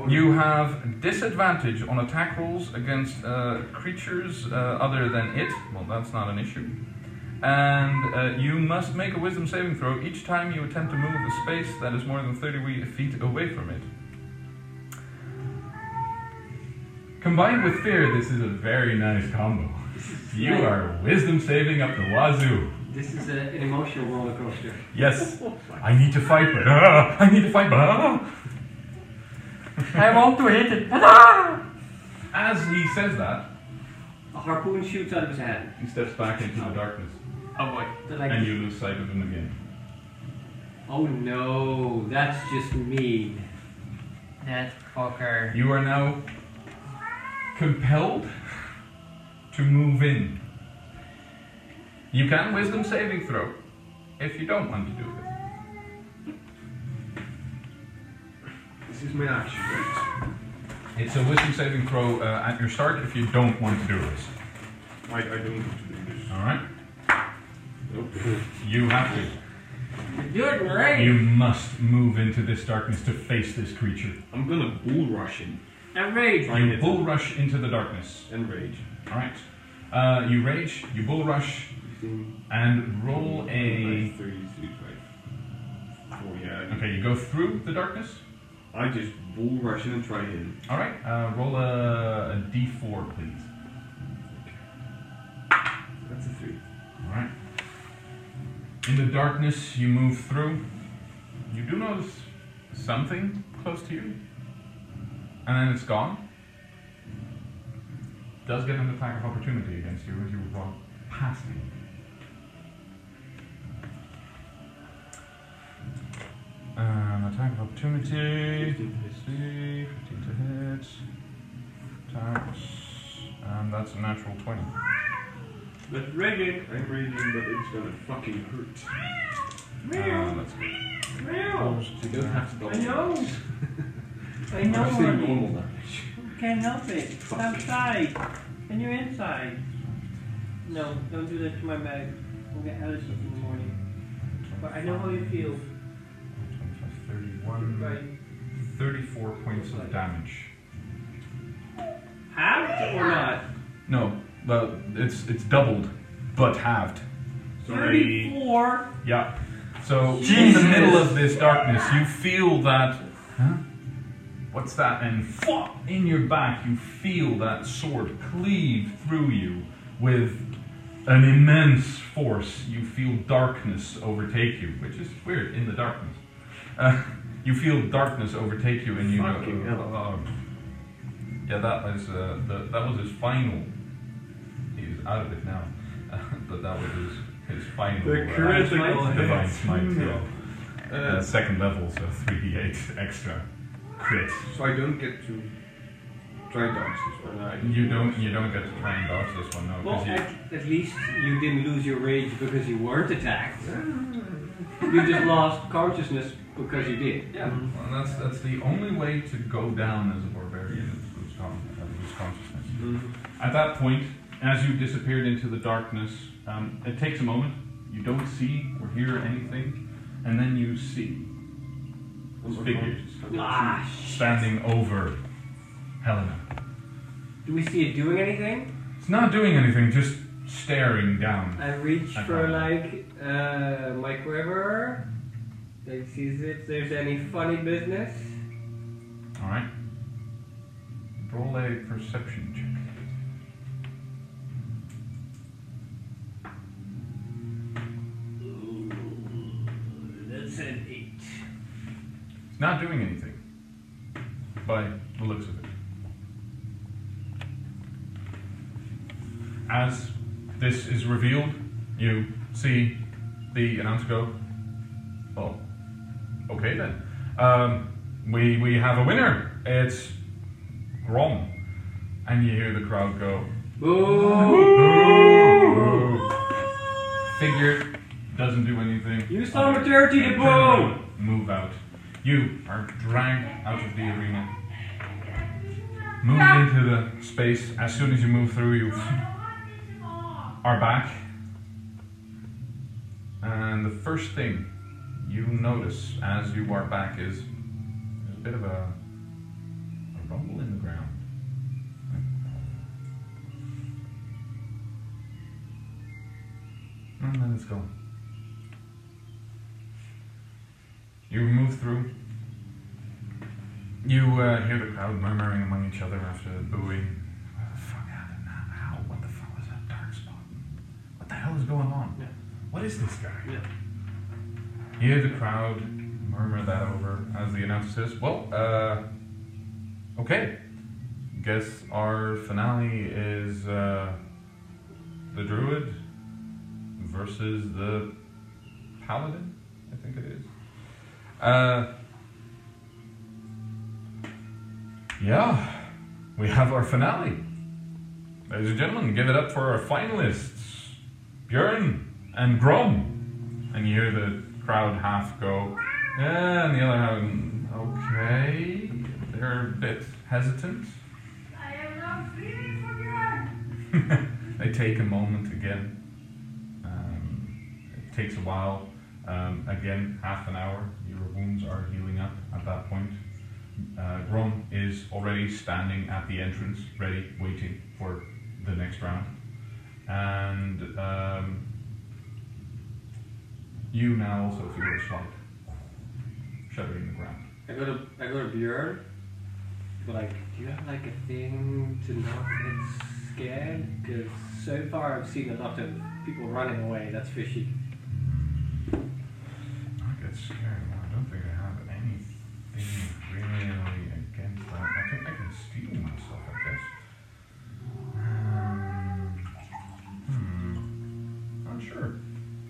Speaker 2: you have disadvantage on attack rolls against uh, creatures uh, other than it. Well, that's not an issue. And uh, you must make a wisdom saving throw each time you attempt to move a space that is more than 30 we- feet away from it. Combined with fear, this is a very nice combo. You are wisdom saving up the wazoo.
Speaker 11: This is a, an emotional roller coaster.
Speaker 2: Yes, I need to fight, but ah, I need to fight, but ah.
Speaker 10: I want to hit it. Ta-da!
Speaker 2: As he says that,
Speaker 11: A harpoon shoots out of his hand.
Speaker 2: he steps back into the darkness,
Speaker 10: Oh boy. Did I-
Speaker 2: and you lose sight of him again.
Speaker 11: Oh no, that's just mean.
Speaker 10: That fucker.
Speaker 2: You are now compelled to move in. You can wisdom saving throw if you don't want to do it.
Speaker 4: This is my action, right?
Speaker 2: It's a wisdom saving throw uh, at your start if you don't want to do this.
Speaker 4: I, I don't want to do this.
Speaker 2: All right,
Speaker 4: Nope.
Speaker 2: you have to.
Speaker 3: You're doing great.
Speaker 2: You must move into this darkness to face this creature.
Speaker 4: I'm gonna bull rush him.
Speaker 11: And rage.
Speaker 4: Try
Speaker 2: You
Speaker 4: and-
Speaker 2: bull rush into the darkness.
Speaker 4: And rage.
Speaker 2: All right. Uh, you rage. You bull rush and roll a.
Speaker 4: Three, three, five. Four, yeah. I-
Speaker 2: Okay, you go through the darkness.
Speaker 4: I just bull rush him and try him.
Speaker 2: All right. Uh, roll a, a d4, please.
Speaker 4: That's a three.
Speaker 2: All right. In the darkness, you move through. You do notice something close to you, and then it's gone. Does get an attack of opportunity against you as you walk past him. An attack Um, of opportunity.
Speaker 4: 15 to
Speaker 2: 15
Speaker 4: hit.
Speaker 2: to hit. Attacks. And that's a natural 20.
Speaker 11: But raging.
Speaker 4: I'm raging, but it's gonna fucking hurt.
Speaker 2: Uh, that's
Speaker 11: Meow.
Speaker 2: close to
Speaker 4: It doesn't
Speaker 2: that.
Speaker 4: have to double
Speaker 11: I know.
Speaker 4: damage.
Speaker 11: I
Speaker 4: I'm
Speaker 11: know.
Speaker 4: just saying normal damage.
Speaker 11: Can't help it.
Speaker 4: Fuck.
Speaker 3: Outside! And you're inside! No, don't do that to my mag. I'll get allergies in the morning. But I know how you feel,
Speaker 2: 25, 31.
Speaker 3: right?
Speaker 2: 34 points of damage.
Speaker 3: Halved or not?
Speaker 2: No, well, it's it's doubled, but halved.
Speaker 4: Sorry.
Speaker 3: 34!
Speaker 2: Yeah. So in the middle of this darkness, you feel that. Huh? What's that? And fuck in your back, you feel that sword cleave through you with an immense force. You feel darkness overtake you, which is weird in the darkness. Uh, you feel darkness overtake you, and you
Speaker 4: Fucking
Speaker 2: go.
Speaker 4: hell.
Speaker 2: "Oh." yeah, that was uh, the, that was his final. He's out of it now, but that was his, his final.
Speaker 4: The
Speaker 2: uh,
Speaker 4: critical
Speaker 2: Divine
Speaker 4: hit.
Speaker 2: Smite, yeah. Uh,
Speaker 4: Uh,
Speaker 2: second level, so 3d8 extra crit.
Speaker 4: so I don't get to try dodge this one. I
Speaker 2: You don't, you don't get to try and dodge this one, no,
Speaker 3: Well,
Speaker 2: because you.
Speaker 3: at, at least you didn't lose your rage because you weren't attacked.
Speaker 2: Ah.
Speaker 3: You just lost consciousness because you did.
Speaker 2: Yeah, well, that's that's the only way to go down as a barbarian is lose, con- uh, lose consciousness.
Speaker 4: Mm-hmm.
Speaker 2: At that point, as you disappeared into the darkness, um, it takes a moment. You don't see or hear anything, and then you see
Speaker 4: I'm uncon-
Speaker 2: figures
Speaker 4: I'm
Speaker 3: Ah, sh-
Speaker 2: standing over Helena.
Speaker 3: Do we see it doing anything?
Speaker 2: It's not doing anything, just staring down.
Speaker 3: I reach
Speaker 2: I
Speaker 3: for
Speaker 2: can't.
Speaker 3: like uh, my quiver. Like sees if there's any funny business.
Speaker 2: All right. Roll a perception check.
Speaker 11: That's an eight.
Speaker 2: It's not doing anything. By the looks of it. As this is revealed, you see the announcer go, Oh, okay then. Um, we, we have a winner. It's Grom. And you hear the crowd go,
Speaker 3: Boo!
Speaker 2: "Boo!" Figure doesn't do anything.
Speaker 3: You son of a dirty to boo!
Speaker 2: Move out. You are dragged out of the arena. Move into the space. As soon as you move through, you are back. And the first thing you notice as you are back is there's a bit of a, a rumble in the ground. And Mm, then it's gone. You move through. You uh, hear the crowd murmuring among each other after the booing. What the fuck happened now? How? What the fuck was that dark spot? What the hell is going on?
Speaker 3: Yeah.
Speaker 2: What is this guy?
Speaker 3: Yeah.
Speaker 2: You hear the crowd murmur that over as the announcer says, Well, uh, okay. Guess our finale is uh, the druid versus the paladin, I think it is. Uh, yeah, we have our finale. Ladies and gentlemen, give it up for our finalists, Björn and Grom. And you hear the crowd half go, yeah, and the other half, okay. They're a bit hesitant.
Speaker 5: I am not free from your
Speaker 2: they take a moment again. Um, it takes a while. Um, again, half an hour. Your wounds are healing up at that point. Uh, Grom is already standing at the entrance, ready, waiting for the next round. And um, you now also feel a slight shuddering the ground.
Speaker 3: I go to I go to Bjorn. But like, do you have like a thing to not get scared? Because so far I've seen a lot of people running away. That's fishy.
Speaker 2: I get scared. Well, I don't think I have anything really against that. I can, I can steal myself, I guess. Um, hmm. Not sure.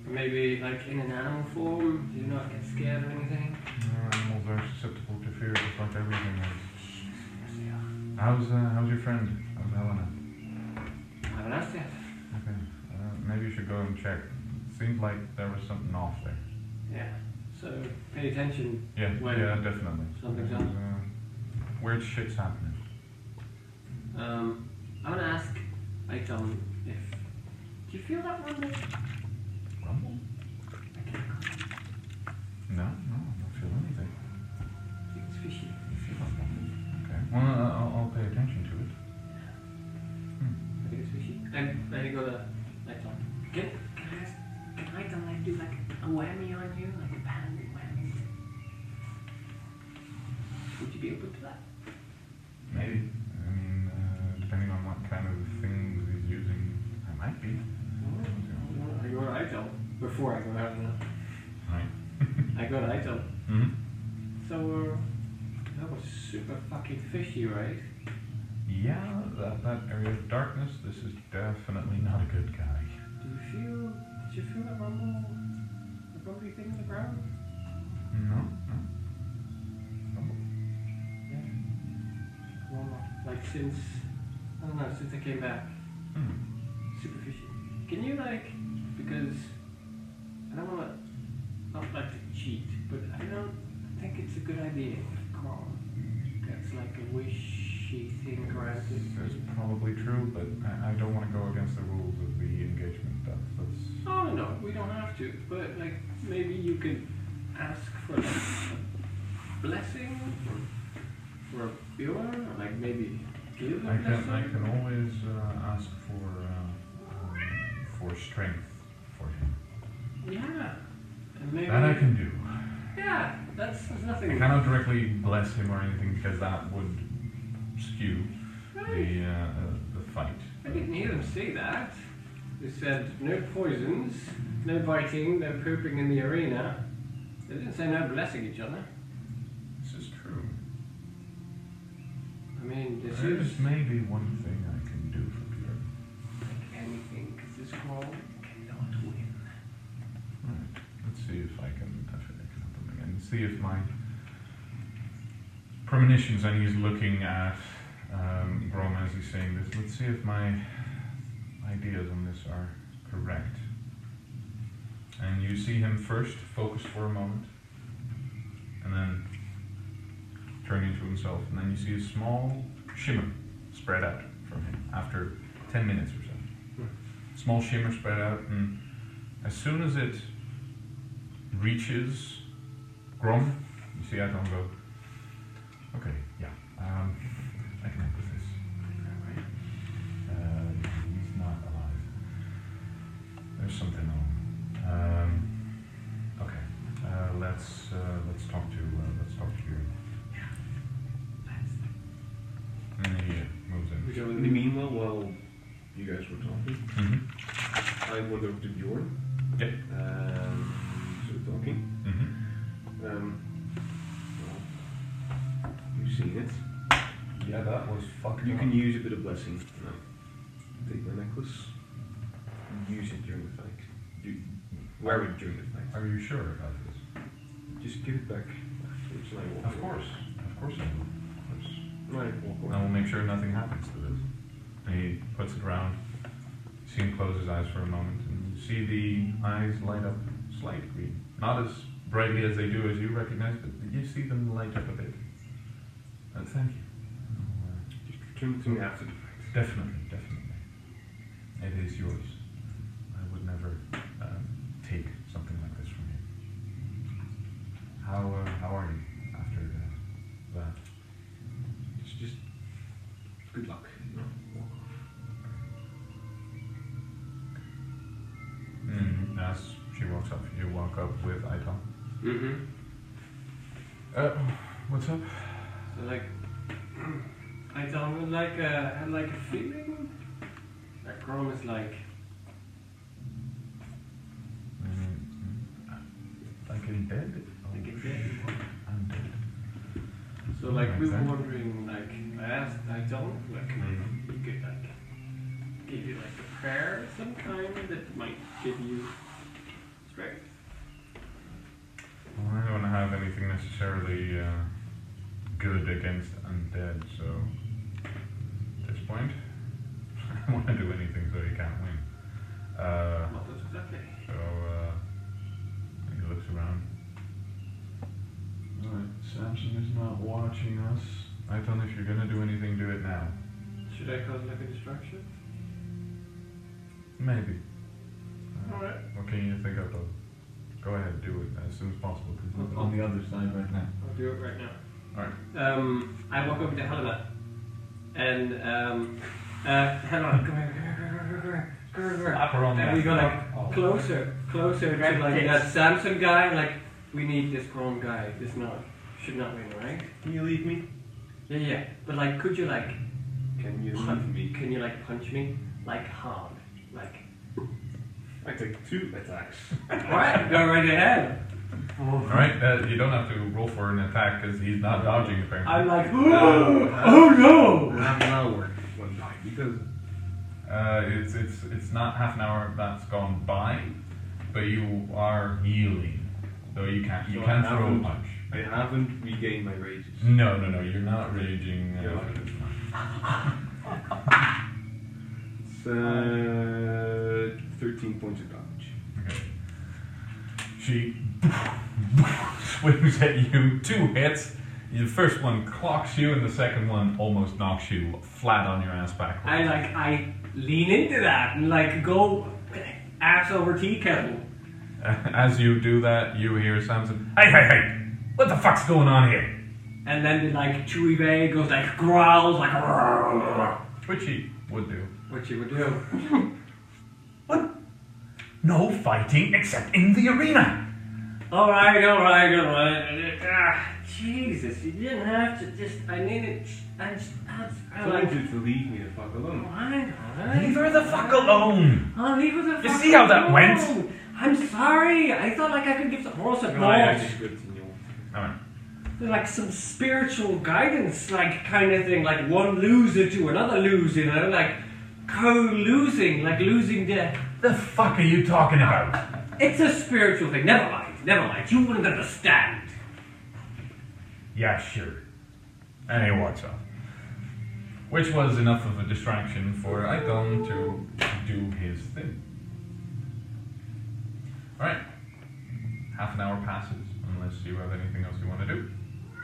Speaker 3: Maybe like in an animal form. Do you not get scared or anything?
Speaker 2: No, I animals are susceptible to fear just like everything is. How's, uh, how's your friend? How's Helena?
Speaker 3: Have an answer.
Speaker 2: Okay. Uh, maybe you should go and check. Seemed like there was something off there.
Speaker 3: Yeah. So pay attention.
Speaker 2: Yeah,
Speaker 3: When-
Speaker 2: yeah, definitely.
Speaker 3: Something's
Speaker 2: There's, uh, weird shit's happening.
Speaker 3: Um, I'm gonna ask Aiton if. Do you feel that rumble?
Speaker 2: Rumble? No, no, I don't feel anything.
Speaker 3: It's fishy.
Speaker 2: Okay. Well, I- I'll, I'll pay attention to it.
Speaker 3: I think it's fishy. And then you go to Aiton. Can, can I ask? Can Aiton like do like a whammy on you, like a band whammy? Would you be open to that?
Speaker 2: Maybe. I mean, uh, depending on what kind of things he's using, I might be.
Speaker 3: I go to Aiton before I go out.
Speaker 2: Right.
Speaker 3: I go to Aiton.
Speaker 2: hmm
Speaker 3: So uh, that was super fucking fishy, right?
Speaker 2: Yeah, that, that area of darkness, this is definitely not a good guy.
Speaker 3: Do you feel? Did you feel that rumble? The bumpy thing on the ground?
Speaker 2: No? no. Rumble.
Speaker 3: Rumble. Like since I don't know since I came back,
Speaker 2: Hmm.
Speaker 3: super fishy. Can you like? Because I don't want to not like to cheat, but I don't think it's a good idea. Come on, that's like a wishy thing granted.
Speaker 2: That's probably true, but I, I don't want to go against the rules of the engagement stuff. That's
Speaker 3: Oh no, we don't have to. But like maybe you could ask for like a blessing or for a viewer, or like maybe give a
Speaker 2: I
Speaker 3: blessing.
Speaker 2: can I can always uh, ask for uh, for strength for him.
Speaker 3: Yeah. And maybe
Speaker 2: That I can do.
Speaker 3: Yeah, that's there's
Speaker 2: I
Speaker 3: nothing.
Speaker 2: cannot directly bless him or anything because that would skew
Speaker 3: Right.
Speaker 2: the uh, uh, the fight.
Speaker 3: I didn't hear them say that. They said no poisons, no biting, no pooping in the arena. They didn't say no blessing each other.
Speaker 2: This is true.
Speaker 3: I mean, this
Speaker 2: There
Speaker 3: is
Speaker 2: is maybe one thing I can do for Peter.
Speaker 3: anything 'cause this world cannot win.
Speaker 2: Right. Let's see if I can I think I can help him again. See if my premonitions. And he's looking at um, Grom as he's saying this. Let's see if my ideas on this are correct. And you see him first, focused for a moment, and then turn into himself. And then you see a small shimmer spread out from him after ten minutes or so. Small shimmer spread out, and as soon as it reaches Grom, you see I don't go, okay, yeah, um, I can help with this. Um, he's not alive. There's something wrong. Um, okay, uh, let's uh, let's talk to uh, let's talk to your. And he uh, moves in.
Speaker 4: In the meanwhile, while you guys were talking,
Speaker 2: Mm-hmm.
Speaker 4: I went over to Bjorn.
Speaker 2: Yeah.
Speaker 4: Um, started talking.
Speaker 2: Mm-hmm.
Speaker 4: Um, well, you've seen it.
Speaker 2: Yeah, that was fucking.
Speaker 4: You can use a bit of blessing. No. Take my necklace. Use it during the fight. Do, wear it during the fight.
Speaker 2: Are you sure about this?
Speaker 4: Just give it back afterwards and I walk
Speaker 2: Of
Speaker 4: away.
Speaker 2: course, of course I will. Of course.
Speaker 4: And I walk
Speaker 2: I
Speaker 4: away.
Speaker 2: will make sure nothing happens to this. And he puts it around. You see him close his eyes for a moment, and you see the eyes light up slight green. Not as brightly as they do as you recognize, but you see them light up a bit. Uh, thank you. Uh,
Speaker 4: Just return it to me after the fight.
Speaker 2: definitely, definitely. It is yours. I would never um, take something like this from you. How, uh, how are you after uh, that?
Speaker 4: It's just good luck. No, walk
Speaker 2: Mm,
Speaker 4: off.
Speaker 2: as she walks up, you walk up with Aiton.
Speaker 3: Mm-hmm.
Speaker 2: Uh, what's up?
Speaker 3: So like, I don't like a, had like a feeling that Chrome is like,
Speaker 2: Mm-hmm. Like in bed?
Speaker 3: like a dead one.
Speaker 2: I'm dead.
Speaker 3: So like we were
Speaker 2: Exactly.
Speaker 3: wondering like, I asked I don't like, you could like, give you like a prayer of some kind that might give you strength.
Speaker 2: Well, I don't have any anything necessarily uh, good against undead, so at this point, I don't want to do anything so he can't win. Uh,
Speaker 4: Well, that's exactly.
Speaker 2: so uh, he looks around. Alright, Samson is not watching us. Python, if you're gonna do anything, do it now.
Speaker 4: Should I cause like a distraction?
Speaker 2: Maybe. Uh,
Speaker 4: Alright.
Speaker 2: What can you think of? Go ahead, do it as soon as possible. 'cause we're
Speaker 4: On
Speaker 2: the other side right now.
Speaker 4: I'll do it right now.
Speaker 3: Um, I walk over to Helena, and um, uh, Helena, come here, come here, come here, come here, come here, come here.
Speaker 2: We're on
Speaker 3: And
Speaker 2: the
Speaker 3: we go like
Speaker 2: Oh.
Speaker 3: closer, closer,
Speaker 11: Right,
Speaker 3: to like that
Speaker 11: yes.
Speaker 3: Samson guy. Like we need this Chrome guy. This not should not win, right?
Speaker 4: Can you leave me?
Speaker 3: Yeah, yeah. But like, could you like,
Speaker 4: Can you
Speaker 3: pun-
Speaker 4: leave me?
Speaker 3: Can you like punch me like hard? Like
Speaker 4: I take two attacks.
Speaker 3: what? go right ahead.
Speaker 2: Alright, uh, you don't have to roll for an attack because he's not dodging apparently.
Speaker 3: I'm like,
Speaker 4: Um,
Speaker 3: oh,
Speaker 4: uh,
Speaker 3: oh no.
Speaker 4: Half an hour one die because
Speaker 2: Uh, it's, it's, it's not half an hour that's gone by, but you are healing. So you can't, you
Speaker 4: So
Speaker 2: can
Speaker 4: I
Speaker 2: throw a
Speaker 4: haven't-
Speaker 2: punch.
Speaker 4: I haven't regained my rages.
Speaker 2: No, no, no, you're not raging. Uh,
Speaker 4: You're not.
Speaker 2: at this time.
Speaker 4: It's uh, 13 points of damage.
Speaker 2: Okay. She swings at you, two hits. The first one clocks you, and the second one almost knocks you flat on your ass backwards.
Speaker 3: I like I lean into that and like go ass over tea kettle.
Speaker 2: As you do that, you hear Samson, Hey, hey, hey! What the fuck's going on here?
Speaker 3: And then like Chewy Bay goes like growls like "Roar,"
Speaker 2: Which he would do.
Speaker 3: which he would do.
Speaker 2: What? No fighting except in the arena!
Speaker 3: Alright, alright, alright. Ah, Jesus, you didn't have to just I needed I just I, just- I
Speaker 4: I
Speaker 3: like
Speaker 4: told you to leave me the fuck alone.
Speaker 3: Fine, alright.
Speaker 2: Leave her the fuck alone!
Speaker 3: I'll leave her the
Speaker 2: You
Speaker 3: fuck
Speaker 2: see how that went?
Speaker 3: alone. I'm sorry. I thought like I could give the horse a
Speaker 4: Can I
Speaker 3: call.
Speaker 4: actually continue?
Speaker 2: Alright.
Speaker 3: like some spiritual guidance, like kind of thing, like one loser to another loser, you know, like co-losing, like losing the.
Speaker 2: The fuck are you talking about?
Speaker 3: It's a spiritual thing. Never mind, never mind. You wouldn't understand.
Speaker 2: Yeah, sure. And he walks off. Which was enough of a distraction for Icon to do his thing. Alright. Half an hour passes, unless you have anything else you want to do.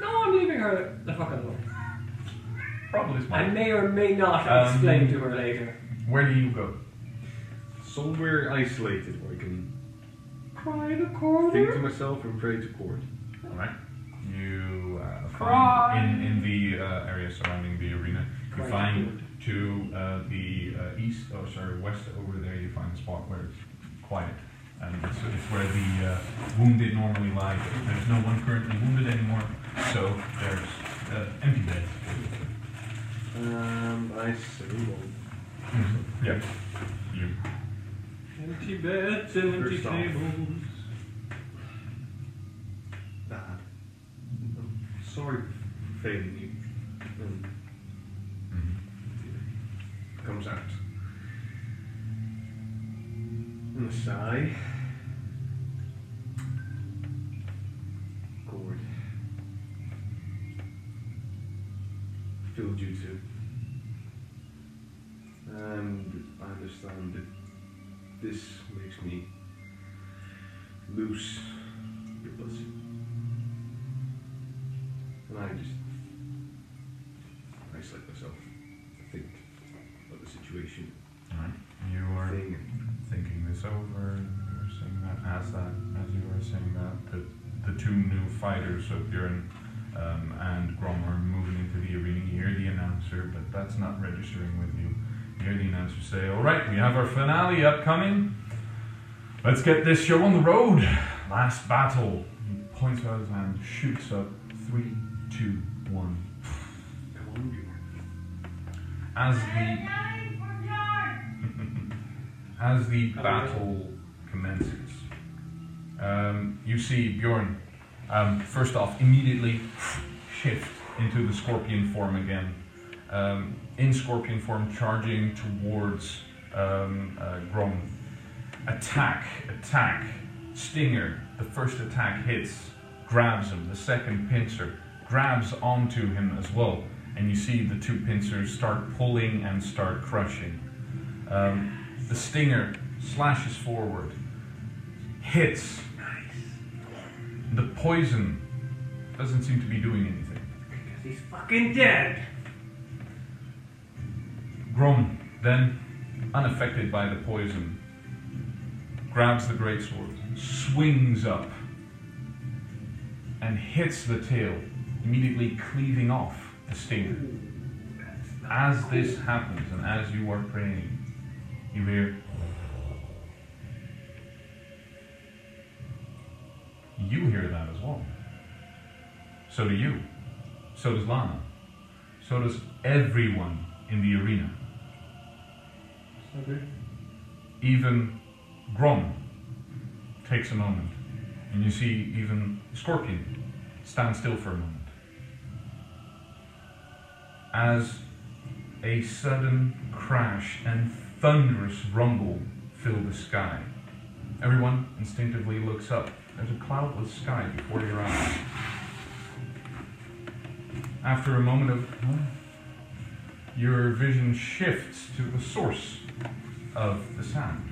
Speaker 3: No, I'm leaving her the fuck alone.
Speaker 2: Probably
Speaker 3: I
Speaker 2: smart.
Speaker 3: may or may not
Speaker 2: Um,
Speaker 3: explain to her later.
Speaker 2: Where do you go?
Speaker 4: Somewhere isolated where I can
Speaker 3: Cry in a
Speaker 4: think to
Speaker 3: corner.
Speaker 4: myself and pray to God.
Speaker 2: All right. You uh,
Speaker 3: Cry.
Speaker 2: find in, in the uh, area surrounding the arena. You
Speaker 3: Cry.
Speaker 2: find to uh, the uh, east, oh sorry, west over there. You find a spot where it's quiet, and it's, it's where the uh, wounded normally lie. but There's no one currently wounded anymore, so there's uh, empty beds.
Speaker 4: Um, I say, well,
Speaker 2: Yeah. You.
Speaker 3: Empty beds and
Speaker 4: first off, Dad, I'm sorry for failing you. And
Speaker 2: mm-hmm.
Speaker 4: comes out. And a sigh. Gord. Feel you too. And I understand that this makes me lose your blessing. And I just isolate myself. I think of the situation.
Speaker 2: All right. You are.
Speaker 4: Thing.
Speaker 2: thinking this over. You were saying that as that as you were saying that the, the two new fighters, so Buren um, and Grom, are moving into the arena. You hear the announcer, but that's not registering with you. You hear the announcer say, "All right, we have our finale upcoming. Let's get this show on the road. Last battle." He points out his hand, shoots up. Three, two, one.
Speaker 4: Come on, Bjorn.
Speaker 2: As the As the battle commences, um, you see Bjorn, um, first off, immediately shift into the scorpion form again. Um, in scorpion form, charging towards um, uh, Grom. Attack, attack, Stinger. The first attack hits. grabs him. The second pincer grabs onto him as well, and you see the two pincers start pulling and start crushing. Um, the stinger slashes forward, hits. The poison doesn't seem to be doing anything.
Speaker 11: Because he's fucking dead.
Speaker 2: Grom, then, unaffected by the poison, grabs the greatsword, swings up, and hits the tail, immediately cleaving off the stinger. As this happens, and as you are praying, you hear. You hear that as well. So do you. So does Lana. So does everyone in the arena. Even Grom takes a moment, and you see even Scorpion stand still for a moment. As a sudden crash and thunderous rumble fill the sky, everyone instinctively looks up. There's a cloudless sky before your eyes. After a moment of "Huh?" your vision shifts to the source of the sound.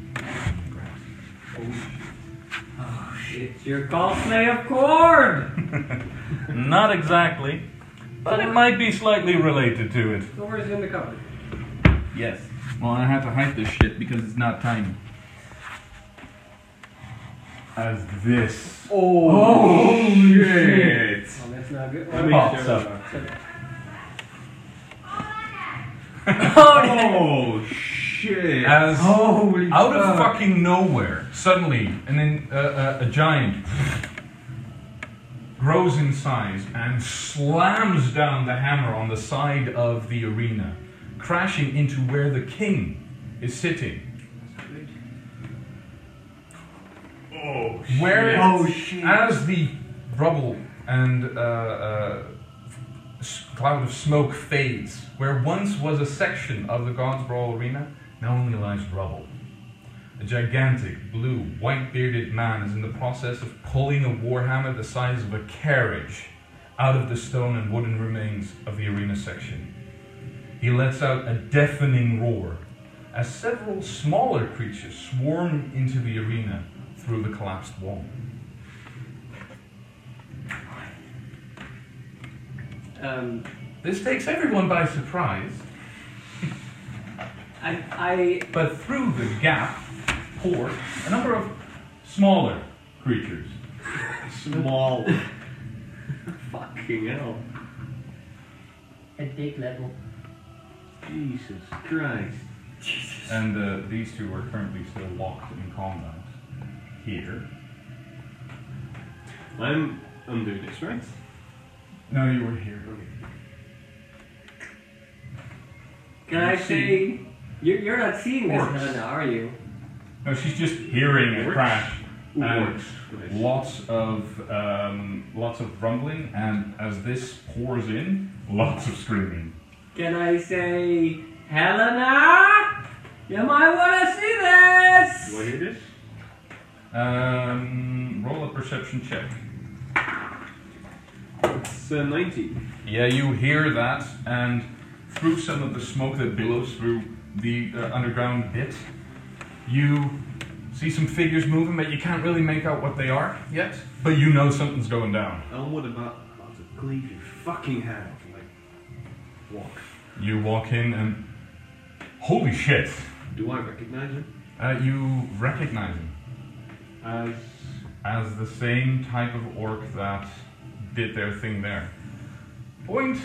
Speaker 11: It's your cosplay of Korn!
Speaker 12: Not exactly, but it might be slightly related to it.
Speaker 11: Korn's in the cupboard.
Speaker 4: Yes. Well, I have to hide this shit because it's not tiny.
Speaker 12: As this
Speaker 4: Oh, shit!
Speaker 11: Oh, that's not good.
Speaker 4: Let me
Speaker 12: pops
Speaker 4: show
Speaker 12: up.
Speaker 4: Oh shit! Oh.
Speaker 2: As
Speaker 4: Holy
Speaker 2: out of fucking nowhere, suddenly, and then uh, uh, a giant grows in size and slams down the hammer on the side of the arena, crashing into where the king is sitting.
Speaker 4: Oh
Speaker 2: Where
Speaker 4: shit.
Speaker 2: oh, shit. as the rubble and uh, uh, s- cloud of smoke fades, where once was a section of the God's Brawl arena, now only lies rubble. A gigantic, blue, white-bearded man is in the process of pulling a warhammer the size of a carriage out of the stone and wooden remains of the arena section. He lets out a deafening roar as several smaller creatures swarm into the arena through the collapsed wall.
Speaker 11: Um,
Speaker 2: This takes everyone by surprise,
Speaker 11: I, I,
Speaker 2: but through the gap pour a number of smaller creatures.
Speaker 4: small.
Speaker 11: fucking hell.
Speaker 10: At dick level.
Speaker 4: Jesus Christ!
Speaker 2: And uh, these two are currently still locked in combat here.
Speaker 4: I'm under this, right?
Speaker 2: No, you were here.
Speaker 11: Can I
Speaker 2: You
Speaker 11: say, you're, you're not seeing this,
Speaker 2: Orcs.
Speaker 11: Hannah, are you?
Speaker 2: No, she's just hearing a
Speaker 4: Orcs?
Speaker 2: crash.
Speaker 4: Ooh,
Speaker 2: And
Speaker 4: orcs.
Speaker 2: lots of um, lots of rumbling, and as this pours in, lots of screaming.
Speaker 11: Can I say, Helena? You might want to see this!
Speaker 4: Do I hear this?
Speaker 2: Um, roll a perception check.
Speaker 4: It's uh, 90.
Speaker 2: Yeah, you hear that, and through some of the smoke that billows through the uh, underground pit, you see some figures moving, but you can't really make out what they are yet. But you know something's going down.
Speaker 4: And what about about to cleave your fucking hand off? Like, walk.
Speaker 2: You walk in, and holy shit!
Speaker 4: Do I recognize him
Speaker 2: Uh, you recognize him
Speaker 4: as?
Speaker 2: as the same type of orc that did their thing there. Point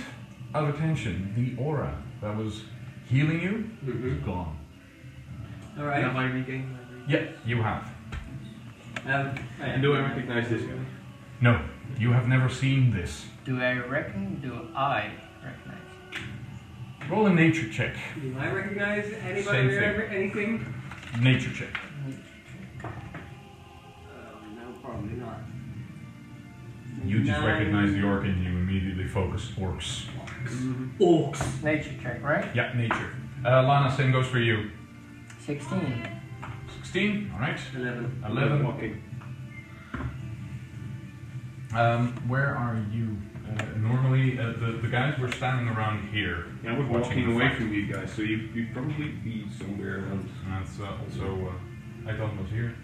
Speaker 2: of attention: the aura that was healing you is gone.
Speaker 11: Alright.
Speaker 4: Have I regained my?
Speaker 2: Yeah, you have.
Speaker 11: Um,
Speaker 4: And do I recognize this guy?
Speaker 2: No, you have never seen this.
Speaker 10: Do I reckon? Do I recognize?
Speaker 2: Roll a nature check.
Speaker 11: do I recognize anybody
Speaker 2: Same thing.
Speaker 11: remember anything?
Speaker 2: Nature check.
Speaker 11: Um, no, probably not.
Speaker 2: You just
Speaker 11: Nine.
Speaker 2: recognize the orc and you immediately focus orcs.
Speaker 11: Orcs.
Speaker 10: Nature check, right?
Speaker 2: Yeah, nature. Uh, Lana, same goes for you.
Speaker 10: 16.
Speaker 2: 16, alright.
Speaker 11: Eleven.
Speaker 2: 11.
Speaker 4: Walking.
Speaker 2: Um, where are you? Uh, normally, uh, the, the guys were standing around here.
Speaker 4: Yeah, I was
Speaker 2: Watching
Speaker 4: walking
Speaker 2: the
Speaker 4: away
Speaker 2: fight.
Speaker 4: from you guys, so you you'd probably be somewhere else.
Speaker 2: And that's uh, also, uh, Idon was here.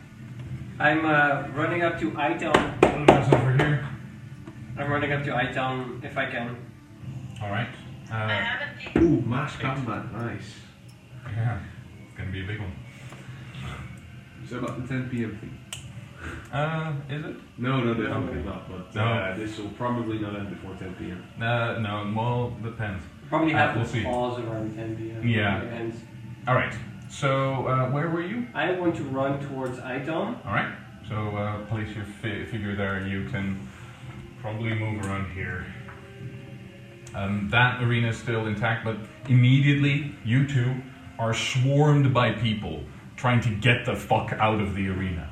Speaker 3: I'm uh, running up to Iton.
Speaker 2: That's over here.
Speaker 3: I'm running up to Iton if I can.
Speaker 2: Alright.
Speaker 5: I
Speaker 2: Uh,
Speaker 5: have an eight.
Speaker 4: Ooh, mass combat, nice.
Speaker 2: yeah, it's gonna be a big one.
Speaker 4: So about the 10 p.m. thing.
Speaker 2: Uh, is it?
Speaker 4: No, no, they haven't come up, but uh,
Speaker 2: No.
Speaker 4: this will probably not end before 10 p.m.
Speaker 2: Uh, no, well, depends.
Speaker 3: Probably
Speaker 2: Uh,
Speaker 3: have
Speaker 2: we'll
Speaker 3: the
Speaker 2: see.
Speaker 3: pause around 10 p.m.
Speaker 2: Yeah.
Speaker 3: And
Speaker 2: Alright, so, uh, where were you?
Speaker 3: I want to run towards Iton.
Speaker 2: Alright, so, uh, place your fi- figure there. You can probably move around here. Um, that arena is still intact, but immediately you two are swarmed by people trying to get the fuck out of the arena.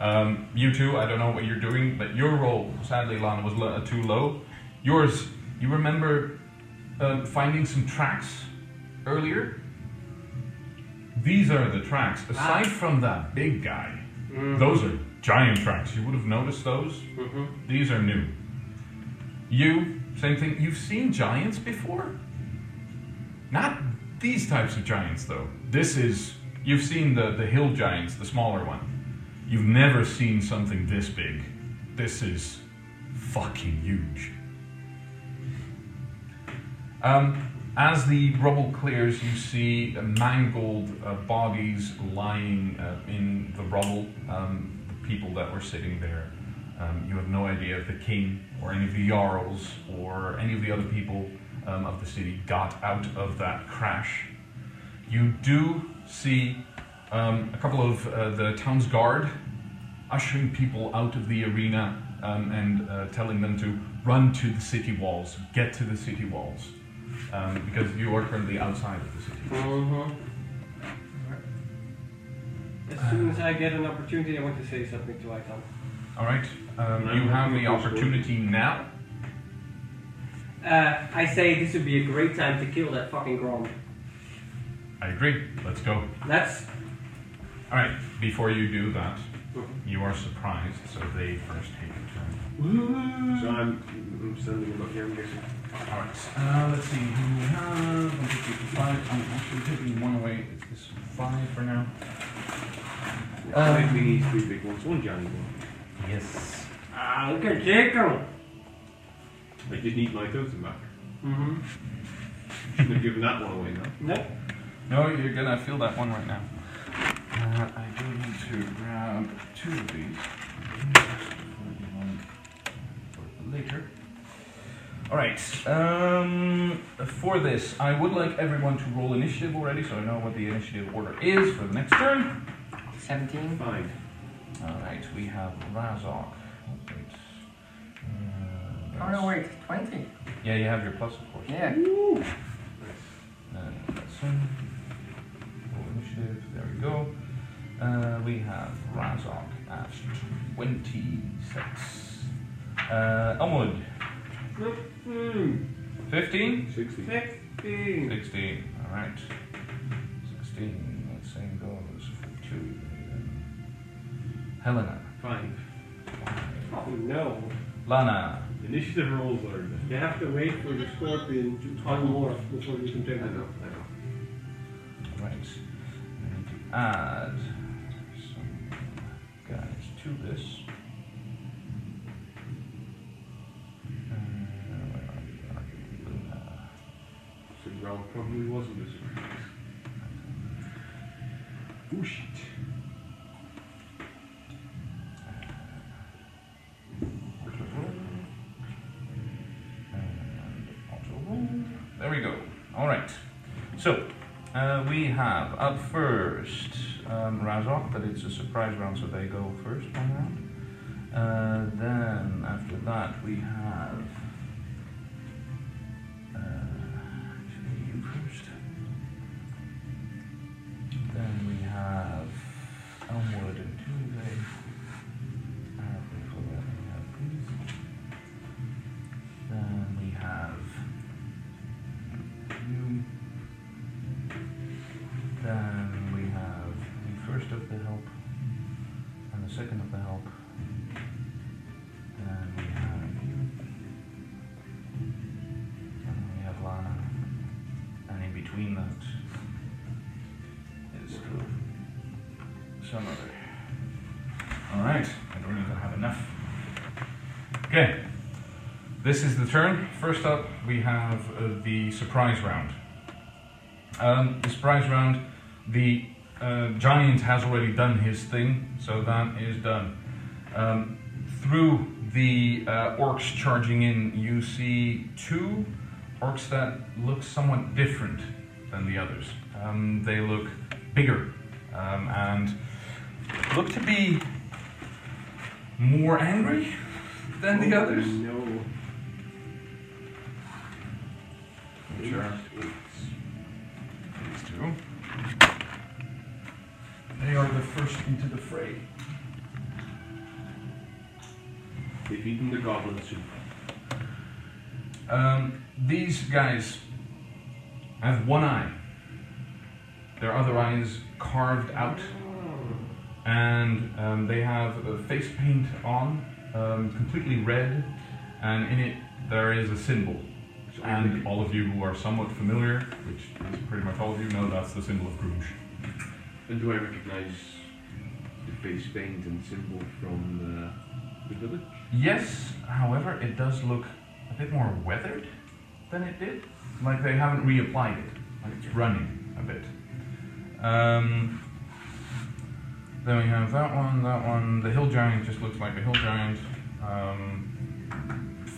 Speaker 2: Um, you two, I don't know what you're doing, but your roll, sadly, Lana, was lo- too low. Yours, you remember um, finding some tracks earlier? These are the tracks. Aside from that big guy, those are giant tracks. You would have noticed those. These are new. You, same thing. You've seen giants before? Not these types of giants, though. This is, you've seen the, the hill giants, the smaller one. You've never seen something this big. This is fucking huge. Um, as the rubble clears, you see uh, mangled uh, bodies lying uh, in the rubble. Um, the people that were sitting there. Um, you have no idea if the king or any of the jarls or any of the other people um, of the city got out of that crash. You do see um, a couple of uh, the town's guard ushering people out of the arena um, and uh, telling them to run to the city walls, get to the city walls, um, because you are currently outside of the city.
Speaker 3: Mm-hmm. As soon as I get an opportunity, I want to say something to Iton.
Speaker 2: All right, um, you have the opportunity now.
Speaker 3: Uh, I say this would be a great time to kill that fucking Grom.
Speaker 2: I agree. Let's go.
Speaker 3: That's
Speaker 2: All right. Before you do that, you are surprised, so they first take a turn.
Speaker 4: So I'm, I'm standing about here, I'm guessing.
Speaker 2: All right. Uh, let's see who we have. One, two, three, four, five. I'm actually taking one away. It's this five for now.
Speaker 4: Yeah, we need three big ones, one giant one.
Speaker 2: Yes.
Speaker 3: ah, look at Jacob.
Speaker 4: I did need my totem back.
Speaker 3: Mm-hmm.
Speaker 4: Shouldn't have given that one away now.
Speaker 3: No.
Speaker 2: No, you're gonna feel that one right now. Uh, I do need to grab two of these for later. All right. Um, for this, I would like everyone to roll initiative already, so I know what the initiative order is for the next turn.
Speaker 10: 17.
Speaker 4: Fine.
Speaker 2: All right. We have Razok. Wait. Uh,
Speaker 10: Oh no, wait, 20.
Speaker 2: Yeah, you have your plus, of course.
Speaker 10: Yeah.
Speaker 2: Uh, that's one. Roll initiative. There we go. Uh, we have Razok at 26. Uh, Elmwood,
Speaker 3: Mm-hmm.
Speaker 2: 15?
Speaker 4: 60.
Speaker 3: 16.
Speaker 2: 16. Alright. 16. That same goes for two. Helena.
Speaker 4: Fine.
Speaker 3: Oh no.
Speaker 2: Lana.
Speaker 4: Initiative rolls are.
Speaker 3: You have to wait for the scorpion to unmorph before you can
Speaker 4: I
Speaker 3: take
Speaker 4: know, I
Speaker 3: it.
Speaker 4: know.
Speaker 2: Right. I need to add some guys to this. Uh, where are we? Where are we? Uh,
Speaker 4: So Ral probably wasn't a surprise. Oh shit.
Speaker 2: And auto-roll. There we go. All right. So uh, we have up first um, Razok, but it's a surprise round, so they go first one round. Uh, then after that we have. Uh, actually, you first. Then we have Elmwood and Tuesday. Uh, before that we have Grease. Then we have you. Then we have the first of the help and the second of the help. Then we have between that is some other. All right, I don't even have enough. Okay, this is the turn. First up, we have uh, the surprise round. Um, the surprise round, the uh, giant has already done his thing, so that is done. Um, through the uh, orcs charging in, you see two orcs that look somewhat different than the others. Um, they look bigger um, and look to be more angry than
Speaker 4: Oh,
Speaker 2: the others.
Speaker 3: No.
Speaker 2: Which are these two. They are the first into the fray.
Speaker 4: They've eaten the goblin soup.
Speaker 2: Um, these guys have one eye. Their other eye is carved out, and um, they have a face paint on, um, completely red, and in it there is a symbol. And all of you who are somewhat familiar, which is pretty much all of you, know that's the symbol of Grunge.
Speaker 4: And do I recognize the face paint and symbol from uh, the village?
Speaker 2: Yes, however, it does look a bit more weathered than it did. Like they haven't reapplied it. Like it's running a bit. Um, then we have that one, that one. The hill giant just looks like the hill giant. Um,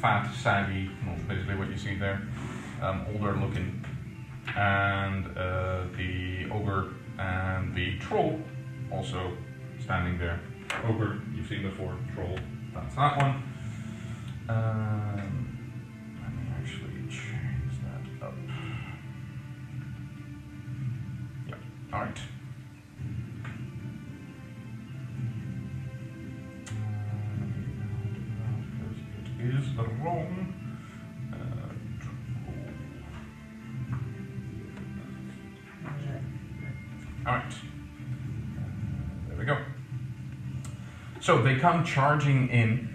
Speaker 2: fat, saggy, well, basically what you see there. Um, older looking. And uh, the ogre and the troll also standing there. Ogre, you've seen before. Troll, that's that one. Um, let me actually change that up. Yep. All right. Um, It is the wrong. Uh, troll. All right. Uh, there we go. So they come charging in.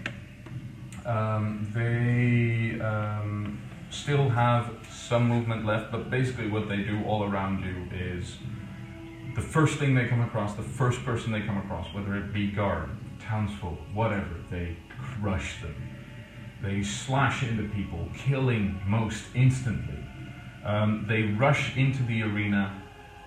Speaker 2: Um, they um, still have some movement left, but basically, what they do all around you is the first thing they come across, the first person they come across, whether it be guard, townsfolk, whatever, they crush them. They slash into people, killing most instantly. Um, they rush into the arena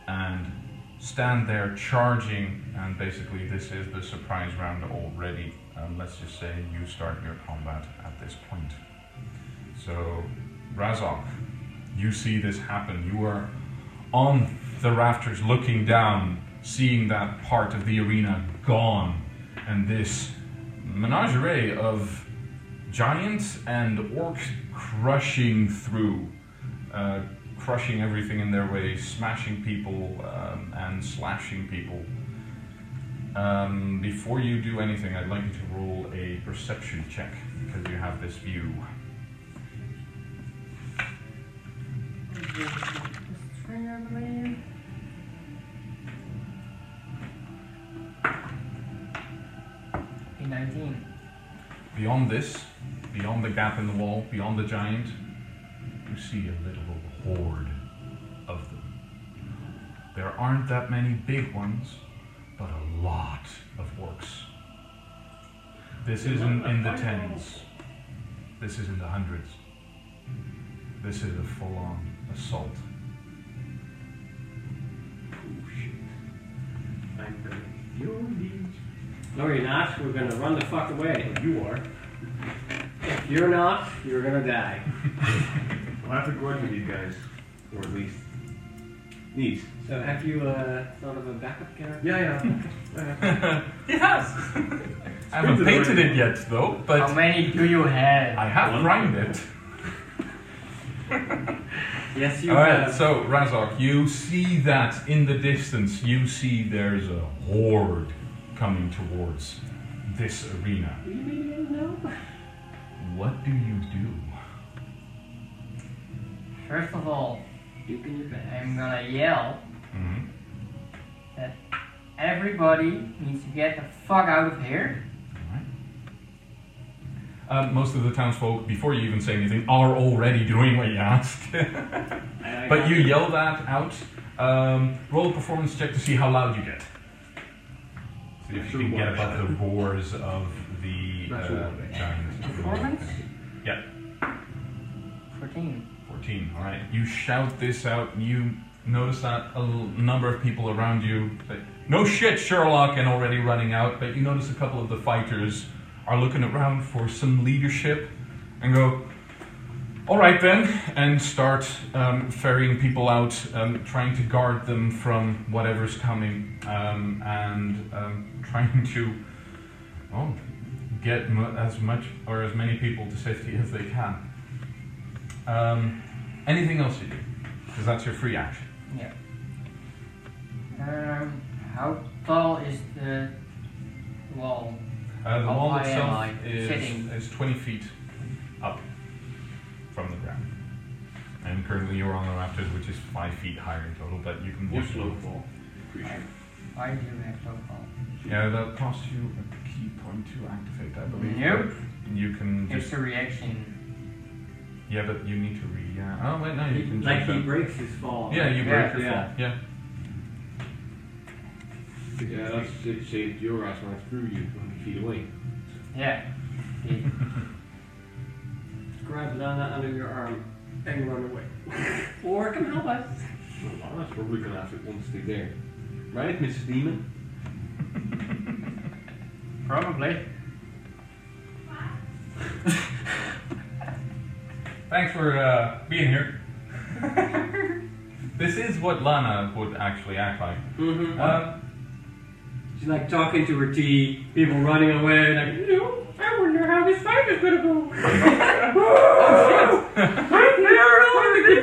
Speaker 2: and stand there charging, and basically, this is the surprise round already. Um, let's just say you start your combat at this point. So, Razok, you see this happen. You are on the rafters looking down, seeing that part of the arena gone, and this menagerie of giants and orcs crushing through, uh, crushing everything in their way, smashing people um, and slashing people. Um, before you do anything, I'd like you to roll a perception check because you have this view.
Speaker 10: A 19.
Speaker 2: Beyond this, beyond the gap in the wall, beyond the giant, you see a little horde of them. There aren't that many big ones, but a lot of orcs. This isn't in the tens. This is in the hundreds. This is a full on assault.
Speaker 4: Oh, I'm gonna kill these.
Speaker 3: No, you're not. We're gonna run the fuck away.
Speaker 4: You are.
Speaker 3: If you're not, you're gonna die.
Speaker 4: I'll have to go in with these guys. Or at least. These.
Speaker 3: So have you uh, thought of a backup character?
Speaker 4: Yeah, yeah.
Speaker 10: It has!
Speaker 2: I haven't
Speaker 4: printed
Speaker 2: painted it yet though,
Speaker 10: How
Speaker 2: but
Speaker 10: many do you have?
Speaker 2: I have primed it.
Speaker 3: Yes, you
Speaker 2: All right,
Speaker 3: have.
Speaker 2: so Razok, you see that in the distance, you see there's a horde coming towards this arena.
Speaker 3: you really didn't know?
Speaker 2: What do you do?
Speaker 10: First of all,
Speaker 3: You can your best.
Speaker 10: I'm gonna yell
Speaker 2: hmm
Speaker 10: that everybody needs to get the fuck out of here.
Speaker 2: Uh, most of the townsfolk, before you even say anything, are already doing what you asked.
Speaker 11: I- I-
Speaker 2: but you yell that out. Um, roll a performance check to see how loud you get. See if you
Speaker 4: Sure
Speaker 2: can get
Speaker 4: why.
Speaker 2: above the roars of the
Speaker 4: Not
Speaker 2: uh,
Speaker 4: sure why.
Speaker 2: giant.
Speaker 10: Performance?
Speaker 2: Yeah.
Speaker 10: 14.
Speaker 2: 14. All right. You shout this out. You notice that a l- number of people around you say, No shit, Sherlock, and already running out. But you notice a couple of the fighters are looking around for some leadership and go, All right then, and start um, ferrying people out, um, trying to guard them from whatever's coming, um, and um, trying to. Oh, get mu- as much or as many people to safety as they can. Um, anything else you do? Because that's your free action.
Speaker 10: Yeah. Um, how tall is the wall?
Speaker 2: Uh, the
Speaker 10: How
Speaker 2: wall
Speaker 10: high Oh, am
Speaker 2: itself
Speaker 10: I sitting?
Speaker 2: is, is 20 feet up from the ground. And currently you're on the rafters, which is 5 feet higher in total, but you can
Speaker 4: Your
Speaker 2: walk
Speaker 4: slow
Speaker 2: slow.
Speaker 4: fall. Pretty sure.
Speaker 10: I do have so tall.
Speaker 2: Yeah, that costs you a key point to activate, I believe.
Speaker 10: Nope.
Speaker 2: but You can
Speaker 10: It's
Speaker 2: just.
Speaker 10: a reaction.
Speaker 2: Yeah, but you need to re. Yeah. Oh, wait, no, you can
Speaker 11: Like
Speaker 2: jump
Speaker 11: he
Speaker 2: down.
Speaker 11: breaks his fall.
Speaker 2: Yeah, you break
Speaker 10: Yeah,
Speaker 2: your
Speaker 11: yeah.
Speaker 2: fall. Yeah.
Speaker 4: Yeah, that's it saved your ass when I threw you 20 feet away.
Speaker 10: Yeah.
Speaker 3: Grab Lana under your arm and run away.
Speaker 11: Or come help us.
Speaker 4: Well, uh, that's probably gonna have to once they there. Right, Mrs. Neiman?
Speaker 10: Probably.
Speaker 2: Thanks for uh, being here. this is what Lana would actually act like.
Speaker 3: Mm-hmm.
Speaker 2: Uh,
Speaker 3: She's like talking to her tea, people running away, like, you know, I wonder how this fight is gonna go.
Speaker 2: which,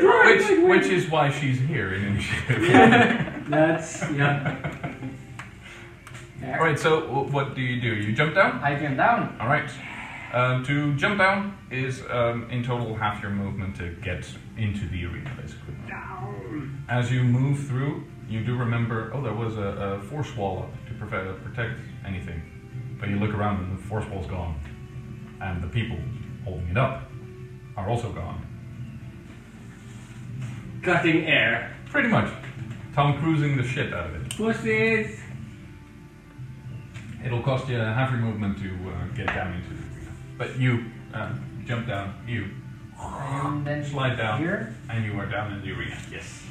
Speaker 3: oh, shit!
Speaker 2: which is why she's here in initiative.
Speaker 3: That's, yeah.
Speaker 10: Yeah.
Speaker 2: Alright, so w- what do you do? You jump down?
Speaker 10: I jump down.
Speaker 2: Alright. Um, to jump down is um, in total half your movement to get into the arena, basically. As you move through, you do remember oh, there was a, a force wall up to prevent, protect anything. But you look around and the force wall's gone. And the people holding it up are also gone.
Speaker 3: Cutting air.
Speaker 2: Pretty much. Tom Cruising the shit out of it.
Speaker 3: Pussies!
Speaker 2: It'll cost you half your movement to uh, get down into the arena. But you uh, jump down, you,
Speaker 10: And then
Speaker 2: Slide down.
Speaker 10: Here.
Speaker 2: and you are down in the arena. Yes.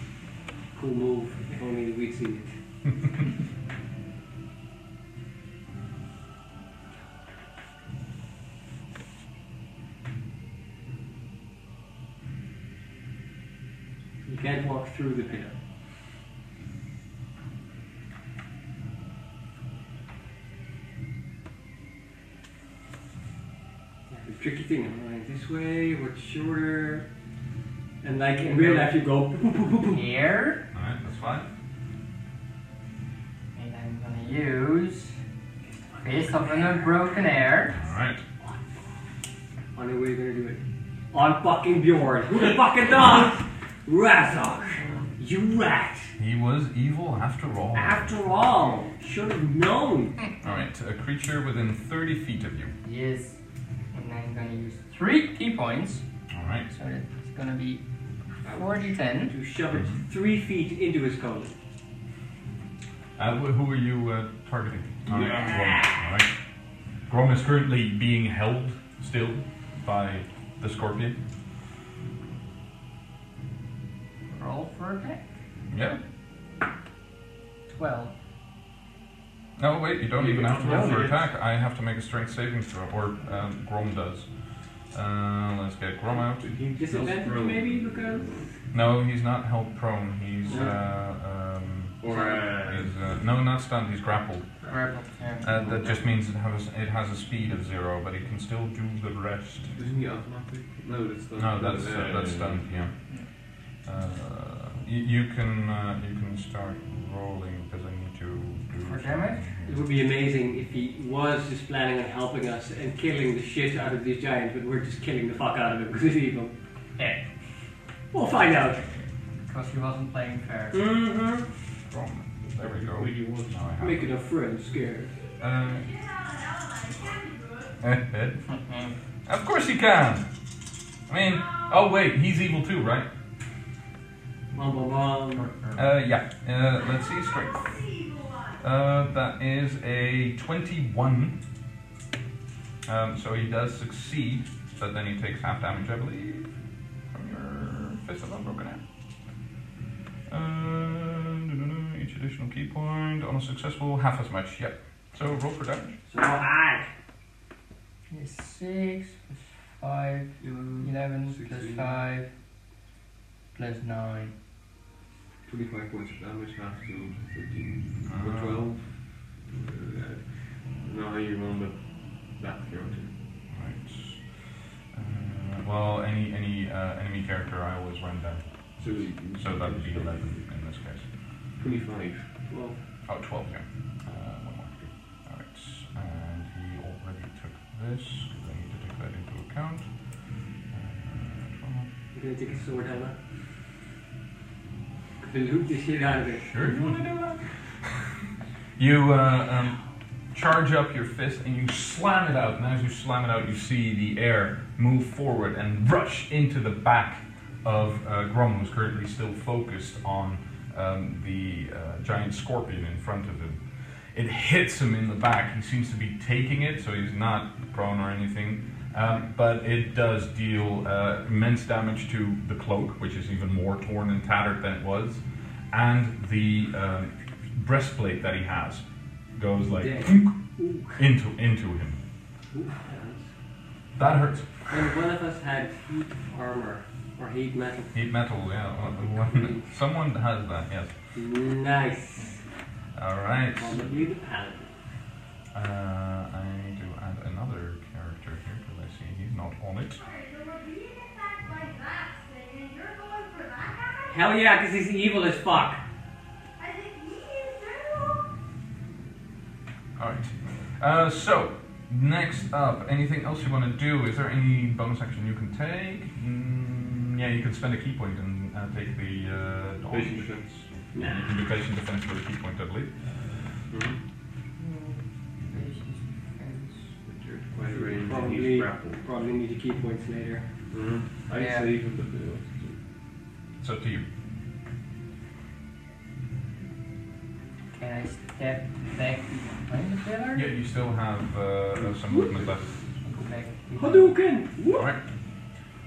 Speaker 3: Cool move, if only we'd seen it.
Speaker 11: You can't walk through the pit.
Speaker 3: The tricky thing, I'm running this way, what's shorter? And like in real life, you go, poo, poo, poo, poo, poo.
Speaker 10: Here.
Speaker 2: Alright, that's fine.
Speaker 10: And I'm gonna use Fist of an Unbroken Air.
Speaker 2: Alright.
Speaker 3: On the way, you're gonna do it. On fucking Bjorn. Who the fucking dog? Razok. You rat.
Speaker 2: He was evil after all.
Speaker 3: After all, should have known.
Speaker 2: Alright, a creature within 30 feet of you.
Speaker 10: Yes. And I'm gonna use three key points.
Speaker 2: Alright.
Speaker 10: So it's gonna be 4d10.
Speaker 3: To shove it three feet into his colon.
Speaker 2: Uh, wh- who are you uh, targeting? Alright,
Speaker 3: Yeah.
Speaker 2: Grom. Alright. Grom is currently being held still by the scorpion.
Speaker 10: Roll for attack.
Speaker 2: Yeah.
Speaker 10: 12.
Speaker 2: No, wait, you don't
Speaker 4: You
Speaker 2: even have to
Speaker 4: don't
Speaker 2: roll
Speaker 4: roll
Speaker 2: for
Speaker 4: it.
Speaker 2: attack. I have to make a strength saving throw, or um, Grom does. Uh, let's get Grom out.
Speaker 3: Disadvantage maybe because.
Speaker 2: No, he's not held prone. He's, uh, um,
Speaker 4: Or, uh,
Speaker 2: he's uh, no, not stunned. He's grappled.
Speaker 10: Grapple. Yeah.
Speaker 2: Uh, that just means it has it has a speed of zero, but it can still do the rest.
Speaker 4: isn't he automatic? No, that's the
Speaker 2: No, that's uh, that's stunned. Yeah. Uh, you, you can uh, you can start rolling because I need to do
Speaker 10: For damage?
Speaker 3: It would be amazing if he was just planning on helping us and killing the shit out of these giants, but we're just killing the fuck out of him because he's evil.
Speaker 10: Yeah.
Speaker 3: We'll find out.
Speaker 10: Because he wasn't playing fair.
Speaker 3: Mm-hmm.
Speaker 2: From, there we go.
Speaker 4: Really want-
Speaker 2: Now I have
Speaker 3: Making a friend scared.
Speaker 2: Uh,
Speaker 5: Get out of my candy, bro.
Speaker 2: Ed, Ed,
Speaker 10: Mhm.
Speaker 2: Of course you can. I mean, oh wait, he's evil too, right?
Speaker 3: Bum, bum, bum.
Speaker 2: Uh, yeah. Uh, let's see, strength. Uh, that is a 21. Um, so he does succeed, but then he takes half damage, I believe, from your Fist of Unbroken Air. Uh, each additional key point on a successful, half as much, yep. So roll for damage.
Speaker 3: So I.
Speaker 10: It's 6 plus 5, 11
Speaker 4: Sixteen.
Speaker 10: plus 5, plus 9.
Speaker 4: 25 points of damage, half to 13.
Speaker 2: Ah.
Speaker 4: Or 12. Uh, I don't know how you remember that character.
Speaker 2: Right. Uh, well, any any uh, enemy character I always run down,
Speaker 4: So,
Speaker 2: so that would be 11 in this case.
Speaker 4: 25.
Speaker 3: Well,
Speaker 2: Oh, 12, yeah. Uh, one more. Alright, and he already took this, because I need to take that into account. Uh,
Speaker 3: I'm gonna take a sword hammer. And loot the shit out of it.
Speaker 2: 12. Sure, you want to do that? you uh, um, charge up your fist and you slam it out, and as you slam it out, you see the air move forward and rush into the back of uh, Grom, who's currently still focused on um, the uh, giant scorpion in front of him. It hits him in the back. He seems to be taking it, so he's not prone or anything. Um, but it does deal uh, immense damage to the cloak, which is even more torn and tattered than it was, and the um, breastplate that he has goes like into into him.
Speaker 3: Ooh.
Speaker 2: That hurts.
Speaker 3: And one of us had heat armor or heat metal.
Speaker 2: Heat metal, yeah. one- one- Someone has that, yes.
Speaker 3: Nice.
Speaker 2: All right.
Speaker 3: Probably the paladin.
Speaker 2: Uh, I need to add another character here because I see he's not on it.
Speaker 3: Hell yeah, because he's evil as fuck.
Speaker 2: All right. Uh, so next up, anything else you want to do? Is there any bonus action you can take? Mm, yeah, you can spend a key point and uh, take the uh, knowledge.
Speaker 4: Patient defense.
Speaker 2: Yeah, you
Speaker 3: Nah.
Speaker 2: can do patient defense for the key point, I believe.
Speaker 4: You're Quite a range and
Speaker 3: Probably,
Speaker 4: he's grappled.
Speaker 3: probably need to key points later.
Speaker 4: I'd
Speaker 10: Yeah.
Speaker 4: say even the
Speaker 2: It's up to you.
Speaker 10: Can I step back behind the pillar?
Speaker 2: Yeah, you still have uh, some movement left.
Speaker 10: Go back.
Speaker 3: Hadouken! Whoop.
Speaker 2: All right.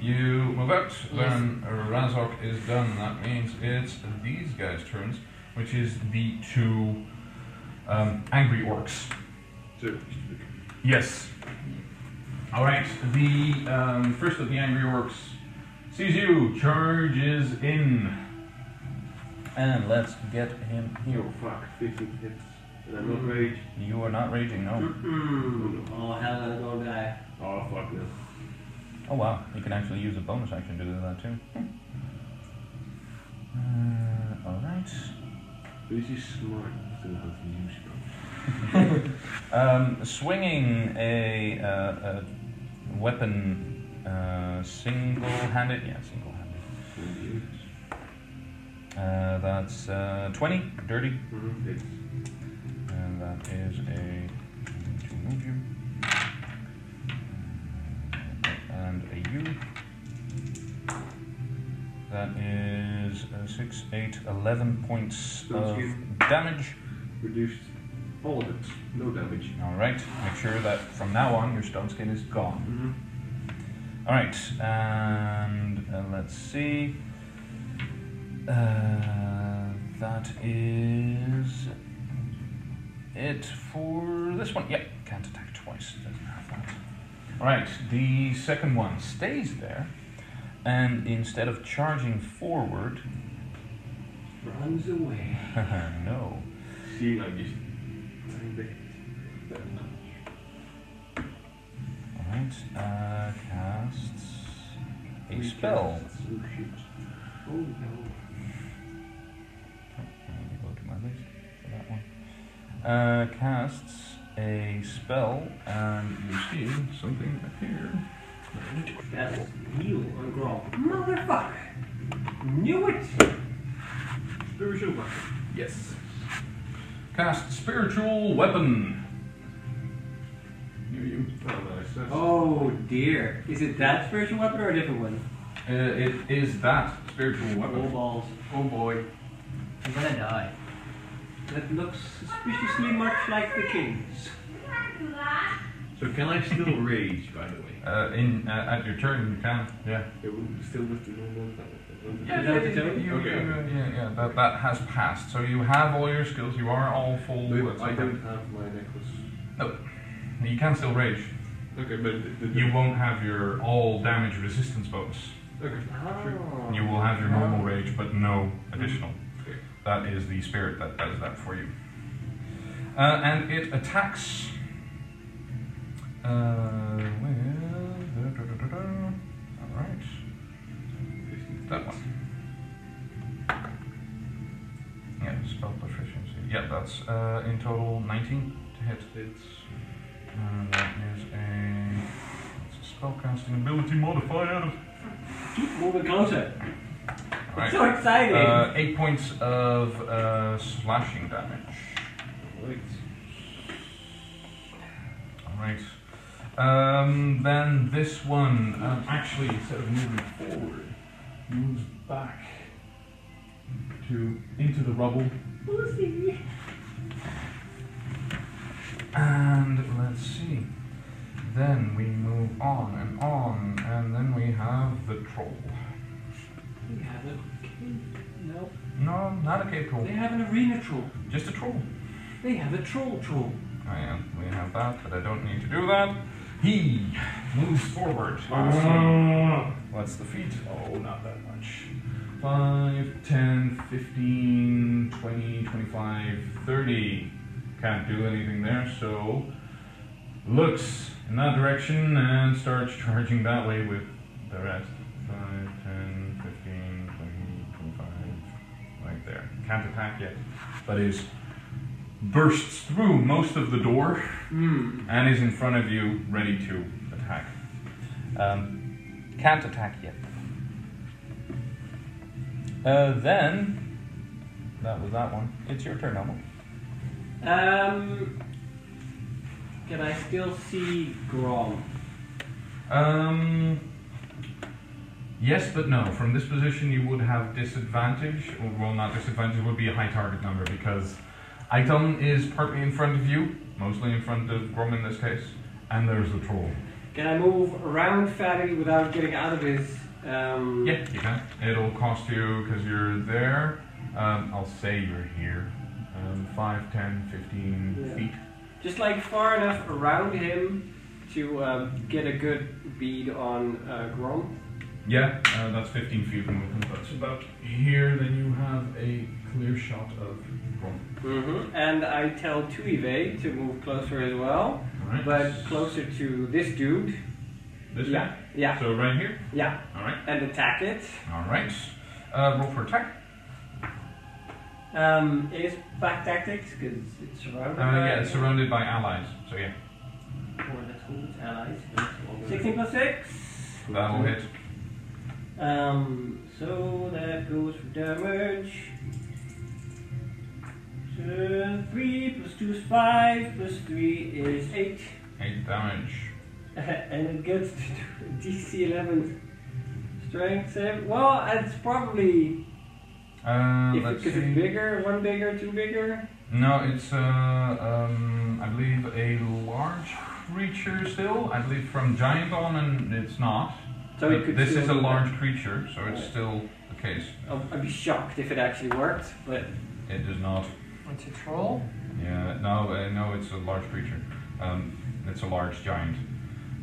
Speaker 2: You move out.
Speaker 10: Yes.
Speaker 2: Then Razok is done. That means it's these guys' turns, which is the two um, angry orcs.
Speaker 4: two.
Speaker 2: Yes. All right. The um, first of the angry orcs sees you, charges in, and let's get him
Speaker 4: So, oh fuck, 15 hits. And I'm not rage.
Speaker 2: You are not raging, no.
Speaker 3: Mm. Oh, hell, I don't die.
Speaker 4: Oh fuck no.
Speaker 2: Oh wow, you can actually use a bonus action to do that too. Uh, all right.
Speaker 4: This is smart. So that's new stuff.
Speaker 2: Um, swinging a, uh, a weapon uh, single-handed, yeah, single-handed. Uh, that's uh, 20, dirty.
Speaker 4: Mm-hmm. Hits.
Speaker 2: And that is a. I need to move you. And a U. That is uh, 6, 8, 11 points
Speaker 4: Sounds
Speaker 2: of
Speaker 4: good.
Speaker 2: damage.
Speaker 4: Reduced all of it. No damage.
Speaker 2: Alright, make sure that from now on your stone skin is gone.
Speaker 4: Mm-hmm.
Speaker 2: Alright, and uh, let's see. Uh, that is it for this one. Yep, can't attack twice, doesn't have that. Alright, the second one stays there, and instead of charging forward,
Speaker 3: Runs away.
Speaker 2: no.
Speaker 4: Seeing I just. I'm back.
Speaker 2: Alright, uh, casts a spell.
Speaker 4: Oh shit.
Speaker 3: Oh no.
Speaker 2: Let me go to my list for that one. Uh, casts a spell, and you see something appear.
Speaker 3: That's evil on Grom. Motherfucker! Knew it!
Speaker 4: Spiritual weapon.
Speaker 2: Yes. Cast spiritual weapon.
Speaker 4: You, you. Oh nice. that's-
Speaker 3: Oh dear. Is it that spiritual weapon or a different one?
Speaker 2: Uh, it is that spiritual
Speaker 3: Oh
Speaker 2: weapon.
Speaker 3: balls.
Speaker 4: Oh boy.
Speaker 10: I'm gonna die.
Speaker 3: That looks suspiciously much like the king's.
Speaker 4: So can I still rage, by the way?
Speaker 2: Uh, in uh, at your turn, you can. Yeah.
Speaker 4: It would still with the normal attack, wouldn't it?
Speaker 3: Yeah, yeah, yeah,
Speaker 2: You-
Speaker 4: Okay.
Speaker 2: you- yeah, yeah, That that has passed. So you have all your skills. You are all full.
Speaker 4: But
Speaker 2: that's
Speaker 4: I
Speaker 2: okay.
Speaker 4: don't have my necklace.
Speaker 2: You can still rage.
Speaker 4: Okay, but the, the,
Speaker 2: You won't have your all damage resistance bonus.
Speaker 4: Okay.
Speaker 2: You will have your normal rage, but no additional.
Speaker 4: Okay.
Speaker 2: That is the spirit that does that for you. Uh, and it attacks. Uh, with. da, da, da, da, da. All right. That one. Yeah, spell proficiency. Yeah, that's uh, in total 19 to hit.
Speaker 4: It's
Speaker 2: And that is a, it's a spellcasting ability modifier.
Speaker 3: Keep moving closer.
Speaker 2: All
Speaker 3: It's
Speaker 2: right.
Speaker 3: so exciting.
Speaker 2: Uh, eight points of uh, slashing damage.
Speaker 4: right.
Speaker 2: Alright. Um, then this one um, actually, instead of moving forward, moves back to into the rubble. And let's see. Then we move on and on, and then we have the troll.
Speaker 3: they have a king. No.
Speaker 2: No, not a cave troll,
Speaker 3: They have an arena troll.
Speaker 2: just a troll.
Speaker 3: They have a troll troll.
Speaker 2: I am. We have that, but I don't need to do that. He moves forward. Awesome. What's the feet? Oh, not that much. 5, 10, 15, 20, 25, 30. Can't do anything there, so looks in that direction and starts charging that way with the rest. 5, 10, 15, 20, 25, right there. Can't attack yet, but is bursts through most of the door
Speaker 3: Hmm.
Speaker 2: and is in front of you, ready to attack. Um, can't attack yet. Uh, then that was that one. It's your turn, Elmo.
Speaker 3: Um. Can I still see Grom?
Speaker 2: Um. Yes, but no. From this position, you would have disadvantage, or well, not disadvantage. It would be a high target number because Item is partly in front of you, mostly in front of Grom in this case, and there's the troll.
Speaker 3: Can I move around Fatty without getting out of his? Um,
Speaker 2: Yeah, you can. It'll cost you, because you're there, um, I'll say you're here, um, 5, 10, 15
Speaker 3: Yeah.
Speaker 2: feet.
Speaker 3: Just like far enough around him to um, get a good bead on uh, Grom.
Speaker 2: Yeah, uh, that's 15 feet of movement. That's about here, then you have a clear shot of Grom.
Speaker 3: Mm-hmm. And I tell Tuive to move closer as well,
Speaker 2: Alright.
Speaker 3: but closer to this dude.
Speaker 2: This
Speaker 3: yeah,
Speaker 2: guy?
Speaker 3: yeah,
Speaker 2: So right here?
Speaker 3: yeah,
Speaker 2: Alright.
Speaker 3: and attack it.
Speaker 2: Alright. Uh, roll for attack.
Speaker 3: Um, it is back tactics because it's
Speaker 2: Uh,
Speaker 3: surrounded. by-
Speaker 2: yeah, it's surrounded by allies, so yeah.
Speaker 3: Or that's who's allies. 16 plus 6.
Speaker 2: That'll hit.
Speaker 3: Um, so that goes for damage. So 3 plus 2 is 5, plus 3 is 8.
Speaker 2: 8 damage.
Speaker 3: and it gets to DC 11 strength save. Well, it's probably.
Speaker 2: Uh,
Speaker 3: If
Speaker 2: let's
Speaker 3: it's, if it's
Speaker 2: see.
Speaker 3: bigger, one bigger, two bigger.
Speaker 2: No, it's uh, um, I believe a large creature still. I believe from giant on, and it's not.
Speaker 3: So it
Speaker 2: But
Speaker 3: could
Speaker 2: Uh, this
Speaker 3: still
Speaker 2: is a
Speaker 3: do that.
Speaker 2: large creature, so it's still the case.
Speaker 3: I'll- I'd be shocked if it actually worked, but.
Speaker 2: It does not.
Speaker 10: It's a troll?
Speaker 2: Yeah, no, uh, no, it's a large creature. Um, it's a large giant,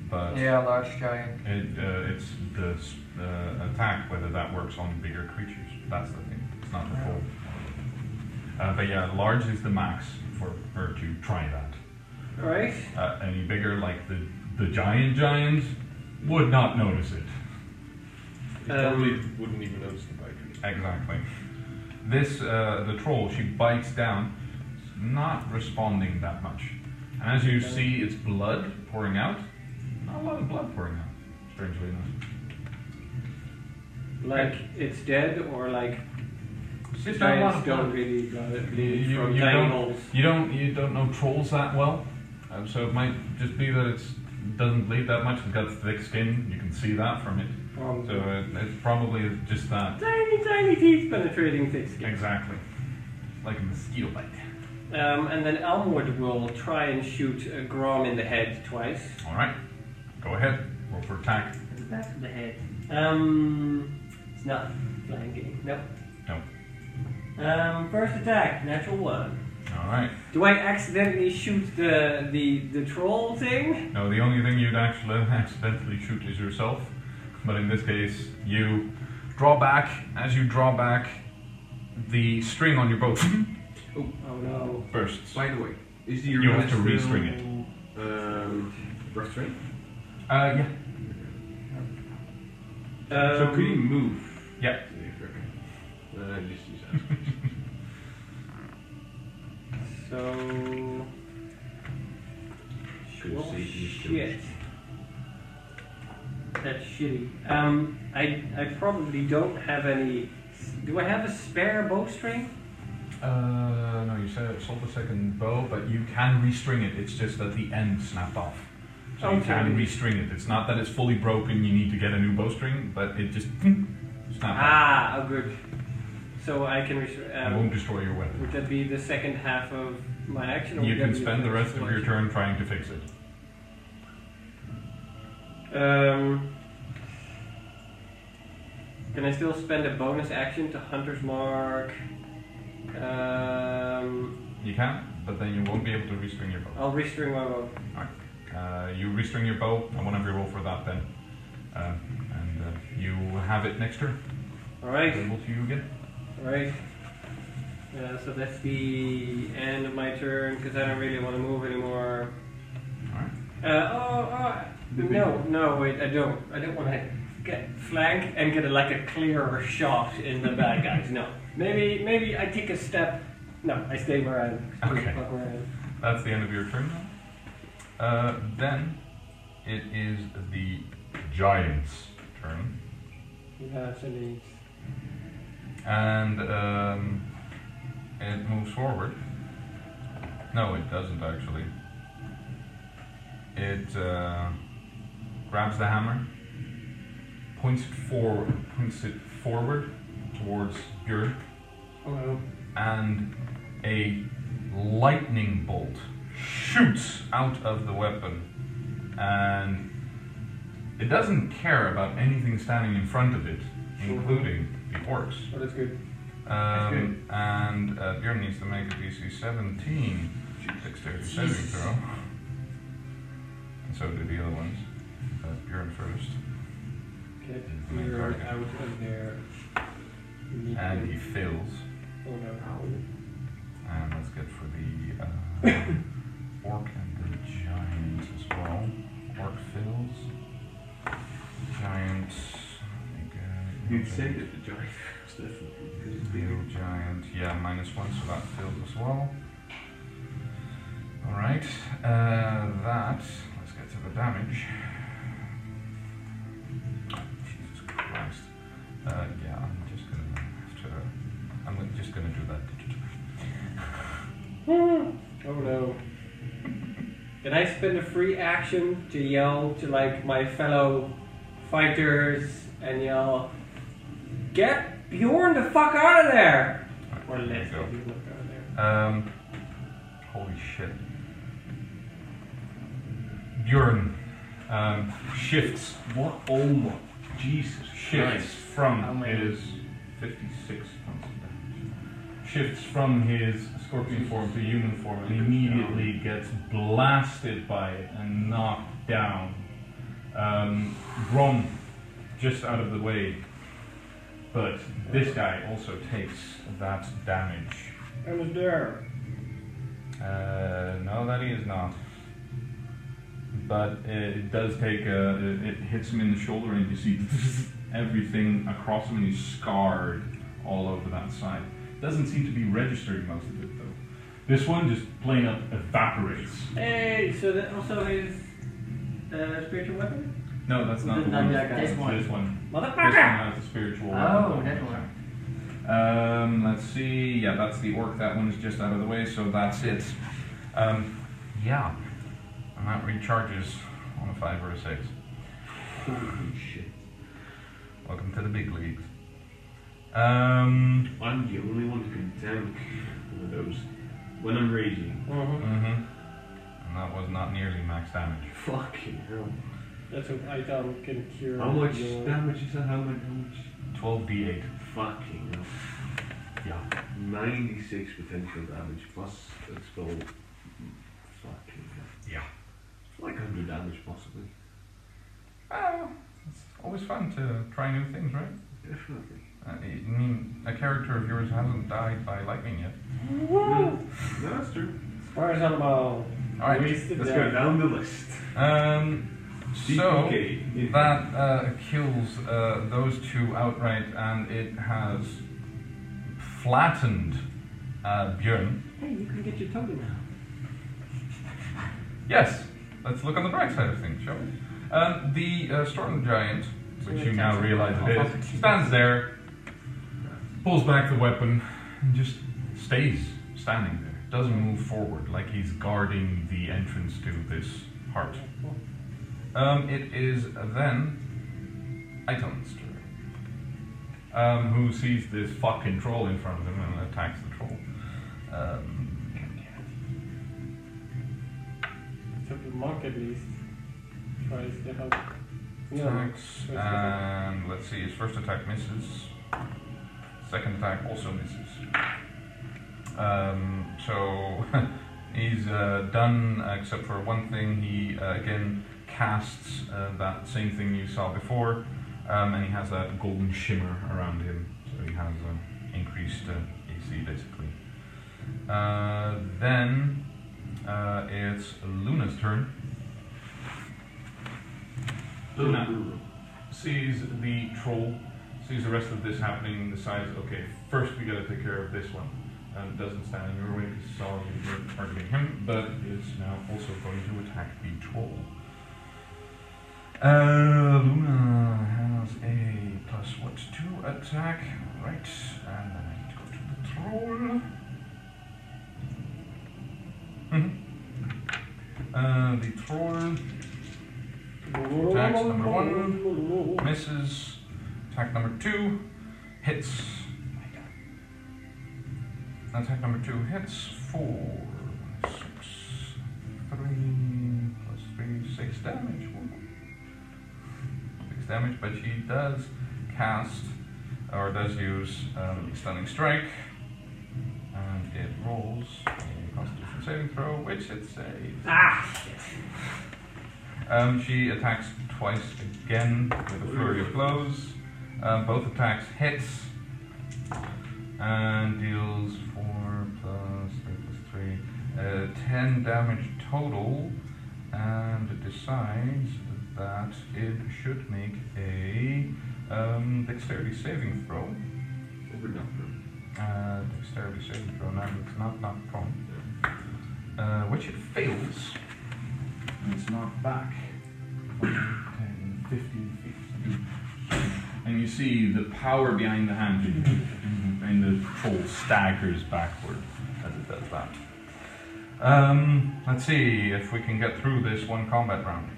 Speaker 2: but
Speaker 10: Yeah, large giant.
Speaker 2: it, uh, it's the s- uh, attack whether that works on bigger creatures. That's the thing. It's not the full. Uh, but yeah, large is the max for her to try that.
Speaker 3: Alright.
Speaker 2: uh, any bigger, like the the giant giant would not notice it.
Speaker 4: You probably wouldn't even notice the bike.
Speaker 2: Exactly. This uh, the troll. She bites down, not responding that much. And as you see, it's blood pouring out. Not a lot of blood pouring out. Strangely enough,
Speaker 3: Like it's dead, or like
Speaker 2: it's just not a lot of
Speaker 3: giants don't
Speaker 2: blood.
Speaker 3: really got it
Speaker 2: You- you-
Speaker 3: from
Speaker 2: you
Speaker 3: tiny
Speaker 2: don't-
Speaker 3: holes.
Speaker 2: You don't you don't know trolls that well, um, so it might just be that it's doesn't bleed that much. It's got thick skin. You can see that from it.
Speaker 3: Um,
Speaker 2: So it, it's probably just that.
Speaker 3: tiny, tiny teeth penetrating thick skin.
Speaker 2: Exactly. Like a mosquito bite.
Speaker 3: Um, and then Elmwood will try and shoot uh, Grom in the head twice.
Speaker 2: All right. Go ahead. Roll for attack.
Speaker 3: Back of the head. Um, it's not flanking. Nope.
Speaker 2: No.
Speaker 3: Um, first attack, natural one.
Speaker 2: All right.
Speaker 3: Do I accidentally shoot the the the troll thing?
Speaker 2: No, the only thing you'd actually accidentally shoot is yourself. But in this case, you draw back. As you draw back, the string on your boat
Speaker 3: Oh no.
Speaker 2: bursts.
Speaker 4: By the way, is the
Speaker 2: You have to
Speaker 4: Uranus
Speaker 2: restring
Speaker 4: still, Um, rough string.
Speaker 2: Uh, yeah.
Speaker 4: so
Speaker 3: Um,
Speaker 4: could he move?
Speaker 2: Yeah.
Speaker 4: Uh, just use that.
Speaker 3: So.
Speaker 4: Should've
Speaker 3: Oh,
Speaker 4: saved you still.
Speaker 3: shit. That's shitty. Um, I I probably don't have any. Do I have a spare bowstring?
Speaker 2: Uh, no, you said it sold the second bow, but you can restring it. It's just that the end snapped off. So you
Speaker 3: Okay.
Speaker 2: can restring it. It's not that it's fully broken, you need to get a new bowstring, but it just snapped off.
Speaker 3: Ah, oh good. So I can. Res-
Speaker 2: It
Speaker 3: um,
Speaker 2: won't destroy your weapon.
Speaker 3: would that be the second half of my action? Or
Speaker 2: You
Speaker 3: would that
Speaker 2: can
Speaker 3: be
Speaker 2: spend the
Speaker 3: first
Speaker 2: rest of your
Speaker 3: action?
Speaker 2: turn trying to fix it.
Speaker 3: Um. Can I still spend a bonus action to Hunter's Mark? Um,
Speaker 2: You can, but then you won't be able to restring your bow.
Speaker 3: I'll restring my bow.
Speaker 2: Uh, you restring your bow, I want every roll for that then. Uh, and uh, you have it next turn.
Speaker 3: All right.
Speaker 2: Available to you again.
Speaker 3: Alright. Uh, so that's the end of my turn because I don't really want to move anymore.
Speaker 2: Alright.
Speaker 3: Uh, oh, oh, no, no, wait, I don't. I don't want to get flank and get a, like a clearer shot in the bad guys. No, maybe maybe I take a step. No, I stay where I am.
Speaker 2: Okay.
Speaker 3: Where I am.
Speaker 2: That's the end of your turn. then. Uh, then it is the giant's turn,
Speaker 3: Yeah, so the-
Speaker 2: and um, it moves forward. No, it doesn't actually. It uh, grabs the hammer, points it forward, points it forward towards Björn,
Speaker 3: Hello.
Speaker 2: and a lightning bolt shoots out of the weapon and it doesn't care about anything standing in front of it, including the orcs.
Speaker 3: Oh, that's good.
Speaker 2: Um, and uh, Bjorn needs to make a DC 17 dexterity saving throw. And so do the other ones. Uh, Bjorn first.
Speaker 3: Get
Speaker 2: my
Speaker 3: your
Speaker 2: target.
Speaker 3: out of there.
Speaker 2: And he fails.
Speaker 3: Oh no.
Speaker 2: And let's get for the uh, orc and the giant as well. Orc fills. Giant. I think, uh,
Speaker 4: You'd send it to Johnny first, definitely. Because it's
Speaker 2: Blue
Speaker 4: bigger.
Speaker 2: giant. Yeah, minus one, so that fills as well. Alright. Uh, that. Let's get to the damage. Jesus Christ. Uh, yeah, I'm just gonna have to. I'm just gonna do that digitally.
Speaker 3: Oh no. Can I spend a free action to yell to like my fellow fighters and yell, get Bjorn the fuck out of there?
Speaker 2: Alright,
Speaker 3: Or
Speaker 2: there
Speaker 3: let's
Speaker 2: you go.
Speaker 3: get Bjorn the fuck out of there.
Speaker 2: Um, holy shit. Bjorn um, shifts. What? Oh my. Jesus. Shifts
Speaker 4: Christ.
Speaker 2: from
Speaker 10: How many?
Speaker 2: his 56 points of damage. Shifts from his scorpion form to human form and immediately gets blasted by it and knocked down. Um, Grom just out of the way. But this guy also takes that damage.
Speaker 3: I was there.
Speaker 2: Uh, no, that he is not. But it, it does take a. It, it hits him in the shoulder, and you see everything across him, and he's scarred all over that side. Doesn't seem to be registering most of it, though. This one just plain up evaporates.
Speaker 3: Hey, so that also is uh, spiritual weapon?
Speaker 2: No, that's not the
Speaker 3: Not
Speaker 2: one.
Speaker 3: that guy.
Speaker 10: This one.
Speaker 2: This one. This one
Speaker 3: Motherfucker!
Speaker 2: has the spiritual.
Speaker 10: Oh,
Speaker 2: weapon.
Speaker 10: that one.
Speaker 2: Um, let's see. Yeah, that's the orc. That one's just out of the way, so that's it. Um, yeah, and that recharges on a five or a six.
Speaker 4: Holy shit.
Speaker 2: Welcome to the big leagues. Um,
Speaker 4: I'm the only one who can tank one of those when I'm raging.
Speaker 3: Uh-huh.
Speaker 2: mhm. And that was not nearly max damage.
Speaker 4: Fucking hell.
Speaker 3: That's what I thought can cure.
Speaker 4: How much
Speaker 3: your-
Speaker 4: damage is that? How much? How much?
Speaker 2: 12d8.
Speaker 4: Fucking hell. Yeah. 96 potential damage plus a spell. Fucking hell.
Speaker 2: Yeah.
Speaker 4: Like 100 damage possibly.
Speaker 2: Oh, it's always fun to try new things, right?
Speaker 4: Definitely.
Speaker 2: Uh, I mean, a character of yours hasn't died by lightning yet.
Speaker 3: Woo!
Speaker 4: No, that's true.
Speaker 3: Where's the ball?
Speaker 2: All right.
Speaker 3: Wasted
Speaker 4: Let's go
Speaker 3: damage.
Speaker 4: down the list.
Speaker 2: Um, so
Speaker 4: DPK. Yeah.
Speaker 2: that uh, kills uh, those two outright, and it has flattened uh, Björn.
Speaker 11: Hey, you can get your totem now.
Speaker 2: Yes, let's look on the bright side of things, shall we? Um, the uh, storm giant, which you now realize it is, stands there, pulls back the weapon, and just stays standing there. Doesn't move forward, like he's guarding the entrance to this heart. Um, it is then Iton's turn. Um, who sees this fucking troll in front of him and attacks the troll? Um,
Speaker 3: Except the monk at least tries to help. No.
Speaker 2: attacks. And let's see, his first attack misses. Second attack also misses. Um, so he's uh, done, except for one thing. He uh, again casts uh, that same thing you saw before, um, and he has that golden shimmer around him. So he has um, increased uh, AC basically. Uh, then uh, it's Luna's turn. Luna sees the troll, sees the rest of this happening, and decides, okay, first we gotta take care of this one. Um, doesn't stand in your way because saw you were targeting him, but is now also going to attack the troll. Uh, Luna has a plus what two attack, right? And then I need to go to the troll. Mhm. Uh, the troll Attacks number one. misses. Attack number two hits. Attack number two hits. Four, six, three, plus three, six damage. Six damage, but she does cast or does use um, stunning strike, and it rolls a Constitution saving throw, which it saves.
Speaker 11: Ah, shit.
Speaker 2: Um, she attacks twice again with a flurry of blows. Um, both attacks hits and deals four plus three plus three, uh, ten damage total, and it decides that it should make a um, dexterity saving throw.
Speaker 4: Over nothing.
Speaker 2: Uh, dexterity saving throw. Now it's not not prone, uh, which it fails. And it's not back. 10, 15, 15. And you see the power behind the hand, and the troll staggers backward as it does that. Um, let's see if we can get through this one combat round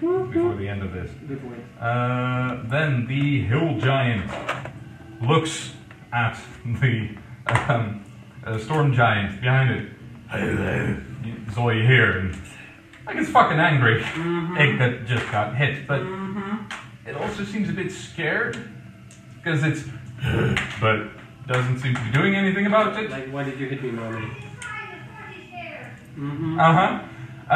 Speaker 2: before the end of this.
Speaker 3: Good point.
Speaker 2: Uh, then the hill giant looks at the um, uh, storm giant behind it. Hello. It's all you hear. And, like it's fucking angry. Egg that just got hit, but it also seems a bit scared because it's. but doesn't seem to be doing anything about it.
Speaker 3: Like, why did you hit me, mommy?
Speaker 2: Uh huh.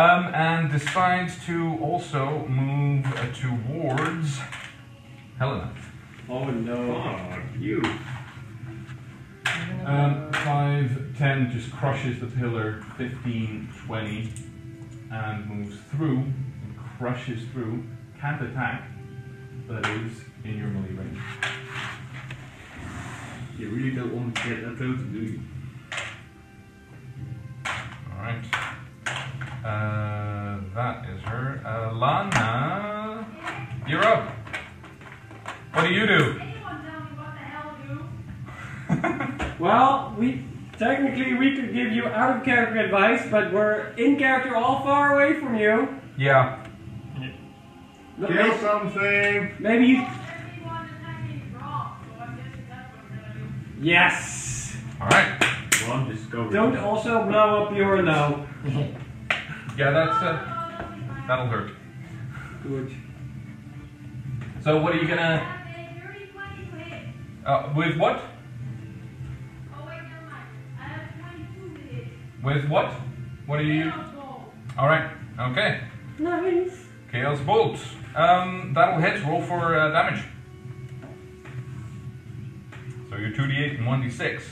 Speaker 2: Um, and decides to also move uh, towards Helena.
Speaker 3: Oh no.
Speaker 4: Fuck you.
Speaker 2: Um, 5, 10 just crushes the pillar, 15, 20, and moves through, and crushes through, can't attack, but is in your melee range.
Speaker 4: You really don't want to get that out, do you?
Speaker 2: Alright. Uh, that is her. Uh, Lana, you're up. What do you do?
Speaker 5: Anyone tell me what the hell to do?
Speaker 3: Well, we technically we could give you out of character advice, but we're in character all far away from you.
Speaker 2: Yeah.
Speaker 11: Look,
Speaker 4: Kill
Speaker 11: may-
Speaker 4: something!
Speaker 11: Maybe you.
Speaker 5: Everyone is acting wrong, so I'm guessing that's what we're gonna do.
Speaker 11: Yes!
Speaker 2: Alright.
Speaker 4: Well, I'm discovering.
Speaker 11: Don't also blow up your no.
Speaker 2: Yeah, that's uh, that'll hurt.
Speaker 3: Good.
Speaker 2: So what are you gonna?
Speaker 5: Have a dirty twenty-two hit.
Speaker 2: Uh, with what?
Speaker 5: Oh wait, never mind. I have twenty-two hit.
Speaker 2: With what? What are you?
Speaker 5: Failed roll.
Speaker 2: All right. Okay.
Speaker 3: Nice.
Speaker 2: Chaos bolt. Um, that'll hit. Roll for uh, damage. So you're two d eight and one d six.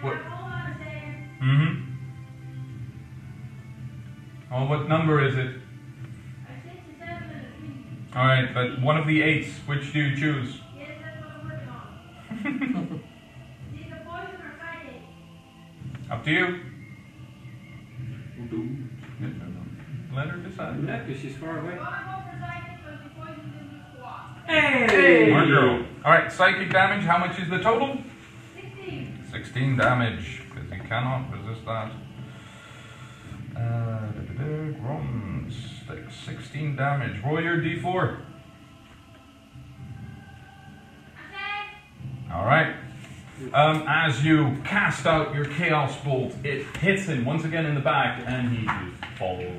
Speaker 2: What?
Speaker 5: Hold on a second.
Speaker 2: Mm-hmm. Oh, what number is it?
Speaker 5: I said to seven and a three.
Speaker 2: All right, but one of the eights. Which do you choose?
Speaker 5: Yes, that's what I'm working on. Is it a poison or fighting?
Speaker 2: Up to you.
Speaker 4: Don't.
Speaker 2: Let her decide.
Speaker 3: Yeah, because she's far away.
Speaker 5: Well, I'm going for fighting because the poison didn't squat.
Speaker 3: Hey!
Speaker 2: Smart girl. All right, psychic damage. How much is the total?
Speaker 5: Sixteen.
Speaker 2: 16 damage, because you cannot resist that. Uh, da-da-da, Grom's stick, 16 damage. Roll your d4.
Speaker 5: Okay.
Speaker 2: Alright. Um, as you cast out your Chaos Bolt, it hits him once again in the back, and he just falls over.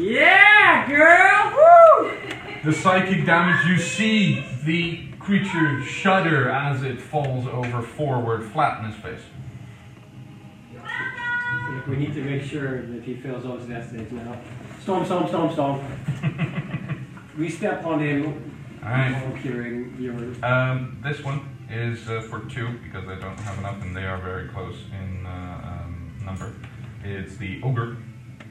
Speaker 3: Yeah, girl! Woo!
Speaker 2: The psychic damage, you see the creature shudder as it falls over forward, flat in his face.
Speaker 3: Look, we need to make sure that he fails all his death saves now. Storm, storm, storm, storm. we step on him
Speaker 2: Alright.
Speaker 3: while curing your.
Speaker 2: Um, this one is uh, for two because I don't have enough, and they are very close in uh, um, number. It's the ogre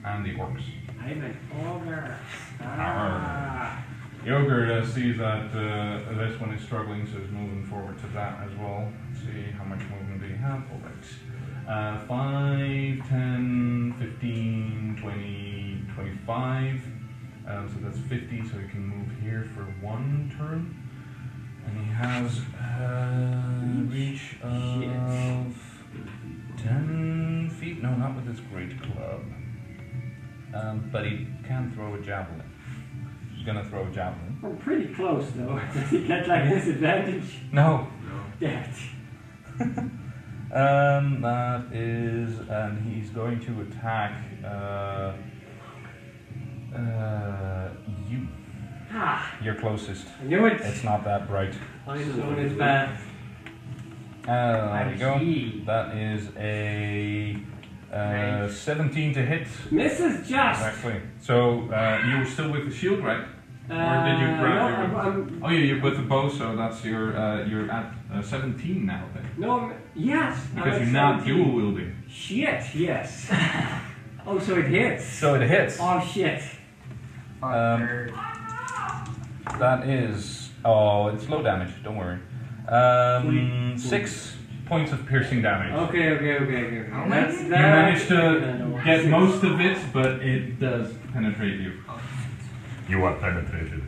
Speaker 2: and the orcs.
Speaker 3: I'm an ogre. Ah.
Speaker 2: The ogre uh, sees that uh, this one is struggling, so is moving forward to that as well. See how much movement do you have? All right. Uh, 5, 10, 15, 20, 25. Um, so that's 50, so he can move here for one turn. And he has uh, reach of 10 feet. No, not with his great club. Um, but he can throw a javelin. He's gonna throw a javelin.
Speaker 3: We're pretty close though. Does he get like disadvantage?
Speaker 2: No.
Speaker 3: Damn it.
Speaker 2: Um, that is, and he's going to attack uh, uh, you.
Speaker 3: Ah,
Speaker 2: Your closest.
Speaker 3: I knew it.
Speaker 2: It's not that bright.
Speaker 3: Someone is bad.
Speaker 2: Uh, there you
Speaker 10: Lucky.
Speaker 2: go. That is a uh, 17 to hit.
Speaker 3: Mrs. Just.
Speaker 2: Exactly. So uh, you're still with the shield, right?
Speaker 3: Uh,
Speaker 2: Or did you grab
Speaker 3: no,
Speaker 2: your-
Speaker 3: I'm, I'm,
Speaker 2: Oh yeah, you're with the bow, so that's your uh, you're at uh, 17 now then.
Speaker 3: no, I'm, yes. I'm
Speaker 2: Because
Speaker 3: at
Speaker 2: you're now
Speaker 3: 17.
Speaker 2: dual wielding.
Speaker 3: Shit, yes. oh, so it hits.
Speaker 2: So it hits.
Speaker 3: Oh, shit.
Speaker 10: Fucker.
Speaker 2: That is. Oh, it's low damage. Don't worry. Um, six points of piercing damage.
Speaker 3: Okay, okay, okay, okay. okay.
Speaker 10: How
Speaker 3: That's,
Speaker 10: many?
Speaker 3: that,
Speaker 2: You managed to
Speaker 3: Yeah,
Speaker 2: get
Speaker 3: six.
Speaker 2: most of it, but it does penetrate you.
Speaker 13: You are penetrated.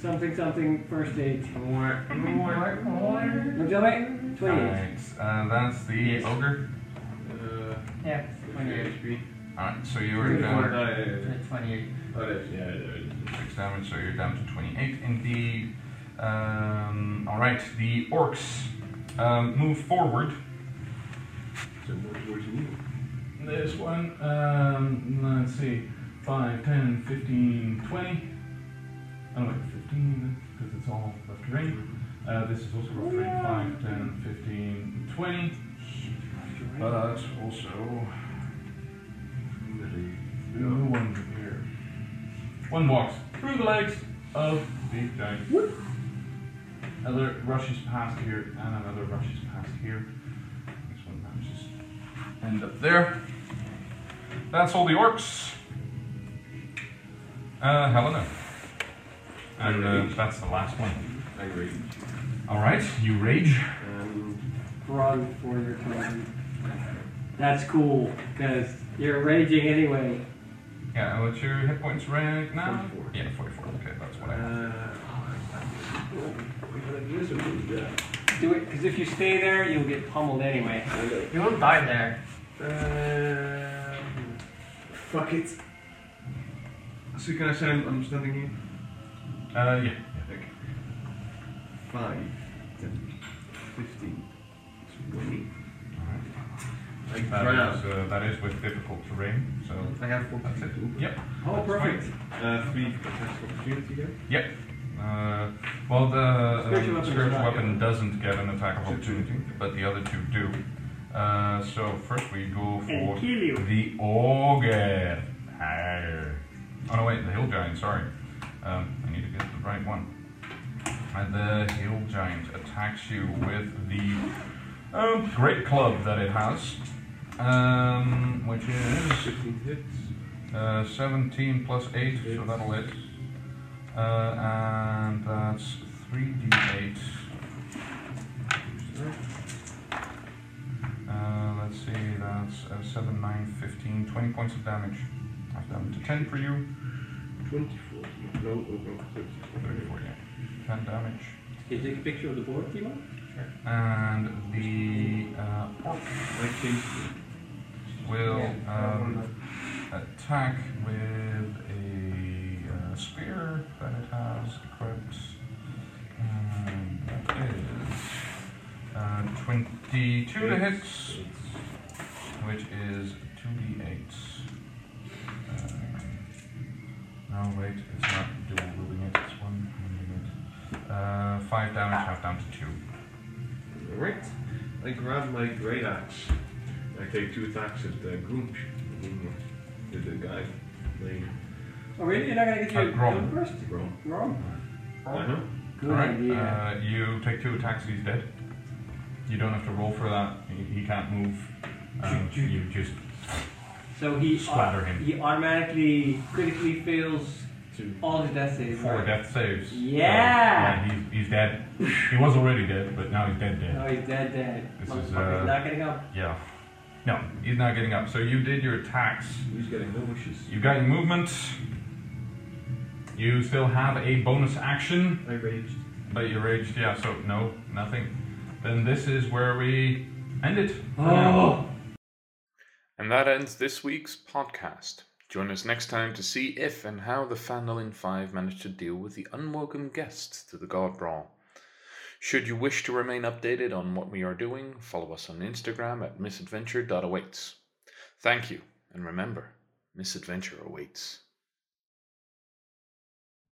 Speaker 3: Something, something, first aid.
Speaker 2: More.
Speaker 10: More, more.
Speaker 3: No, tell me. 28.
Speaker 2: Alright, uh, that's the
Speaker 4: Yes.
Speaker 2: ogre.
Speaker 4: Uh,
Speaker 10: Yeah,
Speaker 4: 20 HP.
Speaker 2: Alright, so you're
Speaker 3: Good
Speaker 2: down
Speaker 3: work.
Speaker 4: yeah, yeah, yeah.
Speaker 10: the 28.
Speaker 4: Oh, that's, yeah, yeah, yeah.
Speaker 2: six damage, so you're down to 28 indeed. Um, Alright, the orcs um, move forward.
Speaker 4: So what, what do you need?
Speaker 2: This one, um, let's see, 5, 10, 15, 20. Oh, wait, 15, because it's all left terrain. Uh, this is also left terrain, 5, 10, 15, 20. But also, really, no one here. One walks through the legs of the giant. Another rushes past here, and another rushes past here. This one manages end up there. That's all the orcs. Uh, Helena. And uh, that's the last one.
Speaker 4: I agree.
Speaker 2: All right, you rage.
Speaker 4: Um,
Speaker 3: Run for your time. That's cool, because you're raging anyway.
Speaker 2: Yeah, what's your hit points right now?
Speaker 4: 44.
Speaker 2: Yeah, 44. Okay, that's what I have.
Speaker 4: uh, we gotta do this or do that?
Speaker 11: Do it, because if you stay there, you'll get pummeled anyway.
Speaker 10: You will die there.
Speaker 4: Um, fuck it. So can I say I'm, I'm standing here?
Speaker 2: Uh, yeah.
Speaker 4: Okay. Five, ten, fifteen, twenty. Alright.
Speaker 2: That
Speaker 4: I run out.
Speaker 2: is, uh, that is with difficult terrain, so.
Speaker 4: I have four
Speaker 2: That's it.
Speaker 4: people.
Speaker 2: Yep.
Speaker 11: Oh,
Speaker 2: that's
Speaker 11: perfect.
Speaker 2: fine.
Speaker 4: Uh, three attacks of opportunity here.
Speaker 2: Yep. Uh, well, the
Speaker 11: Spiritual
Speaker 2: um,
Speaker 11: weapon's
Speaker 2: spiritual
Speaker 11: not
Speaker 2: weapon
Speaker 11: yet.
Speaker 2: doesn't get an attack of opportunity, but the other two do. Uh, so first we go
Speaker 11: And
Speaker 2: for
Speaker 11: kill you.
Speaker 2: the ogre. Arr. Oh no, wait, the hill giant. Sorry, um, I need to get the right one. And the hill giant attacks you with the um, great club that it has, um, which is
Speaker 4: Fifteen hits.
Speaker 2: uh, 17 plus 8, so that'll hit. Uh, and that's 3d8. Uh, let's see, that's uh, 7, 9, 15, 20 points of damage. Half down to 10 for you,
Speaker 4: Twenty-four. No, no, no.
Speaker 2: 30
Speaker 4: Thirty-four.
Speaker 2: for you. 10 damage.
Speaker 3: Can you take a picture of the board, Timo?
Speaker 2: And the uh, orc
Speaker 4: I changed it.
Speaker 2: will um, attack with a uh, spear that it has equipped. Um, that is uh, 22 to hit, which is 2d8. Um, no, wait, it's not dual wielding it, it's one wielding it. Uh, 5 damage, half down to 2.
Speaker 4: Alright. I grab my great axe. I take two attacks at the Goomp. The, the guy playing
Speaker 3: Oh, really? You're not gonna get
Speaker 2: Uh,
Speaker 3: your
Speaker 2: Grom.
Speaker 3: gun first?
Speaker 4: Grom.
Speaker 3: Wrong.
Speaker 4: Uh-huh.
Speaker 3: Good
Speaker 2: Alright,
Speaker 3: idea.
Speaker 2: uh, you take two attacks, he's dead. You don't have to roll for that, he, he can't move. Um, you just
Speaker 3: so he
Speaker 2: uh, splatter him.
Speaker 3: he automatically critically fails
Speaker 4: Two.
Speaker 3: all the death saves.
Speaker 2: Four
Speaker 4: uh,
Speaker 3: right?
Speaker 2: death saves. Uh,
Speaker 3: Yeah.
Speaker 2: yeah, he's, he's dead. he was already dead, but now he's dead dead.
Speaker 3: Oh, he's dead, dead.
Speaker 2: This
Speaker 3: Motherfucker's
Speaker 2: is, uh,
Speaker 3: not getting up.
Speaker 2: Yeah. No, he's not getting up. So you did your attacks.
Speaker 4: He's getting no wishes.
Speaker 2: You got your movement. You still have a bonus action,
Speaker 4: I raged.
Speaker 2: but you raged. Yeah, so no, nothing. Then this is where we end it. for now.
Speaker 3: Oh.
Speaker 1: And that ends this week's podcast. Join us next time to see if and how the Fandolin 5 managed to deal with the unwelcome guests to the God Brawl. Should you wish to remain updated on what we are doing, follow us on Instagram at misadventure.awaits. Thank you, and remember, misadventure awaits.